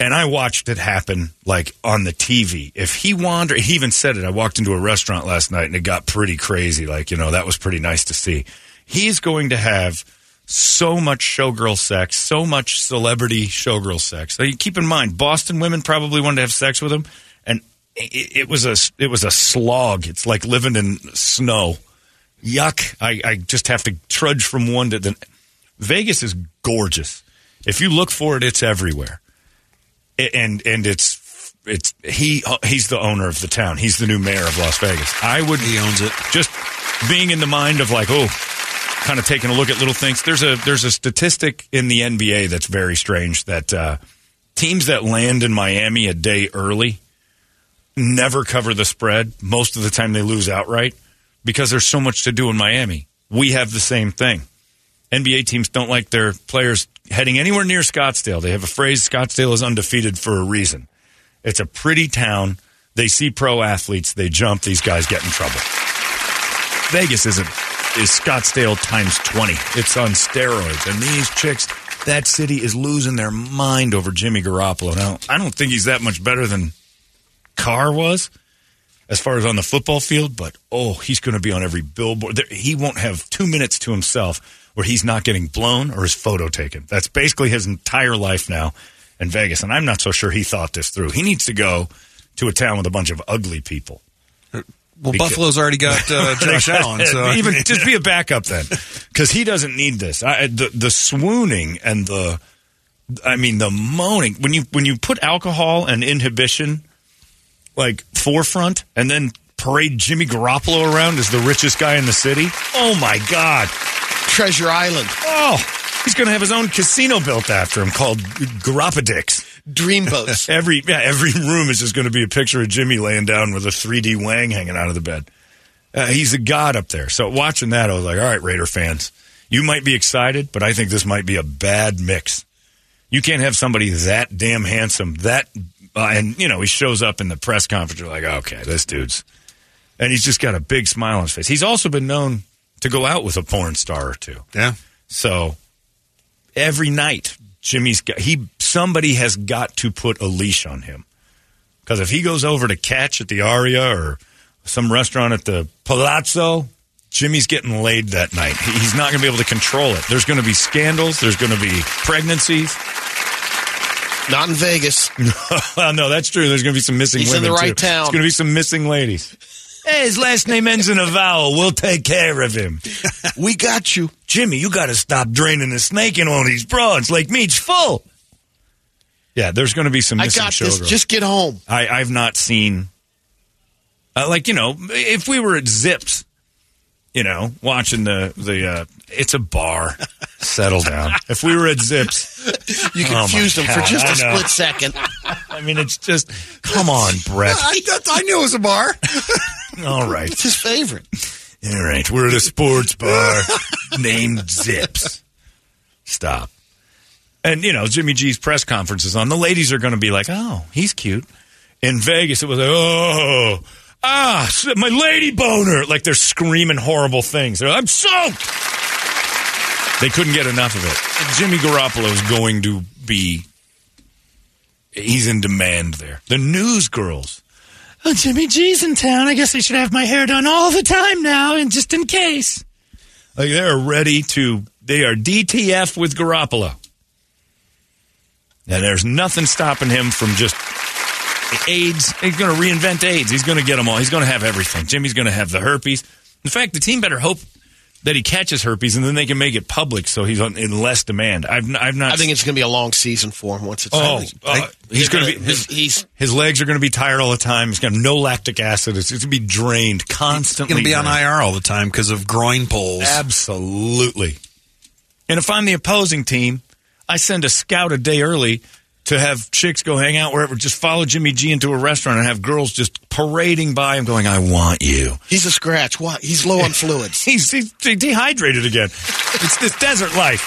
And I watched it happen like on the TV. If he wandered, he even said it. I walked into a restaurant last night and it got pretty crazy. Like, you know, that was pretty nice to see. He's going to have so much showgirl sex, so much celebrity showgirl sex. Now, you keep in mind, Boston women probably wanted to have sex with him. And it, it was a, it was a slog. It's like living in snow. Yuck. I, I just have to trudge from one to the. Vegas is gorgeous. If you look for it, it's everywhere and and it's it's he uh, he's the owner of the town. He's the new mayor of Las Vegas. I would he owns it. Just being in the mind of like oh, kind of taking a look at little things. There's a there's a statistic in the NBA that's very strange that uh, teams that land in Miami a day early never cover the spread. Most of the time they lose outright because there's so much to do in Miami. We have the same thing. NBA teams don't like their players heading anywhere near Scottsdale. They have a phrase Scottsdale is undefeated for a reason. It's a pretty town. They see pro athletes, they jump, these guys get in trouble. Vegas isn't is Scottsdale times 20. It's on steroids. And these chicks, that city is losing their mind over Jimmy Garoppolo. Now, I don't think he's that much better than Carr was as far as on the football field, but oh, he's going to be on every billboard. There, he won't have two minutes to himself where he's not getting blown or his photo taken. That's basically his entire life now in Vegas. And I'm not so sure he thought this through. He needs to go to a town with a bunch of ugly people. Well, Because- Buffalo's already got uh, Josh Allen, so even just be a backup then, because he doesn't need this. I, the the swooning and the, I mean the moaning when you when you put alcohol and inhibition, like forefront, and then parade Jimmy Garoppolo around as the richest guy in the city. Oh my God! Treasure Island. Oh, he's going to have his own casino built after him called Garopadix. Dreamboats. Every yeah, every room is just going to be a picture of Jimmy laying down with a 3D Wang hanging out of the bed. Uh, he's a god up there. So watching that, I was like, all right, Raider fans, you might be excited, but I think this might be a bad mix. You can't have somebody that damn handsome, that, uh, and you know, he shows up in the press conference. You're like, okay, this dude's, and he's just got a big smile on his face. He's also been known to go out with a porn star or two. yeah. So every night, Jimmy's got, he somebody has got to put a leash on him because if he goes over to catch at the Aria or some restaurant at the Palazzo, Jimmy's getting laid that night. He- He's not going to be able to control it. There's going to be scandals. There's going to be pregnancies. Not in Vegas. well, no, that's true. There's going to be some missing He's in women. the right too. town. There's going to be some missing ladies. Hey, his last name ends in a vowel. We'll take care of him. we got you. Jimmy, you got to stop draining the snake in all these broads. Like meat's full. Yeah, there's going to be some I missing got this. showgirls. Just get home. I, I've not seen. Uh, like you know, if we were at Zips, you know, watching the the uh, it's a bar. Settle down. If we were at Zips, You Oh, my confused them for God, just I a know. split second. I mean, it's just come on, Brett. I, I knew it was a bar. All right, It's his favorite. all right. We're at a sports bar named Zips. Stop. And you know, Jimmy G's press conference is on. The ladies are going to be like, "Oh, he's cute." In Vegas, it was like, "Oh, ah, s- my lady boner!" Like they're screaming horrible things. They're like, "I'm soaked." They couldn't get enough of it. Jimmy Garoppolo is going to be. He's in demand there. The news girls. Oh, Jimmy G's in town. I guess I should have my hair done all the time now, and just in case. Like they're ready to. They are DTF with Garoppolo. And there's nothing stopping him from just AIDS. He's going to reinvent AIDS. He's going to get them all. He's going to have everything. Jimmy's going to have the herpes. In fact, the team better hope that he catches herpes, and then they can make it public so he's on, in less demand. I've n- I've not. I think it's going to be a long season for him once it's Oh, over. uh, he's going to be his, he's his legs are going to be tired all the time. He's got no lactic acid. It's, it's going to be drained He's constantly. going to be on drained. IR all the time because of groin pulls. Absolutely. And if I'm the opposing team, I send a scout a day early to have chicks go hang out wherever, just follow Jimmy G into a restaurant and have girls just parading by him going, I want you. he's a scratch. Why? He's low on fluids. He's, he's dehydrated again. It's this desert life.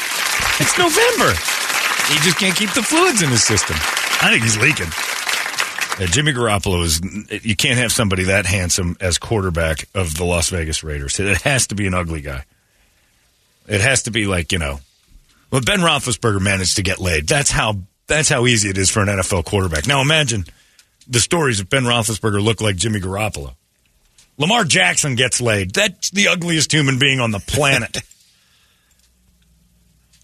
It's November. He just can't keep the fluids in his system. I think he's leaking. Uh, Jimmy Garoppolo is, you can't have somebody that handsome as quarterback of the Las Vegas Raiders. It has to be an ugly guy. It has to be like, you know, well, Ben Roethlisberger managed to get laid. That's how, that's how easy it is for an NFL quarterback. Now imagine the stories if Ben Roethlisberger looked like Jimmy Garoppolo. Lamar Jackson gets laid. That's the ugliest human being on the planet.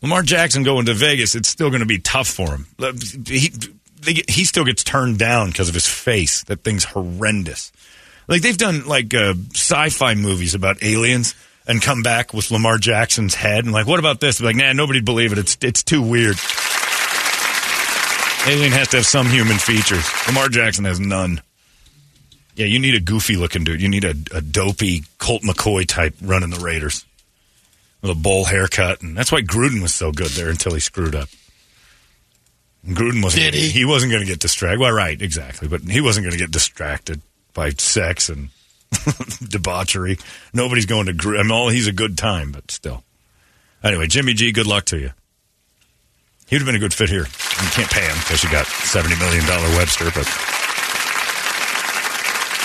Lamar Jackson going to Vegas, it's still going to be tough for him. He, they get- he still gets turned down because of his face. That thing's horrendous. Like they've done like uh, sci-fi movies about aliens and come back with Lamar Jackson's head and like, what about this? Like, nah, nobody'd believe it. It's it's too weird. Alien has to have some human features. Lamar Jackson has none. Yeah, you need a goofy looking dude. You need a, a dopey Colt McCoy type running the Raiders with a bowl haircut, and that's why Gruden was so good there until he screwed up. And Gruden wasn't. Did he? wasn't going to get distracted. Well, right, exactly, but he wasn't going to get distracted by sex and debauchery. Nobody's going to Gruden. I mean, all he's a good time, but still. Anyway, Jimmy G, good luck to you. He would have been a good fit here. You can't pay him because you got seventy million dollar Webster. But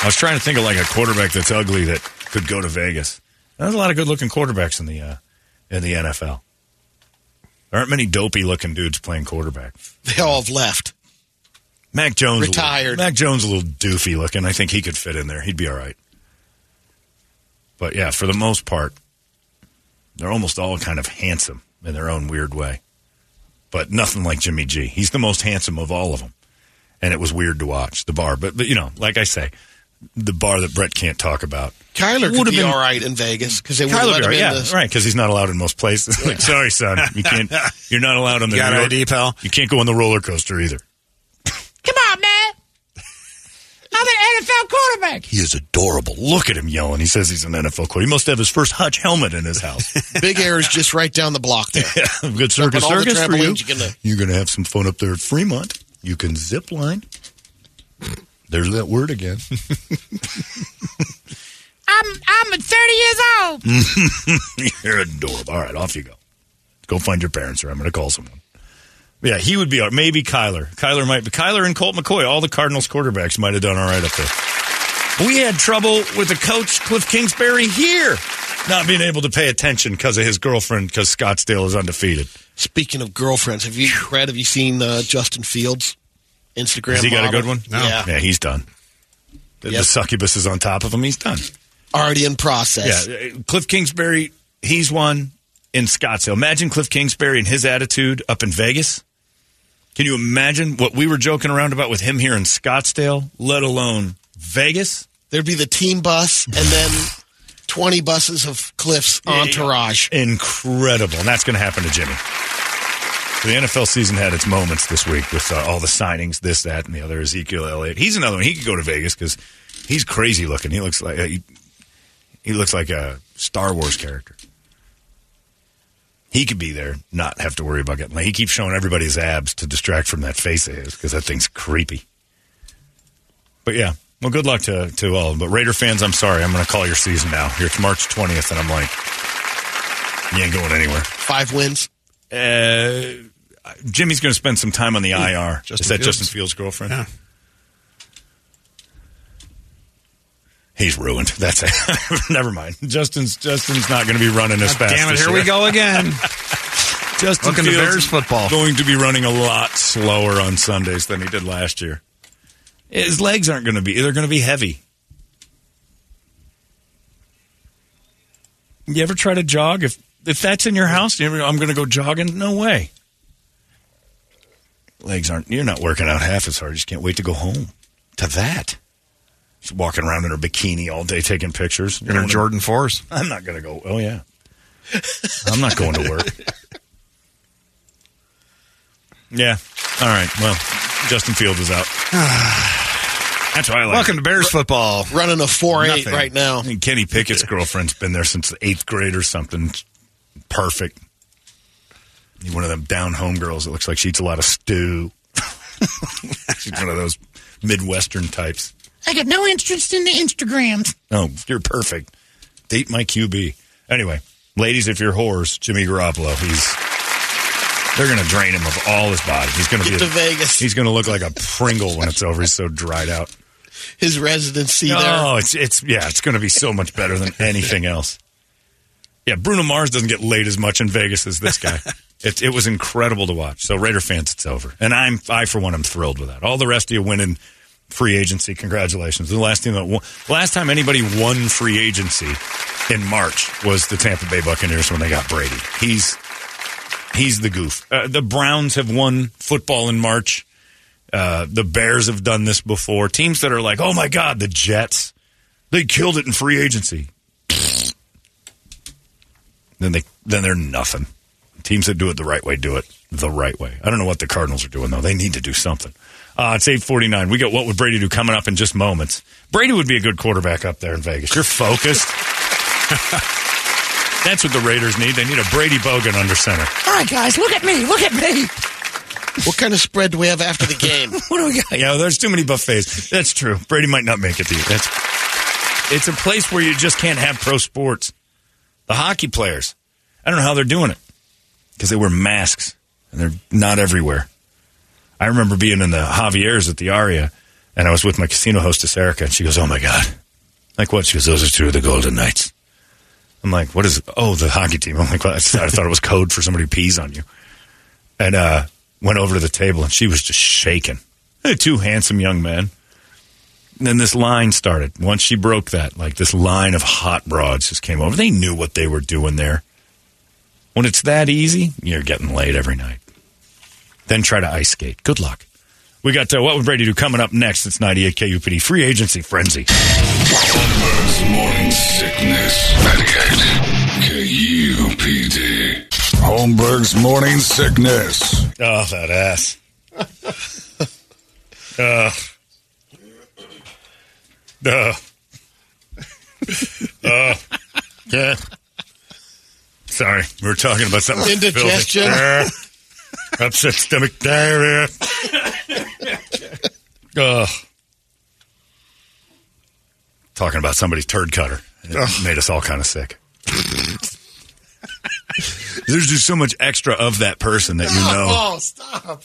I was trying to think of like a quarterback that's ugly that could go to Vegas. There's a lot of good looking quarterbacks in the uh, in the NFL. There aren't many dopey looking dudes playing quarterback. They all have left. Mac Jones a little- Retired. Mac Jones a little doofy looking. I think he could fit in there. He'd be all right. But yeah, for the most part, they're almost all kind of handsome in their own weird way. But nothing like Jimmy G. He's the most handsome of all of them. And it was weird to watch the bar. But, but you know, like I say, the bar that Brett can't talk about. Kyler Would've could be been- all right in Vegas because they would Kyler let him Bear, in yeah, the- right, because he's not allowed in most places. Like, sorry, son, you can't. You're not allowed on the You got roller- ID, pal? You can't go on the roller coaster either. Come on, man. I'm an NFL quarterback. He is adorable. Look at him yelling. He says he's an NFL quarterback. He must have his first Hutch helmet in his house. Big Air is just right down the block there. Good circus, Up on all the circus for you. trampolines you're gonna- You're going to have some fun up there at Fremont. You can zip line. There's that word again. I'm I'm 30 years old. You're adorable. All right, off you go. Go find your parents, or I'm going to call someone. Yeah, he would be. all- Maybe Kyler. Kyler might. be Kyler and Colt McCoy, all the Cardinals quarterbacks, might have done all right up there. We had trouble with the coach Cliff Kingsbury here, not being able to pay attention because of his girlfriend. Because Scottsdale is undefeated. Speaking of girlfriends, have you read? Have you seen uh, Justin Fields' Instagram? Has he got a model? good one? Yeah. Yeah, he's done. The- The Yep. succubus is on top of him. He's done. already in process. Yeah, uh, Cliff Kingsbury, he's one in Scottsdale. Imagine Cliff Kingsbury and his attitude up in Vegas. Can you imagine what we were joking around about with him here in Scottsdale, let alone Vegas? There'd be the team bus and then 20 buses of Cliff's entourage. Incredible. And that's going to happen to Jimmy. The NFL season had its moments this week with uh, all the signings, this, that, and the other. Ezekiel Elliott. He's another one. He could go to Vegas because he's crazy looking. He looks like uh, he, he looks like a Star Wars character. He could be there, not have to worry about getting. Like, he keeps showing everybody his abs to distract from that face of his because that thing's creepy. But yeah, well, good luck to to all. But Raider fans, I'm sorry, I'm going to call your season now. Here it's March 20th, and I'm like, you ain't going anywhere. Five wins. Uh, Jimmy's going to spend some time on the IR. Justin Is that Fields. Justin Fields' girlfriend? Yeah. He's ruined. That's it. Never mind. Justin's Justin's not going to be running as fast. Damn it! this Here we year. go again. Justin Welcome to Fields Bears football. Going to be running a lot slower on Sundays than he did last year. His legs aren't going to be. They're going to be heavy. You ever try to jog? If if that's in your house, you ever, I'm going to go jogging. No way. Legs aren't. You're not working out half as hard. You just can't wait to go home to that. She's walking around in her bikini all day taking pictures. You're in Jordan Force. I'm not going to go. Oh yeah. I'm not going to work. yeah. All right. Well, Justin Field is out. That's why I like. Welcome to Bears football. Running a 4 8 Nothing. right now. And Kenny Pickett's girlfriend's been there since the eighth grade or something. Perfect. You're one of them down home girls that looks like she eats a lot of stew. She's one of those Midwestern types. I got no interest in the Instagrams. Oh, you're perfect. Date my QB. Anyway, ladies, if you're whores, Jimmy Garoppolo, he's. They're going to drain him of all his body. He's going Get be. to a- Vegas. He's going to look like a Pringle when it's over. He's so dried out. His residency there. Oh, it's it's yeah, it's going to be so much better than anything else. Yeah, Bruno Mars doesn't get laid as much in Vegas as this guy. it, it was incredible to watch. So Raider fans, it's over, and I'm I for one am thrilled with that. All the rest of you winning free agency, congratulations. The last team that won, last time anybody won free agency in March was the Tampa Bay Buccaneers when they got Brady. He's he's the goof. Uh, the Browns have won football in March. Uh, the Bears have done this before. Teams that are like, oh my God, the Jets, they killed it in free agency. then they then they're nothing. Teams that do it the right way do it the right way. I don't know what the Cardinals are doing though. They need to do something. Uh, it's eight forty nine. We got what would Brady do coming up in just moments. Brady would be a good quarterback up there in Vegas. You're focused. That's what the Raiders need. They need a Brady Bogan under center. All right, guys, look at me. Look at me. What kind of spread do we have after the game? What do we got? Yeah, there's too many buffets. That's true. Brady might not make it to you. That's it's a place where you just can't have pro sports. The hockey players, I don't know how they're doing it because they wear masks and they're not everywhere. I remember being in the Javier's at the Aria, and I was with my casino hostess Erica, and she goes, "Oh my god!" Like what? She goes, "Those are two of the Golden Knights." I'm like, "What is? Oh, the hockey team." I'm like, well, "I thought it was code for somebody who pees on you." and uh, went over to the table, and she was just shaking. Eh, Two handsome young men. And then this line started. Once she broke that, like this line of hot broads just came over. They knew what they were doing there. When it's that easy, you're getting laid every night. Then try to ice skate. Good luck. We got uh, what would Brady do coming up next? It's 98 KUPD free agency frenzy. Holmberg's morning sickness. 98 KUPD. Holmberg's morning sickness. Oh, that ass. Uh. Ugh. Ugh. Ugh. Uh. Yeah. Sorry, we were talking about something. Indigestion. filthy. Uh, upset stomach diarrhea. Uh. Ugh. Talking about somebody's turd cutter. It made us all kind of sick. There's just so much extra of that person that you know. Oh, stop.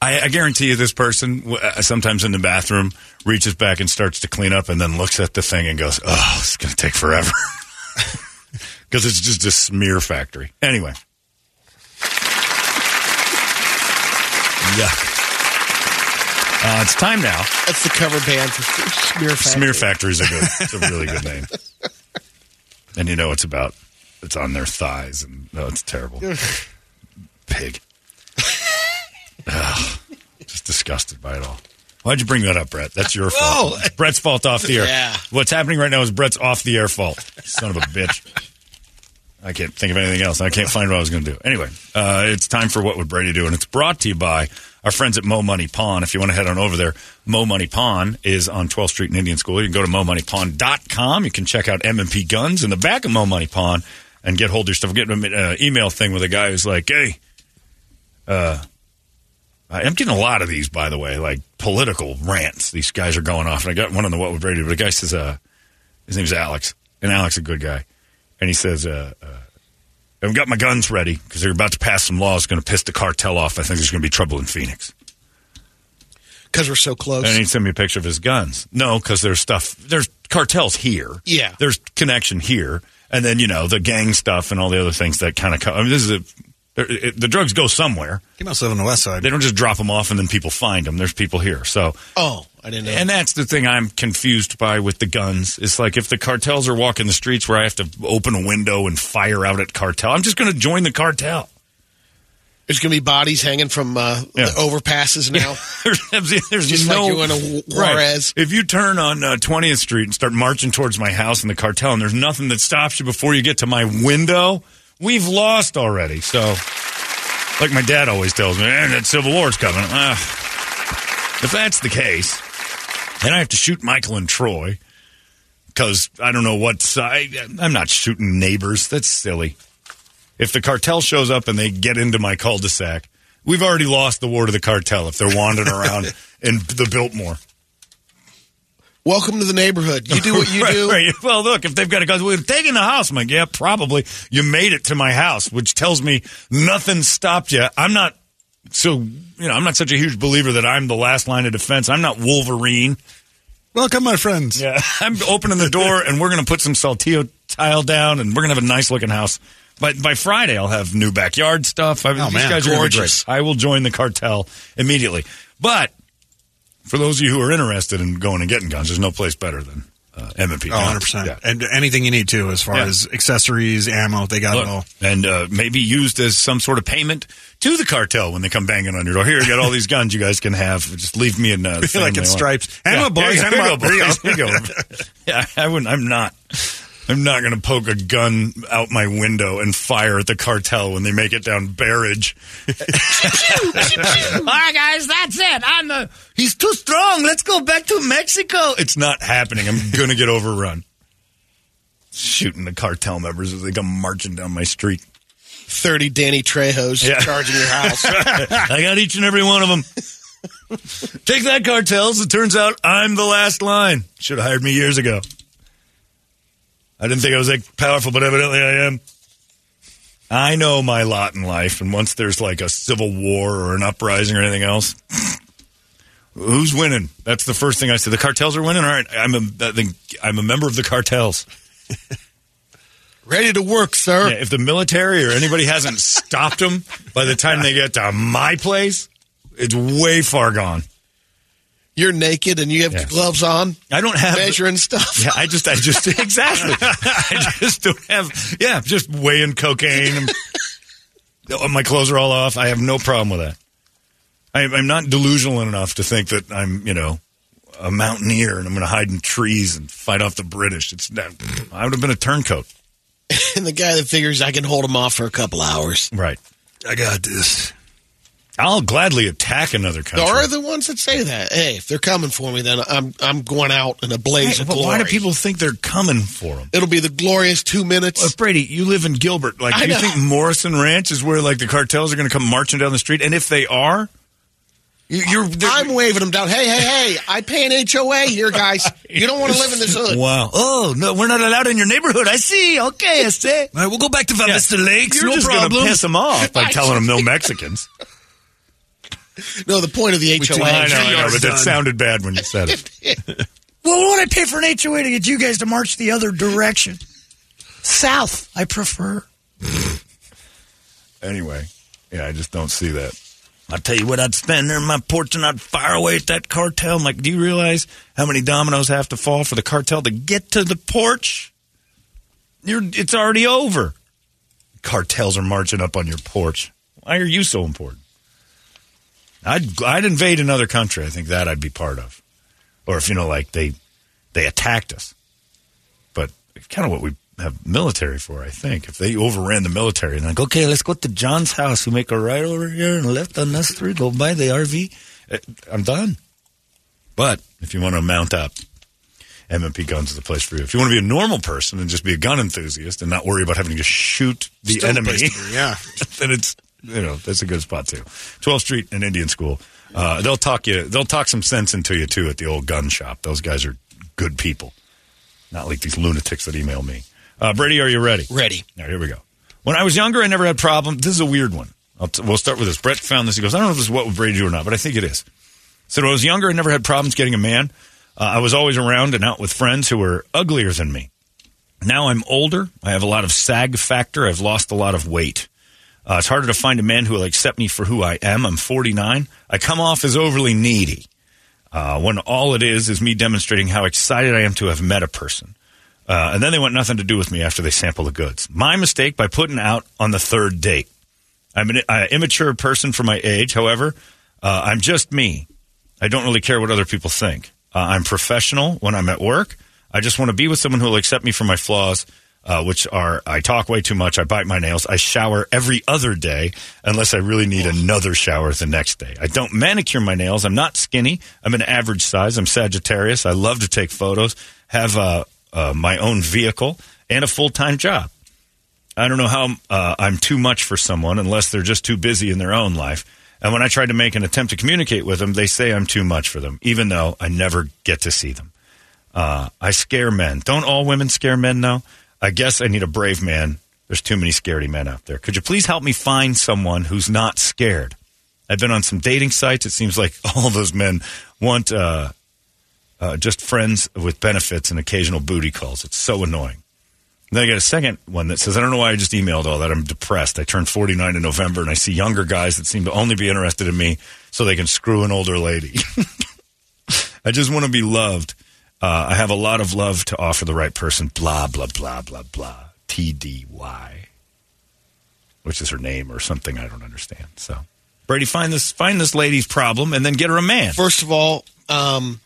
I, I guarantee you, this person w- uh, sometimes in the bathroom reaches back and starts to clean up, and then looks at the thing and goes, "Oh, it's going to take forever," because it's just a smear factory. Anyway, yuck. Uh, it's time now. That's the cover band for Smear Factory. Smear Factory is a good, it's a really good name, and you know it's about it's on their thighs, and no, it's terrible. oh, Pig. Ugh, just disgusted by it all. Why'd you bring that up, Brett? That's your fault. It's Brett's fault off the air. Yeah. What's happening right now is Brett's off the air fault. Son of a bitch. I can't think of anything else. I can't find what I was going to do. Anyway, uh, it's time for What Would Brady Do? And it's brought to you by our friends at Mo Money Pawn. If you want to head on over there, Mo Money Pawn is on 12th Street in Indian School. You can go to MoMoneyPawn.com. You can check out M&P Guns in the back of Mo Money Pawn and get hold of your stuff. Get an uh, email thing with a guy who's like, hey, uh, I'm getting a lot of these, by the way, like political rants. These guys are going off. And I got one on the What Would Brady Do? But the guy says, uh, his name's Alex. And Alex is a good guy. And he says, uh, uh, I've got my guns ready because they're about to pass some laws going to piss the cartel off. I think there's going to be trouble in Phoenix. because we're so close. And he sent me a picture of his guns. No, because there's stuff, there's cartels here. Yeah. There's connection here. And then, you know, the gang stuff and all the other things that kind of come. I mean, this is a, there- it, the drugs go somewhere. He must live on the west side. They don't just drop them off and then people find them. There's people here. So, oh, I didn't know. and that's the thing I'm confused by with the guns. It's like if the cartels are walking the streets where I have to open a window and fire out at cartel, I'm just going to join the cartel. There's going to be bodies hanging from uh, Yeah. the overpasses now. there's there's Just like no you went to Wa- Right. Juarez. If you turn on uh, 20th Street and start marching towards my house and the cartel, and there's nothing that stops you before you get to my window, we've lost already. So, like my dad always tells me, "Eh, that Civil War's coming. Ah, if that's the case, then I have to shoot Michael and Troy because I don't know what side. I'm not shooting neighbors. That's silly. If the cartel shows up and they get into my cul-de-sac, we've already lost the war to the cartel if they're wandering around in the Biltmore. Welcome to the neighborhood. You do what you Right, do. right. Well, look, if they've got a gun, we're taking the house. I'm like, yeah, probably. You made it to my house, which tells me nothing stopped you. I'm not so you know. I'm not such a huge believer that I'm the last line of defense. I'm not Wolverine. Welcome, my friends. Yeah, I'm opening the door, and we're going to put some saltillo tile down, and we're going to have a nice looking house. But by Friday, I'll have new backyard stuff. I mean, Oh, these man, guys are gonna be gorgeous. great. I will join the cartel immediately. But for those of you who are interested in going and getting guns, there's no place better than uh, M&P. Oh, 100%. And anything you need to as far Yeah. as accessories, ammo, they got Look, it all. and uh, maybe used as some sort of payment to the cartel when they come banging on your door. Here, you got all these guns you guys can have. Just leave me in. Uh, the Feel like family it's alone. stripes. Ammo, boys, Here you ammo. go, boys. Here you go. yeah, I wouldn't. I'm not. I'm not going to poke a gun out my window and fire at the cartel when they make it down Barrage. All right, guys, that's it. I'm the. He's too strong. Let's go back to Mexico. It's not happening. I'm going to get overrun. Shooting the cartel members as they come marching down my street. 30 Danny Trejos Yeah. charging your house. I got each and every one of them. Take that, cartels. It turns out I'm the last line. Should have hired me years ago. I didn't think I was that powerful, but evidently I am. I know my lot in life, and once there's like a civil war or an uprising or anything else, who's winning? That's the first thing I say. The cartels are winning. All right, I'm a, I think I'm a member of the cartels. Ready to work, sir. Yeah, if the military or anybody hasn't stopped them by the time they get to my place, it's way far gone. You're naked and you have Yeah. gloves on, I don't have measuring stuff. Yeah, I just, I just, exactly. I just don't have, yeah, just weighing cocaine. I'm- Oh, my clothes are all off. I have no problem with that. I, I'm not delusional enough to think that I'm, you know, a mountaineer and I'm going to hide in trees and fight off the British. It's not, I would have been a turncoat. And the guy that figures I can hold him off for a couple hours. Right. I got this. I'll gladly attack another country. There are the ones that say that. Hey, if they're coming for me, then I'm I'm going out in a blaze Hey, of but glory. why do people think they're coming for them? It'll be the glorious two minutes. Well, Uh, Brady, you live in Gilbert. Like, I do you know. think Morrison Ranch is where like the cartels are going to come marching down the street? And if they are, you- you're they're- I'm waving them down. Hey, hey, hey! I pay an HOA here, guys. You don't want to live in this hood. wow. Oh no, we're not allowed in your neighborhood. I see. Okay, I see. Uh, All right, we'll go back to Vista Lakes. You're no just problem. gonna piss them off by I telling them no Mexicans. No, the point of the I know, HOA. I is know, yards but that done. sounded bad when you said it. Well, what would I pay for an HOA to get you guys to march the other direction? South, I prefer. Anyway, yeah, I just don't see that. I tell you what, I'd stand there in my porch and I'd fire away at that cartel. I'm like, do you realize how many dominoes have to fall for the cartel to get to the porch? You're, it's already over. Cartels are marching up on your porch. Why are you so important? I'd I'd invade another country. I think that I'd be part of, or if you know, like they they attacked us. But it's kind of what we have military for, I think. If they overran the military and like, okay, let's go to John's house. We make a right over here and left on this street. Go buy the RV. Uh, I'm done. But if you want to mount up, M&P Guns is the place for you. If you want to be a normal person and just be a gun enthusiast and not worry about having to shoot the Still a enemy, place to be, yeah. then it's you know that's a good spot too. 12th Street and Indian School. Uh, they'll talk you. They'll talk some sense into you too at the old gun shop. Those guys are good people, not like these lunatics that email me. Uh, Brady, are you ready? Ready. All right, here we go. When I was younger, I never had problem. This is a weird one. I'll t- we'll start with this. Brett found this. He goes, I don't know if this is what would Brady do or not, but I think it is. So when I was younger, I never had problems getting a man. Uh, I was always around and out with friends who were uglier than me. Now I'm older. I have a lot of sag factor. I've lost a lot of weight. Uh, it's harder to find a man who will accept me for who I am. I'm 49. I come off as overly needy uh, when all it is is me demonstrating how excited I am to have met a person. Uh, and then they want nothing to do with me after they sample the goods. My mistake by putting out on the third date. I'm an uh, immature person for my age. However, uh, I'm just me. I don't really care what other people think. Uh, I'm professional when I'm at work. I just want to be with someone who will accept me for my flaws, uh, which are I talk way too much, I bite my nails, I shower every other day unless I really need another shower the next day. I don't manicure my nails. I'm not skinny. I'm an average size. I'm Sagittarius. I love to take photos, have uh, uh, my own vehicle, and a full time job. I don't know how uh, I'm too much for someone unless they're just too busy in their own life. And when I try to make an attempt to communicate with them, they say I'm too much for them, even though I never get to see them. Uh, I scare men. Don't all women scare men now? I guess I need a brave man. There's too many scaredy men out there. Could you please help me find someone who's not scared? I've been on some dating sites. It seems like all those men want uh, uh, just friends with benefits and occasional booty calls. It's so annoying. Then I got a second one that says, I don't know why I just emailed all that. I'm depressed. I turned 49 in November and I see younger guys that seem to only be interested in me so they can screw an older lady. I just want to be loved. Uh, I have a lot of love to offer the right person. Blah, blah, blah, blah, blah. TDY, which is her name or something I don't understand. So, Brady, find this, find this lady's problem and then get her a man. First of all, um,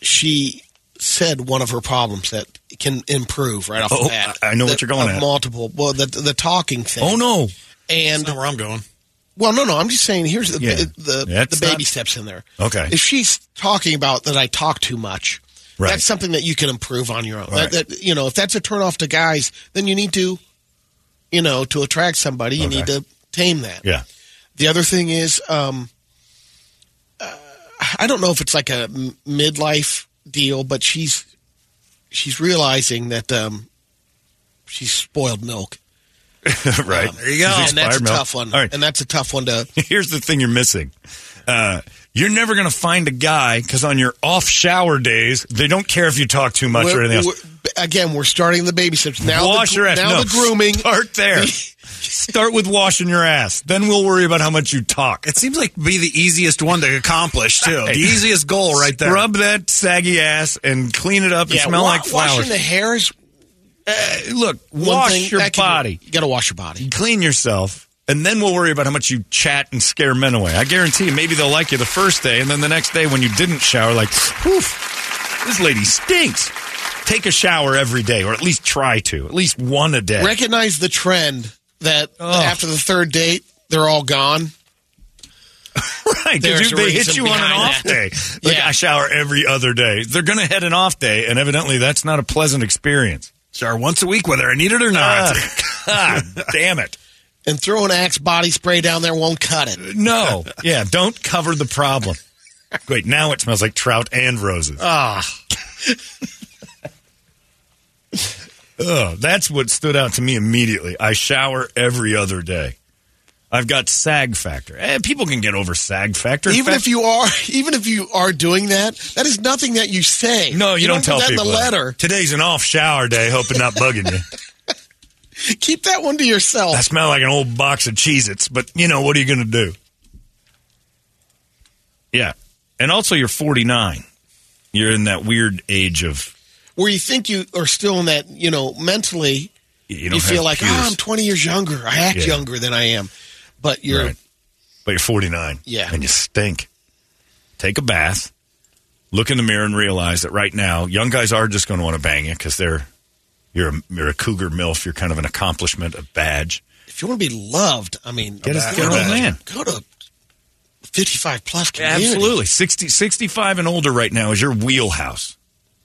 she said one of her problems that can improve right off Oh, the bat. I- I know what That- you're going of at. Multiple. Well, the the talking thing. Oh, no. And where I'm going. Well, no, no. I'm just saying. Here's the Yeah. the, That's the baby not- steps in there. Okay. If she's talking about that, I talk too much. Right. That's something that you can improve on your own. Right. That, that you know, if that's a turnoff to guys, then you need to, you know, to attract somebody, you Okay. need to tame that. Yeah. The other thing is, um, uh, I don't know if it's like a m- midlife deal, but she's she's realizing that um, she's spoiled milk. right. Um, There you go. And that's a Expired milk. tough one. All right. And that's a tough one to. Here's the thing you're missing. Uh, you're never going to find a guy because on your off shower days, they don't care if you talk too much or We're- anything else. we're- Again, we're starting the baby steps. Now Wash the, gr- your ass. Now No, the grooming. Start there. start with washing your ass. Then we'll worry about how much you talk. It seems like be the easiest one to accomplish too. The easiest goal right there. Rub that saggy ass and clean it up and smell wa- like flowers. Washing the hair is Look, one wash thing. your that can- body, you got to wash your body. clean yourself, and then we'll worry about how much you chat and scare men away. I guarantee you, maybe they'll like you the first day, and then the next day when you didn't shower, like, oof, this lady stinks. Take a shower every day, or at least try to, at least one a day. Recognize the trend that Ugh. after the third date, they're all gone. Right, 'cause There's you- a they hit reason you on an behind off day. that. Like Yeah. I shower every other day. They're going to hit an off day, and evidently that's not a pleasant experience. Shower once a week, whether I need it or not. Ah. God damn it! And throwing Axe body spray down there won't cut it. No, yeah, don't cover the problem. Great, now it smells like trout and roses. Ah, Ugh, that's what stood out to me immediately. I shower every other day. I've got sag factor. Eh, people can get over sag factor. In even fact- if you are, even if you are doing that, that is nothing that you say. no, you, don't, put tell that people in the that. letter. Today's an off shower day. Hoping not bugging you. Keep that one to yourself. I smell like an old box of Cheez Its, but you know, what are you going to do? Yeah. And also, you're 49. You're in that weird age of. where you think you are still in that, you know, mentally, You, you, don't have feel like, "Ah, peers. oh, I'm 20 years younger. I act Yeah. younger than I am. But you're Right. but you're 49. Yeah. And you stink. Take a bath, look in the mirror, and realize that right now, young guys are just going to want to bang you because they're you're a, you're a cougar milf. You're kind of an accomplishment, a badge. If you want to be loved, I mean, Get us- go get to- old man. Go to 55 plus community. Absolutely. 60, 65 and older right now is your wheelhouse.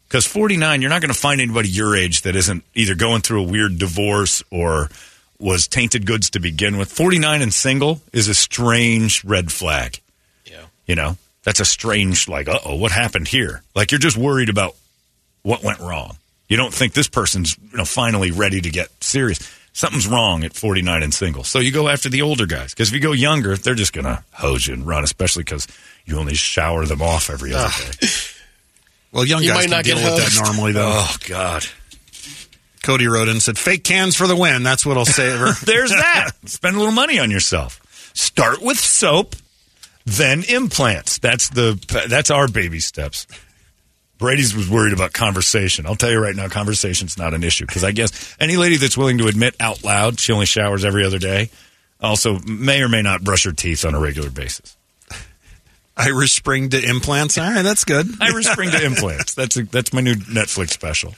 Because 49, you're not going to find anybody your age that isn't either going through a weird divorce or was tainted goods to begin with. 49 and single is a strange red flag. Yeah. You know, that's a strange, like, uh oh, what happened here? Like, you're just worried about what went wrong. You don't think this person's you know, finally ready to get serious. Something's wrong at 49 and single. So you go after the older guys. Because if you go younger, they're just going to hose you and run, especially because you only shower them off every other day. Well, young You guys might can not deal get with that hosed. normally, though. Oh, God. Cody wrote in and said, fake cans for the win. That's what I'll say. There's that. Spend a little money on yourself. Start with soap, then implants. That's the that's our baby steps. Brady's was worried about conversation. I'll tell you right now, conversation's not an issue because I guess any lady that's willing to admit out loud she only showers every other day also may or may not brush her teeth on a regular basis. Irish Spring to implants. All right, that's good. Irish Spring to implants. That's a, that's my new Netflix special.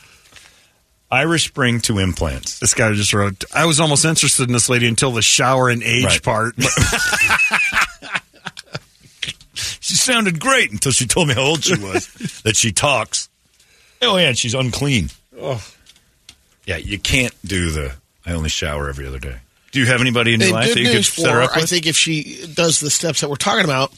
Irish Spring to implants. This guy just wrote, I was almost interested in this lady until the shower and age Right. part. She sounded great until she told me how old she was. that she talks. Oh yeah, and she's unclean. Oh. Yeah, you can't do the. I only shower every other day. Do you have anybody in your And life good that you could news set for her her, up with? I think if she does the steps that we're talking about,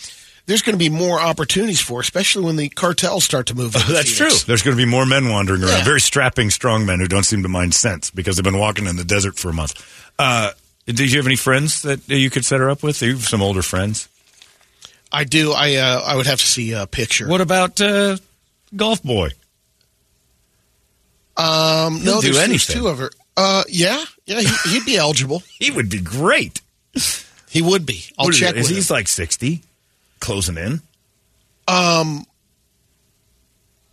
there's going to be more opportunities for, her, especially when the cartels start to move. into That's true. Phoenix. There's going to be more men wandering around, Oh, Yeah. very strapping, strong men who don't seem to mind scents because they've been walking in the desert for a month. Uh, did you have any friends that you could set her up with? You have some older friends. I do. I uh, I would have to see a picture. What about uh, golf boy? Um, He'll no, do there's, there's anything. two of her. Uh, yeah, yeah, he, he'd be eligible. He would be great. He would be. I'll What is check it? Is with him. he's like sixty, closing in. Um,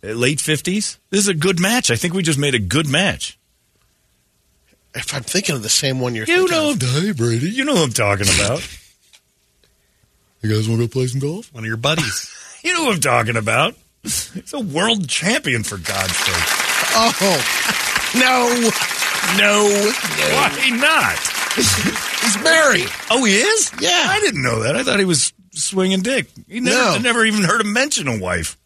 late fifties. This is a good match. I think we just made a good match. if I'm thinking of the same one you're You thinking know, of. hey Brady, you know who I'm talking about. You guys want to go play some golf? One of your buddies. you know who I'm talking about. He's a world champion for God's sake. Oh, no, no, Why not? he's married. Oh, he is. Yeah. I didn't know that. I thought he was swinging dick. He never, No. I never even heard him mention a wife.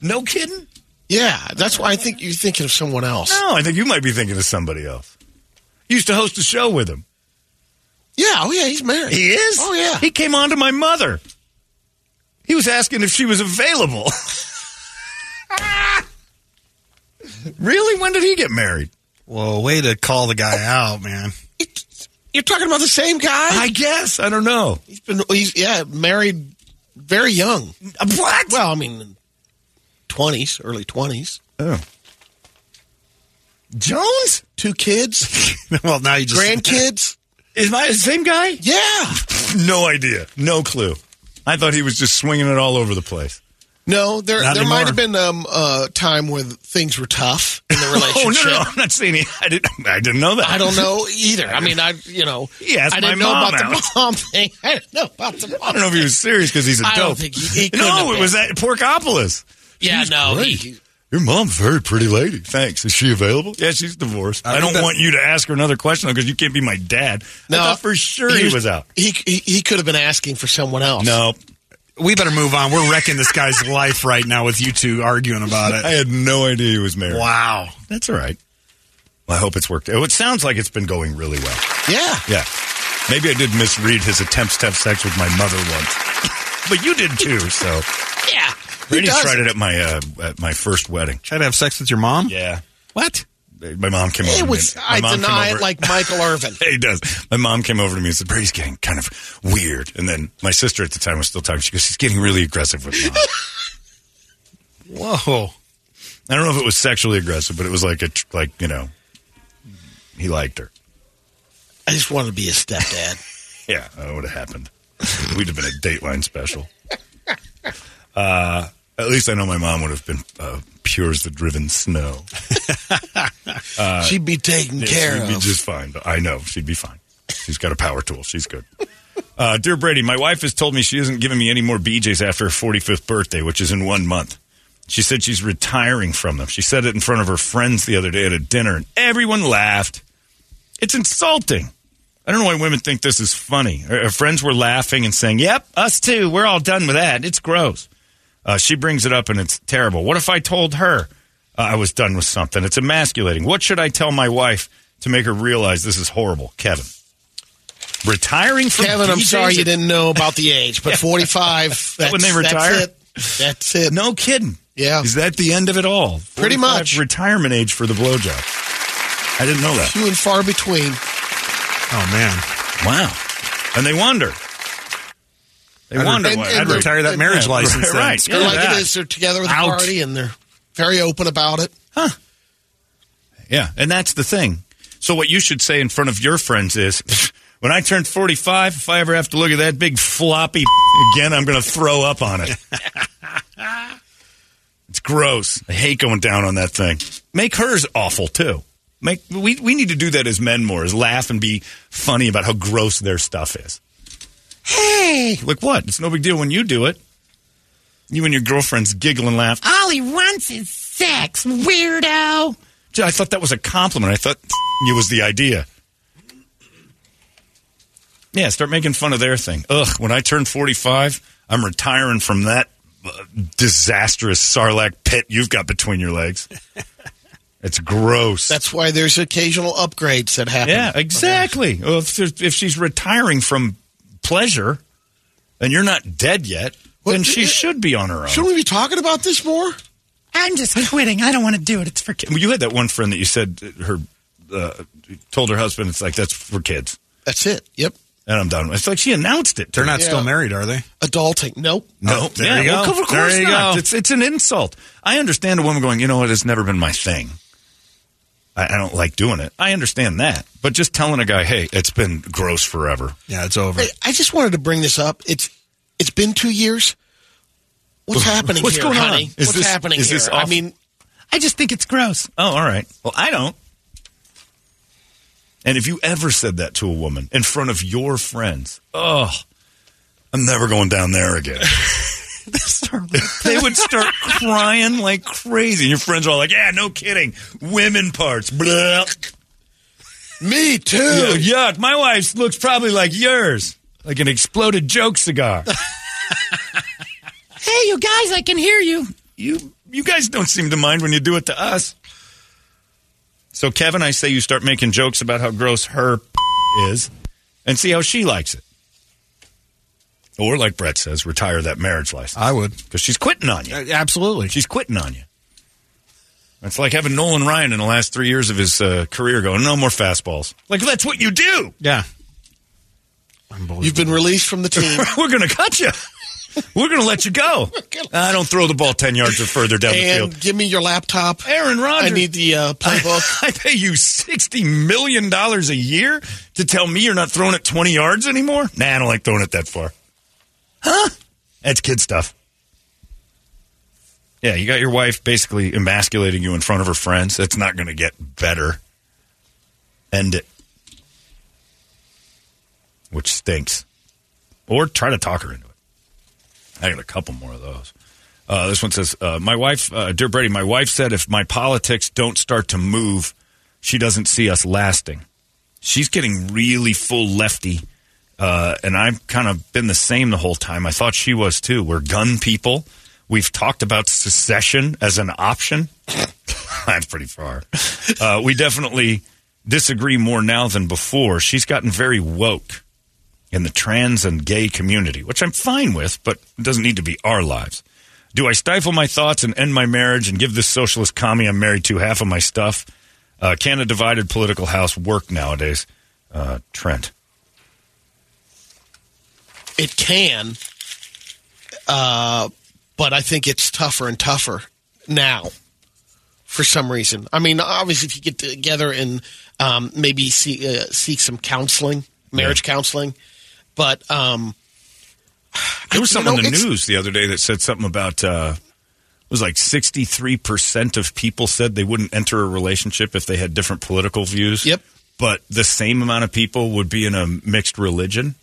No kidding. Yeah, that's why I think you're thinking of someone else. No, I think you might be thinking of somebody else. You used to host a show with him. Yeah, oh yeah, he's married. He is? Oh yeah. He came on to my mother. He was asking if she was available. really? When did he get married? Well, way to call the guy out, man. You're talking about the same guy. I guess. I don't know. he's been. He's yeah, married very young. What? Well, I mean, twenties, early twenties. Oh. Jones? Two kids, well, now you just. grandkids. Is my the same guy? Yeah. No idea. No clue. I thought he was just swinging it all over the place. No, there Not there might have anymore. been um uh time where things were tough in the Oh, relationship. no, no. I'm not saying he. I didn't, I didn't know that. I don't know either. I mean, I you know, He asked I didn't my know mom about out. the mom thing. I didn't know about the mom. I don't know if he was serious because he's a dope. I don't think he- he couldn't no, have it was been. that Porkopolis. Yeah, no, he- great. Your mom's a very pretty lady. Thanks. Is she available? Yeah, she's divorced. I, think don't that- want you to ask her another question because you can't be my dad. I thought for sure he was, out. He, he he could have been asking for someone else. No, We better move on. We're wrecking this guy's life right now with you two arguing about I it. had no idea he was married. Wow. That's all right. Well, I hope it's worked. Oh, it sounds like it's been going really well. Yeah. Yeah. Maybe I did misread his attempts to have sex with my mother once, but you did too. So Yeah. Brady doesn't? tried it at my uh, at my first wedding. Try to have sex with your mom? Yeah. What? My mom came over. It to me was. and- my I mom came deny over- it like Michael Irvin. Yeah, he does. My mom came over to me and said, Brady's getting kind of weird. And then my sister at the time was still talking. She goes, he's getting really aggressive with mom. Whoa. I don't know if it was sexually aggressive, but it was like, a, tr- like you know, he liked her. I just wanted to be a stepdad. Yeah, that would have happened. We'd have been a Dateline special. Uh, at least I know my mom would have been uh, pure as the driven snow. She'd be taken care she'd of. be just fine. But I know she'd be fine. She's got a power tool. She's good. Uh, Dear Brady, my wife has told me she isn't giving me any more BJs after her 45th birthday, which is in one month. She said she's retiring from them. She said it in front of her friends the other day at a dinner, and everyone laughed. It's insulting. I don't know why women think this is funny. Her her friends were laughing and saying, Yep, us too. We're all done with that. It's gross. Uh, she brings it up and it's terrible. What if I told her uh, I was done with something? It's emasculating. What should I tell my wife to make her realize this is horrible? Kevin. Retiring from Kevin, I'm DJs? sorry you didn't know about the age, but Yeah. 45. That's, when they retire? That's it. That's it. No kidding. Yeah. Is that the end of it all? Pretty 45 much. retirement age for the blowjob. I didn't know that. Few and far between. Oh man, Wow. And they wonder. They I'd wonder. re- why. I'd retire that marriage license then. Right. Screw They're yeah. like that. it is. They're together with a Out. party and they're very open about it. Yeah, and that's the thing. So what you should say in front of your friends is, when I turn 45, if I ever have to look at that big floppy again, I'm going to throw up on it. it's gross. I hate going down on that thing. Make hers awful too. Make we we need to do that as men more, is laugh and be funny about how gross their stuff is. Hey, like what? It's no big deal when you do it. You and your girlfriends giggle and laugh. All he wants is sex, weirdo. Gee, I thought that was a compliment. I thought you was the idea. Yeah, start making fun of their thing. Ugh, when I turn 45, I'm retiring from that uh, disastrous sarlacc pit you've got between your legs. It's gross. That's why there's occasional upgrades that happen. yeah, exactly. Well, if, there's- if she's retiring from pleasure and you're not dead yet, then she should be on her own. Shouldn't we be talking about this more? I'm just quitting. I don't want to do it. It's for kids. Well, You had that one friend that you said uh, her uh, told her husband it's like that's for kids. That's it. Yep. and I'm done. It's like she announced it. They're not Yeah. still married, are they? Adulting. Nope. No, Oh, there you Oh, well, go. of course There you not. go. It's it's an insult. I understand a woman going, you know what, it's never been my thing. I, I don't like doing it. I understand that, but just telling a guy, hey, it's been gross forever. Yeah, it's over. Hey, I just wanted to bring this up. It's it's been two years. What's happening What's here, going on? honey? Is What's this- happening is here? this I off- mean, I just think it's gross. Oh, all right. Well, I don't. And if you ever said that to a woman in front of your friends, oh, I'm never going down there again. they would start crying like crazy. And your friends are all like, yeah, no kidding. Women parts. Blah. me too. Ew, yuck. My wife's looks probably like yours. Like an exploded joke cigar. Hey, you guys, I can hear you. you you guys don't seem to mind when you do it to us. So Kevin, I say you start making jokes about how gross her is and see how she likes it. Or like Brett says, retire that marriage license I would because she's quitting on you. absolutely. She's quitting on you. It's like having Nolan Ryan in the last three years of his uh, career going, no more fastballs. Like, that's what you do. Yeah, You've been released from the team. We're going to cut you. We're going to let you go. I don't throw the ball 10 yards or further down the field. and give me your laptop. Aaron I Rodgers. need the uh, playbook. I pay you sixty million dollars a year to tell me you're not throwing it twenty yards anymore. Nah, I don't like throwing it that far. Huh? That's kid stuff. Yeah, you got your wife basically emasculating you in front of her friends. That's not going to get better. End it. Which stinks. Or try to talk her into it. I got a couple more of those. Uh, this one says, uh, "My wife, uh, dear Brady, my wife said if my politics don't start to move, she doesn't see us lasting. She's getting really full lefty, uh, and I've kind of been the same the whole time. I thought she was too. We're gun people. We've talked about secession as an option. That's pretty far. Uh, we definitely disagree more now than before. She's gotten very woke." in the trans and gay community, which I'm fine with, but it doesn't need to be our lives. Do I stifle my thoughts and end my marriage and give this socialist commie I'm married to half of my stuff? Uh, can a divided political house work nowadays? Uh, Trent. it can, uh, but I think it's tougher and tougher now for some reason. I mean, obviously, if you get together and um, maybe see, uh, seek some counseling, marriage counseling, but um, There was You something know, in the it's- news the other day that said something about uh, it was like 63% of people said they wouldn't enter a relationship if they had different political views. Yep. But the same amount of people would be in a mixed religion.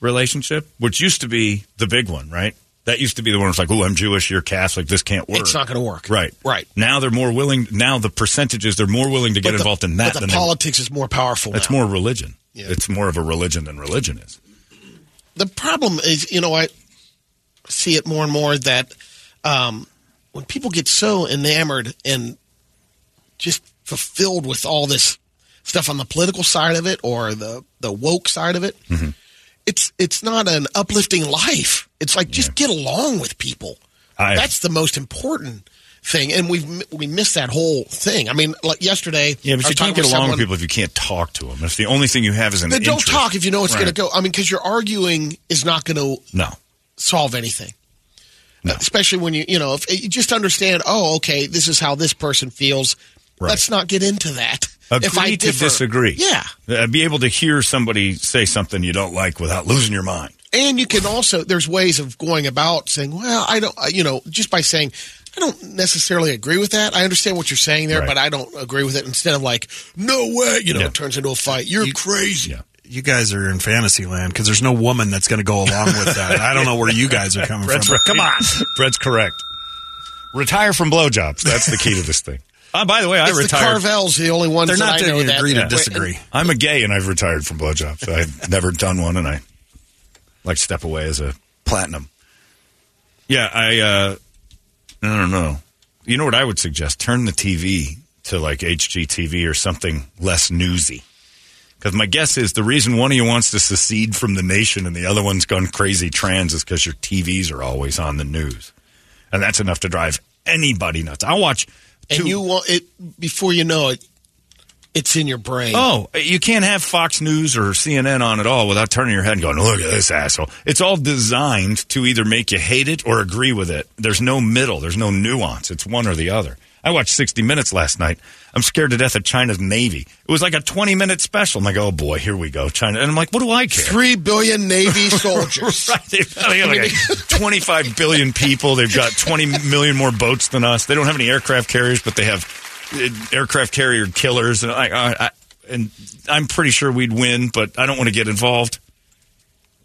relationship, which used to be the big one, right? That used to be the one. It's like, oh, I'm Jewish, you're Catholic, this can't work. It's not going to work. Right. Right. Now they're more willing. Now the percentages they're more willing to get But the- involved in But that the than they- politics is more powerful. It's now. more religion. It's more of a religion than religion is. the problem is, you know, I see it more and more that um, when people get so enamored and just fulfilled with all this stuff on the political side of it or the the woke side of it, Mm-hmm. it's it's not an uplifting life. It's like just get along with people. I- That's the most important thing, and we've we missed that whole thing. I mean, like yesterday, Yeah, but I you was talking can't get with along someone- with people if you can't talk to them. If the only thing you have is an Then don't interest- talk if you know it's Right. going to go. I mean, because your arguing is not going to No, solve anything. Especially when you, you know, if eh, you just understand, oh, okay, this is how this person feels. Let's not get into that. agree if I to differ. disagree. Yeah. Uh, be able to hear somebody say something you don't like without losing your mind. And you can also, there's ways of going about saying, well, I don't, I- you know, just by saying, I don't necessarily agree with that. I understand what you're saying there, Right. but I don't agree with it. Instead of like, no way, you know, it turns into a fight. You're crazy. You guys are in fantasy land because there's no woman that's going to go along with that. I don't know where you guys are coming Brett's from. right. Come on. Brett's correct. Retire from blowjobs. That's the key to this thing. Uh, by the way, I It's retired. Ah, the Carvels, the only ones They're that not I there know to that. agree to Wait, disagree. I'm a gay and I've retired from blowjobs. I've never done one, and I like step away as a platinum. Yeah, I. Uh, I don't know. You know what I would suggest? Turn the TV to like HGTV or something less newsy. Because my guess is the reason one of you wants to secede from the nation and the other one's gone crazy trans is because your TVs are always on the news, and that's enough to drive anybody nuts. I watch. And you want it, before you know it, it's in your brain. Oh, you can't have Fox News or CNN on at all without turning your head and going, look at this asshole. It's all designed to either make you hate it or agree with it. There's no middle, there's no nuance. It's one or the other. I watched 60 Minutes last night. I'm scared to death of China's Navy. It was like a 20 minute special. I'm like, oh boy, here we go, China. And I'm like, what do I care? Three billion Navy soldiers. right. They, they got like 25 billion people. They've got 20 million more boats than us. They don't have any aircraft carriers, but they have uh, aircraft carrier killers. And I, I, I and I'm pretty sure we'd win, but I don't want to get involved.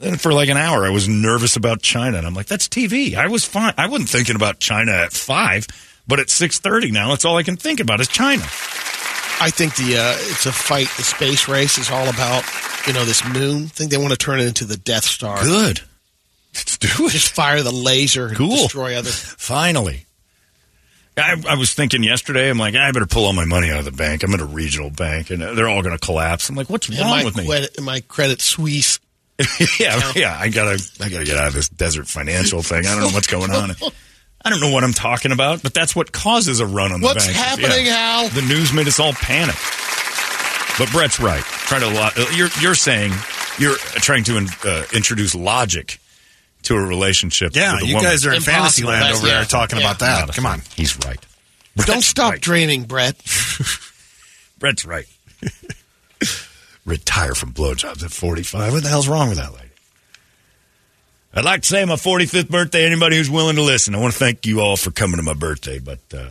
And for like an hour, I was nervous about China, and I'm like, "That's TV." I was fine. I wasn't thinking about China at five, but at six thirty now, it's all I can think about is China. I think the uh, it's a fight. The space race is all about you know this moon thing. They want to turn it into the Death Star. Good, let's do it. Just fire the laser. and Cool. Destroy other. Finally. I, I was thinking yesterday, I'm like, I better pull all my money out of the bank. I'm at a regional bank and they're all going to collapse. I'm like, what's And wrong my, with me? credit- my credit Suisse. yeah, yeah. I gotta, I gotta get out of this desert financial thing. I don't know what's going on. I don't know what I'm talking about, but that's what causes a run on the What's bank. happening, Hal? The news made us all panic. But Brett's right. Try to lo- you're you're saying you're trying to in, uh, introduce logic to a relationship. Yeah, with a you woman. guys are in Impossible. fantasy land That's- over yeah. there talking Yeah. about that. Come on. He's right. Don't stop draining, Brett. Brett's right. Retire from blowjobs at 45. What the hell's wrong with that lady? I'd like to say my 45th birthday, anybody who's willing to listen. I want to thank you all for coming to my birthday, but uh,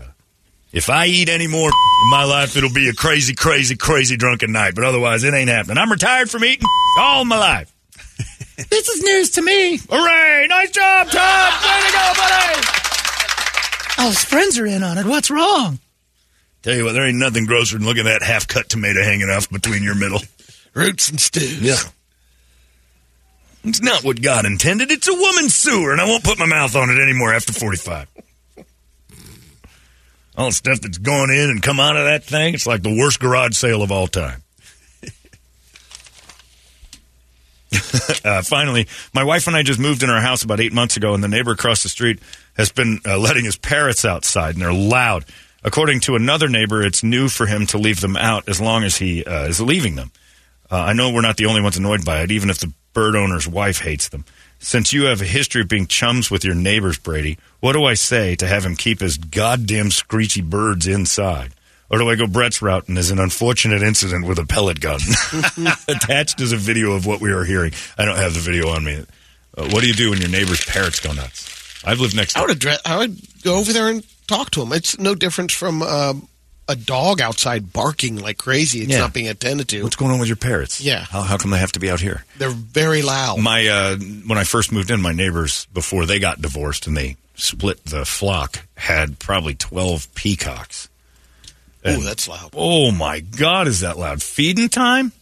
if I eat any more in my life, it'll be a crazy, crazy, crazy drunken night, but otherwise it ain't happening. I'm retired from eating all my life. This is news to me. Hooray! Nice job, Todd! Way to go, buddy! Oh, his friends are in on it. What's wrong? Tell you what, there ain't nothing grosser than looking at that half-cut tomato hanging off between your middle. Roots and stews. It's not what God intended. It's a woman's sewer, and I won't put my mouth on it anymore after 45. All the stuff that's gone in and come out of that thing, it's like the worst garage sale of all time. uh, finally, my wife and I just moved in our house about eight months ago, and the neighbor across the street has been uh, letting his parrots outside, and they're loud. According to another neighbor, it's new for him to leave them out as long as he uh, is leaving them. Uh, I know we're not the only ones annoyed by it, even if the bird owner's wife hates them. Since you have a history of being chums with your neighbors, Brady, what do I say to have him keep his goddamn screechy birds inside? Or do I go Brett's route and there's an unfortunate incident with a pellet gun? Attached is a video of what we are hearing. I don't have the video on me. Uh, what do you do when your neighbor's parrots go nuts? I've lived next I door. would address. I would go over there and talk to him. It's no different from um, a dog outside barking like crazy. It's Yeah. not being attended to. What's going on with your parrots? Yeah. How, how come they have to be out here? They're very loud. My uh, when I first moved in, my neighbors before they got divorced and they split the flock had probably twelve peacocks. Ooh, that's loud. Oh my God, is that loud? Feeding time,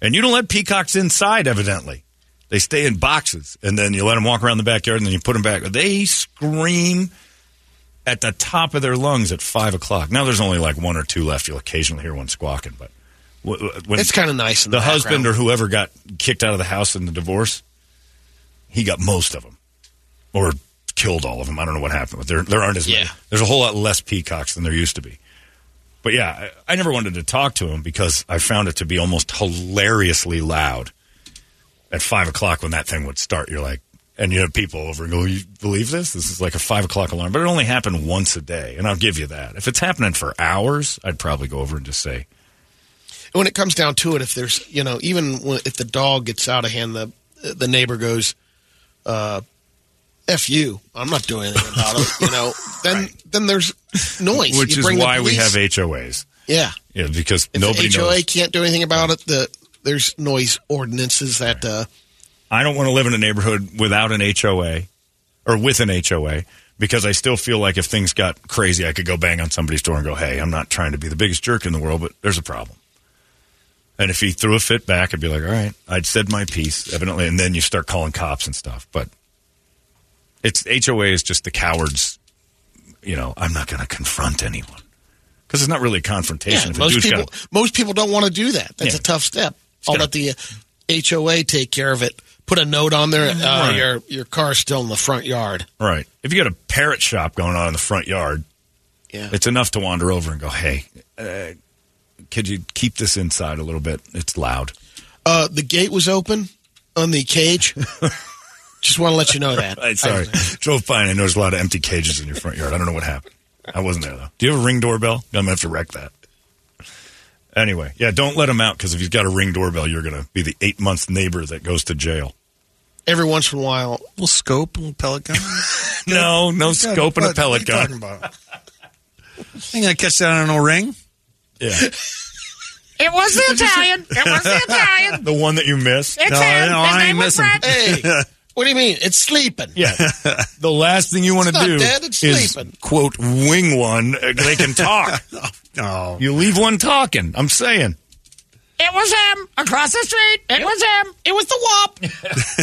and you don't let peacocks inside. Evidently, they stay in boxes, and then you let them walk around the backyard, and then you put them back. They scream at the top of their lungs at five o'clock. Now there's only like one or two left. You'll occasionally hear one squawking, but wh- wh- when It's kinda nice in the husband background. or whoever got kicked out of the house in the divorce, he got most of them, or killed all of them. I don't know what happened, but there there aren't as many. There's a whole lot less peacocks than there used to be. But yeah, I, I never wanted to talk to him because I found it to be almost hilariously loud at five o'clock when that thing would start. You're like, and you have people over and go, "You believe this? This is like a five o'clock alarm." But it only happened once a day, and I'll give you that. If it's happening for hours, I'd probably go over and just say, when it comes down to it, if there's you know even when, if the dog gets out of hand, the the neighbor goes, uh, "F you, I'm not doing anything about it." You know, then then there's noise, which You is bring the why we police. have HOAs. yeah. Yeah, because If nobody the HOA knows. can't do anything about it, the there's noise ordinances that uh, I don't want to live in a neighborhood without an HOA or with an HOA because I still feel like if things got crazy, I could go bang on somebody's door and go, hey, I'm not trying to be the biggest jerk in the world, but there's a problem. And if he threw a fit back, I'd be like, all right, I'd said my piece, evidently. And then you start calling cops and stuff. But it's HOA is just the coward's, you know, I'm not going to confront anyone because it's not really a confrontation. yeah, if a most dude's got people a- most people don't want to do that. That's Yeah. a tough step. I'll let the uh, HOA take care of it. Put a note on there. Uh, Right. Your your car's still in the front yard. Right. If you got a parrot shop going on in the front yard, Yeah. it's enough to wander over and go, hey, uh, could you keep this inside a little bit? It's loud. Uh, the gate was open on the cage. Just want to let you know that. Right, sorry. Drove by and I noticed a lot of empty cages in your front yard. I don't know what happened. I wasn't there, though. Do you have a ring doorbell? I'm going to have to wreck that. Anyway, yeah, don't let him out because if he's got a ring doorbell, you're going to be the eight month neighbor that goes to jail. Every once in a while, we'll scope and pellet gun. No, no scope and a pellet gun. Think I catch that on an O-ring? Yeah. It was the Italian. It was the Italian. the one that you missed. It's No, him. no, His I ain't name was missing. Brad. Hey, what do you mean? It's sleeping. Yeah. the last thing you want It's to not do dead, it's is sleeping. quote wing one. uh, They can talk. no, you leave one talking. I'm saying It was him across the street. It was him. It was the wop.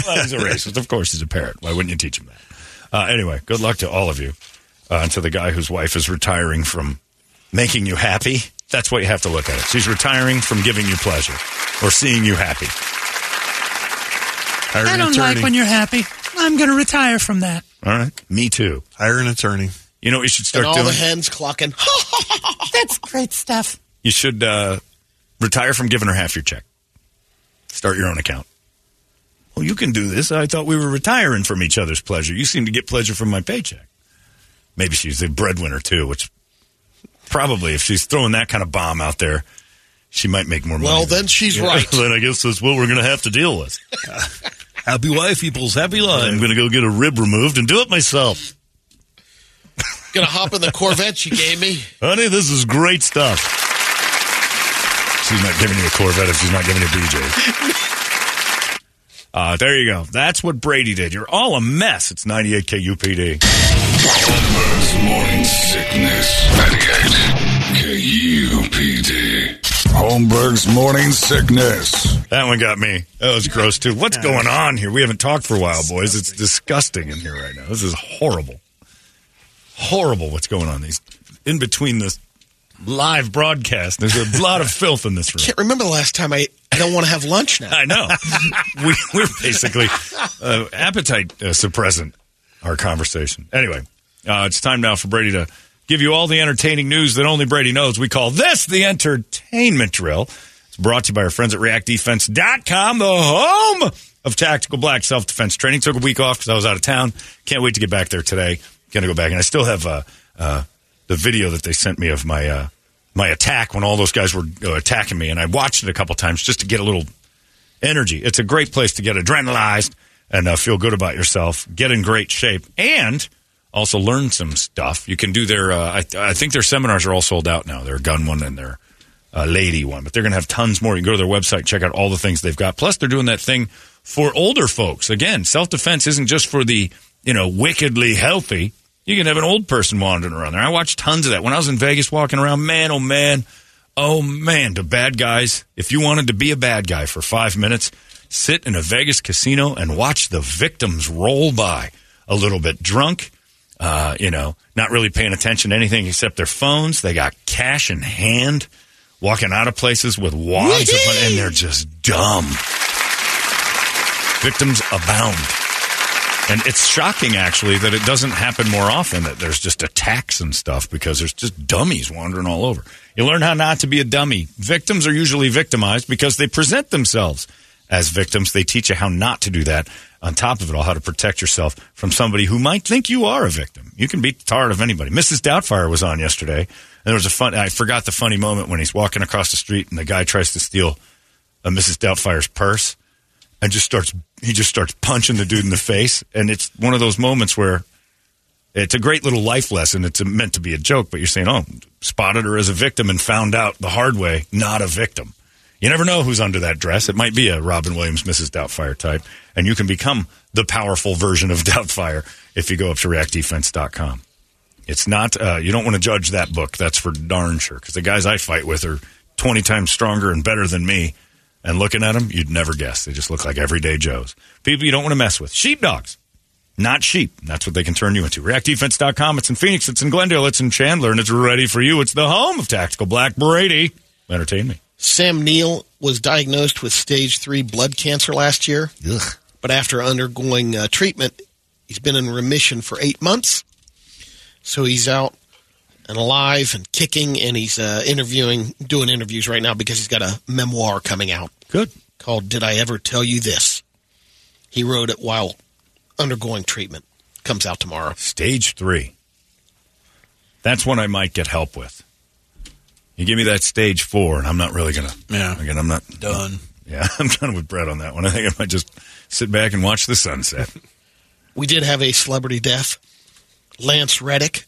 well, he's a racist. Of course, he's a parrot. Why wouldn't you teach him that? Uh, anyway, good luck to all of you, uh, and to the guy whose wife is retiring from making you happy. That's what you have to look at. It. She's retiring from giving you pleasure or seeing you happy. Hire an attorney. you're happy. I'm going to retire from that. All right, me too. Hire an attorney. You know what you should And start all doing? the hens clucking. That's great stuff. you should uh, retire from giving her half your check. Start your own account. Well, you can do this. I thought we were retiring from each other's pleasure. You seem to get pleasure from my paycheck. Maybe she's the breadwinner too, which probably if she's throwing that kind of bomb out there, she might make more money. Well, than- then she's Yeah, right. then I guess that's what we're going to have to deal with. happy wife equals happy life. I'm going to go get a rib removed and do it myself. Gonna hop in the Corvette she gave me. Honey, this is great stuff. She's not giving you a Corvette if she's not giving you BJ's. Uh, there you go. That's what Brady did. You're all a mess. It's 98 KUPD. Holmberg's morning sickness. 98 KUPD. Holmberg's morning sickness. That one got me. That was gross, too. What's going on here? We haven't talked for a while, boys. It's disgusting in here right now. This is horrible. Horrible what's going on. These in between this live broadcast, there's a lot of filth in this room. Can't remember the last time I. I don't want to have lunch now. I know. we, we're basically uh, appetite uh, suppressant, our conversation. Anyway, uh, it's time now for Brady to give you all the entertaining news that only Brady knows. We call this the entertainment drill. It's brought to you by our friends at reactdefense.com, the home of tactical black self defense training. Took a week off because I was out of town. Can't wait to get back there today. Gonna go back. And I still have uh, uh, the video that they sent me of my. Uh, my attack when all those guys were uh, attacking me, and I watched it a couple times just to get a little energy. It's a great place to get adrenalized and uh, feel good about yourself, get in great shape, and also learn some stuff. You can do their. Uh, I, I think their seminars are all sold out now. Their gun one and their uh, lady one, but they're going to have tons more. You can go to their website, check out all the things they've got. Plus, they're doing that thing for older folks. Again, self defense isn't just for the you know wickedly healthy. You can have an old person wandering around there. I watched tons of that when I was in Vegas walking around. Man, oh man, oh man, to bad guys. If you wanted to be a bad guy for five minutes, sit in a Vegas casino and watch the victims roll by a little bit drunk, uh, you know, not really paying attention to anything except their phones. They got cash in hand, walking out of places with wads of money, and they're just dumb. victims abound. And it's shocking, actually, that it doesn't happen more often that there's just attacks and stuff because there's just dummies wandering all over. You learn how not to be a dummy. Victims are usually victimized because they present themselves as victims. They teach you how not to do that. On top of it all, how to protect yourself from somebody who might think you are a victim. You can be tired of anybody. Mrs. Doubtfire was on yesterday, and there was a fun. I forgot the funny moment when he's walking across the street and the guy tries to steal uh, Mrs. Doubtfire's purse and just starts. He just starts punching the dude in the face, and it's one of those moments where. It's a great little life lesson. It's meant to be a joke, but you're saying, oh, spotted her as a victim and found out the hard way, not a victim. You never know who's under that dress. It might be a Robin Williams, Mrs. Doubtfire type, and you can become the powerful version of Doubtfire if you go up to reactdefense.com. It's not, uh, you don't want to judge that book. That's for darn sure. Because the guys I fight with are 20 times stronger and better than me. And looking at them, you'd never guess. They just look like everyday Joes. People you don't want to mess with. Sheepdogs, not sheep. That's what they can turn you into. ReactDefense.com. It's in Phoenix, it's in Glendale, it's in Chandler, and it's ready for you. It's the home of Tactical Black Brady. Entertain me. Sam Neill was diagnosed with stage three blood cancer last year, but after undergoing uh, treatment, he's been in remission for eight months. So he's out and alive and kicking, and he's uh, interviewing, doing interviews right now because he's got a memoir coming out. Good. Called Did I Ever Tell You This? He wrote it while undergoing treatment. Comes out tomorrow. Stage three. That's one I might get help with. You give me that stage four, and I'm not really gonna. Yeah. Again, I'm not Done. Yeah, I'm done with Brett on that one. I think I might just sit back and watch the sunset. We did have a celebrity death. Lance Reddick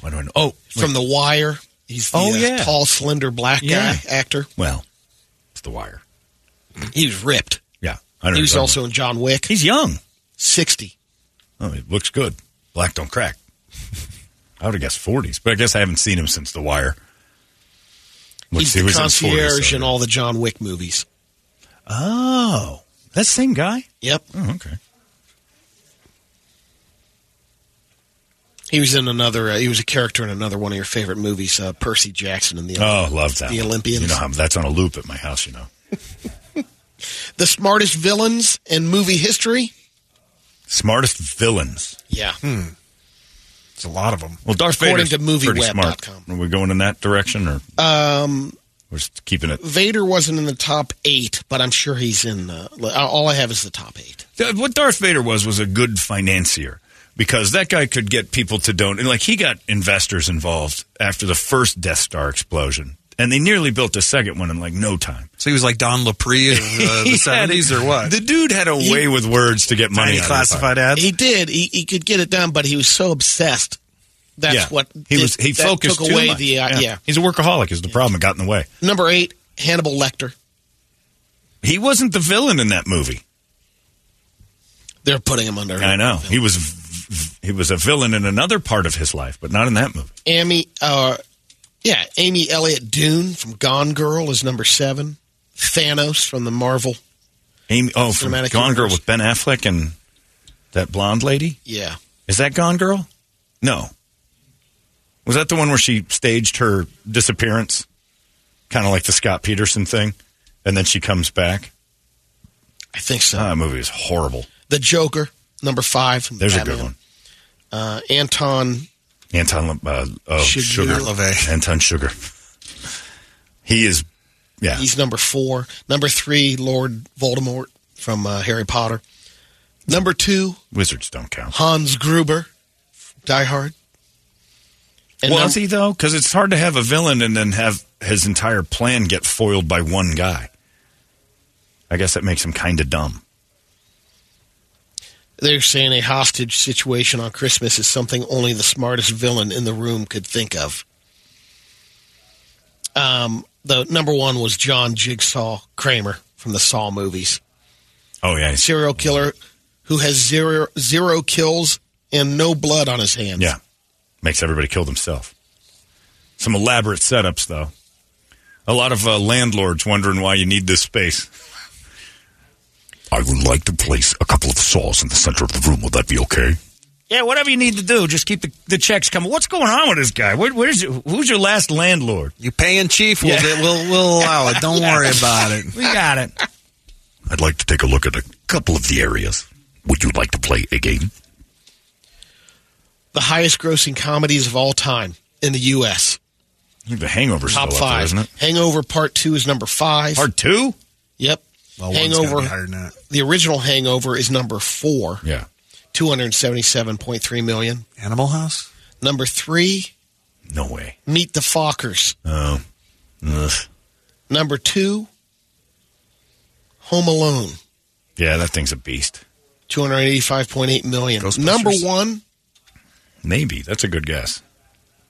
Why do I know? Oh, from The Wire. He's the Oh, uh, yeah. tall, slender, black Yeah. guy actor. well, it's The Wire. He was ripped. Yeah, He was exactly. also in John Wick. He's young. Sixty. Oh, it looks good. Black don't crack. I would have guessed 40s, but I guess I haven't seen him since The Wire. Which He's he the was in his 40s, concierge so- in all the John Wick movies. Oh, that same guy? Yep. Oh, okay. He was in another. Uh, he was a character in another one of your favorite movies, uh, Percy Jackson and the Oh, love that. the one. Olympians. You know, how- that's on a loop at my house, you know. Oh. the smartest villains in movie history. Smartest villains. Yeah, Hmm. It's a lot of them. Well, Darth According Vader's to pretty MovieWeb dot smart. Are we going in that direction, or Um, we're just keeping it? Vader wasn't in the top eight, but I'm sure he's in. The, all I have is the top eight. Th- Uh, What Darth Vader was was a good financier because that guy could get people to donate. Like he got investors involved after the first Death Star explosion, and they nearly built a second one in like no time. So he was like Don LaPree of uh, the He had- seventies, or what? The dude had a He- way with words to get money. Tiny out of classified ads. He did. He, he could get it done, but he was so obsessed. That's Yeah. what he did- was. He that focused took too away much. the uh, yeah. He's a workaholic. Is the problem? It got in the way. Number eight, Hannibal Lecter. He wasn't the villain in that movie. They're putting him under. I know he was. v- v- He was a villain in another part of his life, but not in that movie. Amy, uh, yeah, Amy Elliott Dune from Gone Girl is number seven. Thanos from the Marvel, Amy, oh, from Cinematic Gone Girl Universe. with Ben Affleck and that blonde lady. yeah, Is that Gone Girl? No. Was that the one where she staged her disappearance, kind of like the Scott Peterson thing, and then she comes back? I think so. Ah, that movie is horrible. the Joker, number five. from There's a Batman. good one. Uh, Anton Anton Le- uh, oh, Sugar, Sugar. Anton Sugar. He is, yeah. He's number four. Number three, Lord Voldemort from uh, Harry Potter. Number two, Wizards don't count. Hans Gruber, Die Hard. was num- he though? Because it's hard to have a villain and then have his entire plan get foiled by one guy. I guess that makes him kind of dumb. They're saying a hostage situation on Christmas is something only the smartest villain in the room could think of. Um, the number one was John Jigsaw Kramer from the Saw movies. Oh yeah, serial killer who has zero zero kills and no blood on his hands. Yeah, makes everybody kill themselves. Some elaborate setups though. A lot of uh, landlords wondering why you need this space. I would like to place a couple of saws in the center of the room. Will that be okay? Yeah, whatever you need to do, just keep the, the checks coming. What's going on with this guy? Where, where's your, who's your last landlord? You paying chief? We'll, we'll, we'll allow it. Don't worry about it. We got it. I'd like to take a look at a couple of the areas. Would you like to play a game? The highest grossing comedies of all time in the U.S. I think the Hangover's Top still up there, five. isn't it? Hangover Part Two is number five. Part two? Yep. Well, one's hangover. gotta be higher than that. The original Hangover is number four. Yeah. Two hundred seventy-seven point three million. Animal House? Number three, No way. Meet the Fockers. Oh. Ugh. Number two, Home Alone. Yeah, that thing's a beast. Two hundred eighty-five point eight million. Number one, Maybe. That's a good guess.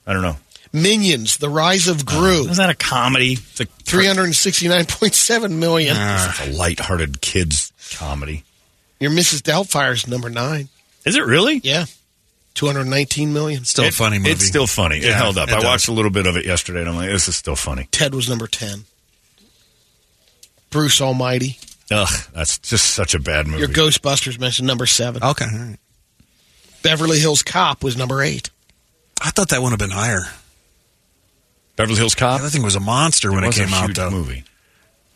I don't know. Minions: The Rise of Gru. Is that a comedy? It's a, Three hundred sixty-nine point seven million. it's Ah. a lighthearted kids comedy. Your Mrs. Doubtfire is number nine. Is it really? Yeah, two hundred nineteen million. Still a It- funny movie. It's still funny. it Yeah, held up. it I does. watched a little bit of it yesterday, and I'm like, this is still funny. Ted was number ten. Bruce Almighty. Ugh, that's just such a bad movie. Your Ghostbusters mentioned number seven. Okay. all right. Beverly Hills Cop was number eight. I thought that one would have been higher. Beverly Hills Cop. That thing was a monster when it, was a came out, huge though. movie.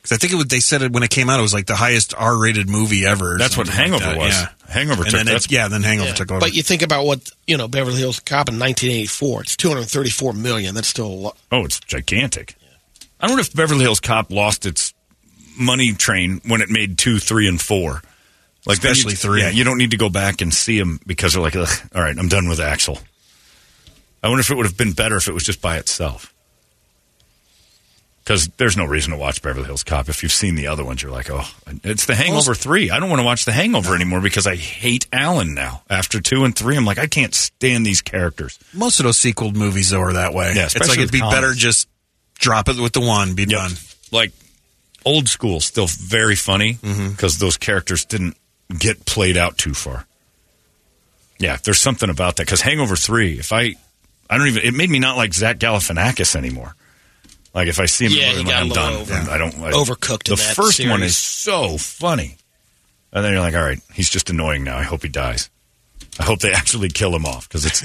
'Cause I think it was, they said it when it came out, it was like the highest R rated movie ever. or That's what something like Hangover that, was. Yeah. Hangover And took- then that's- it, yeah, then Hangover Yeah. took over. But you think about what you know, Beverly Hills Cop in 1984. It's 234 million. That's still a lot. Oh, it's gigantic. I wonder if Beverly Hills Cop lost its money train when it made two, three, and four. Like then Especially you, three. Yeah, you don't need to go back and see them because they're like, Ugh, all right, I'm done with Axel. I wonder if it would have been better if it was just by itself. Because there's no reason to watch Beverly Hills Cop. If you've seen the other ones, you're like, oh, it's The Hangover 3. I don't want to watch The Hangover anymore because I hate Alan now. After 2 and 3, I'm like, I can't stand these characters. Most of those sequel movies, though, are that way. Yeah, it's especially like it'd with be comedies. better just drop it with the one, be done. like old school still very funny Mm-hmm. because those characters didn't get played out too far yeah there's something about that because hangover 3 if i i don't even it made me not like zach galifianakis anymore like if i see him Yeah, in the he room, got like, a little i'm done over- I'm- i don't I, overcooked in the that first one series. is so funny and then you're like all right he's just annoying now i hope he dies i hope they actually kill him off because it's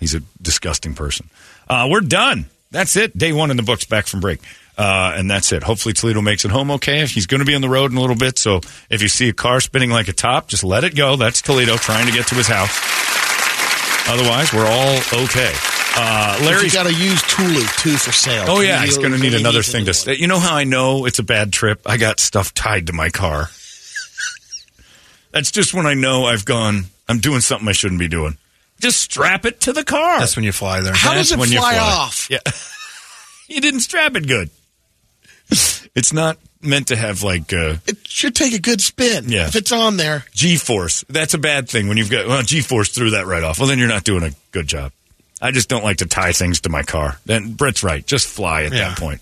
he's a disgusting person uh, we're done that's it day one in the books back from break uh, and that's it. Hopefully Toledo makes it home okay. He's going to be on the road in a little bit, so if you see a car spinning like a top, just let it go. That's Toledo trying to get to his house. Otherwise, we're all okay. Uh, Larry's Larry's got to use Thule too for sale. Oh yeah, he's going to need another thing to. stay. St- you know how I know it's a bad trip? I got stuff tied to my car. That's just when I know I've gone. I'm doing something I shouldn't be doing. Just strap it to the car. That's when you fly there. How does it That's when you fly fly. off? yeah, you didn't strap it good. It's not meant to have like uh, It should take a good spin. Yeah. If it's on there, G-force. That's a bad thing when you've got well, G-force threw that right off. Well, then you're not doing a good job. I just don't like to tie things to my car. Then Brett's right. Just fly at Yeah. that point,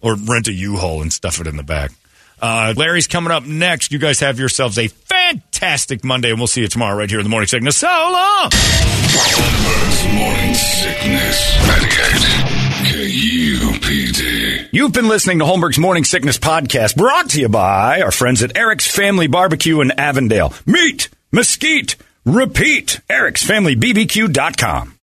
or rent a U-Haul and stuff it in the back. Uh, Larry's coming up next. You guys have yourselves a fantastic Monday, and we'll see you tomorrow right here in the morning sickness. So long. Holmberg's morning sickness. Medicaid. KUPD. You've been listening to Holmberg's Morning Sickness Podcast, brought to you by our friends at Eric's Family Barbecue in Avondale. Meet, mesquite, repeat. Eric'sFamilyBBQ.com.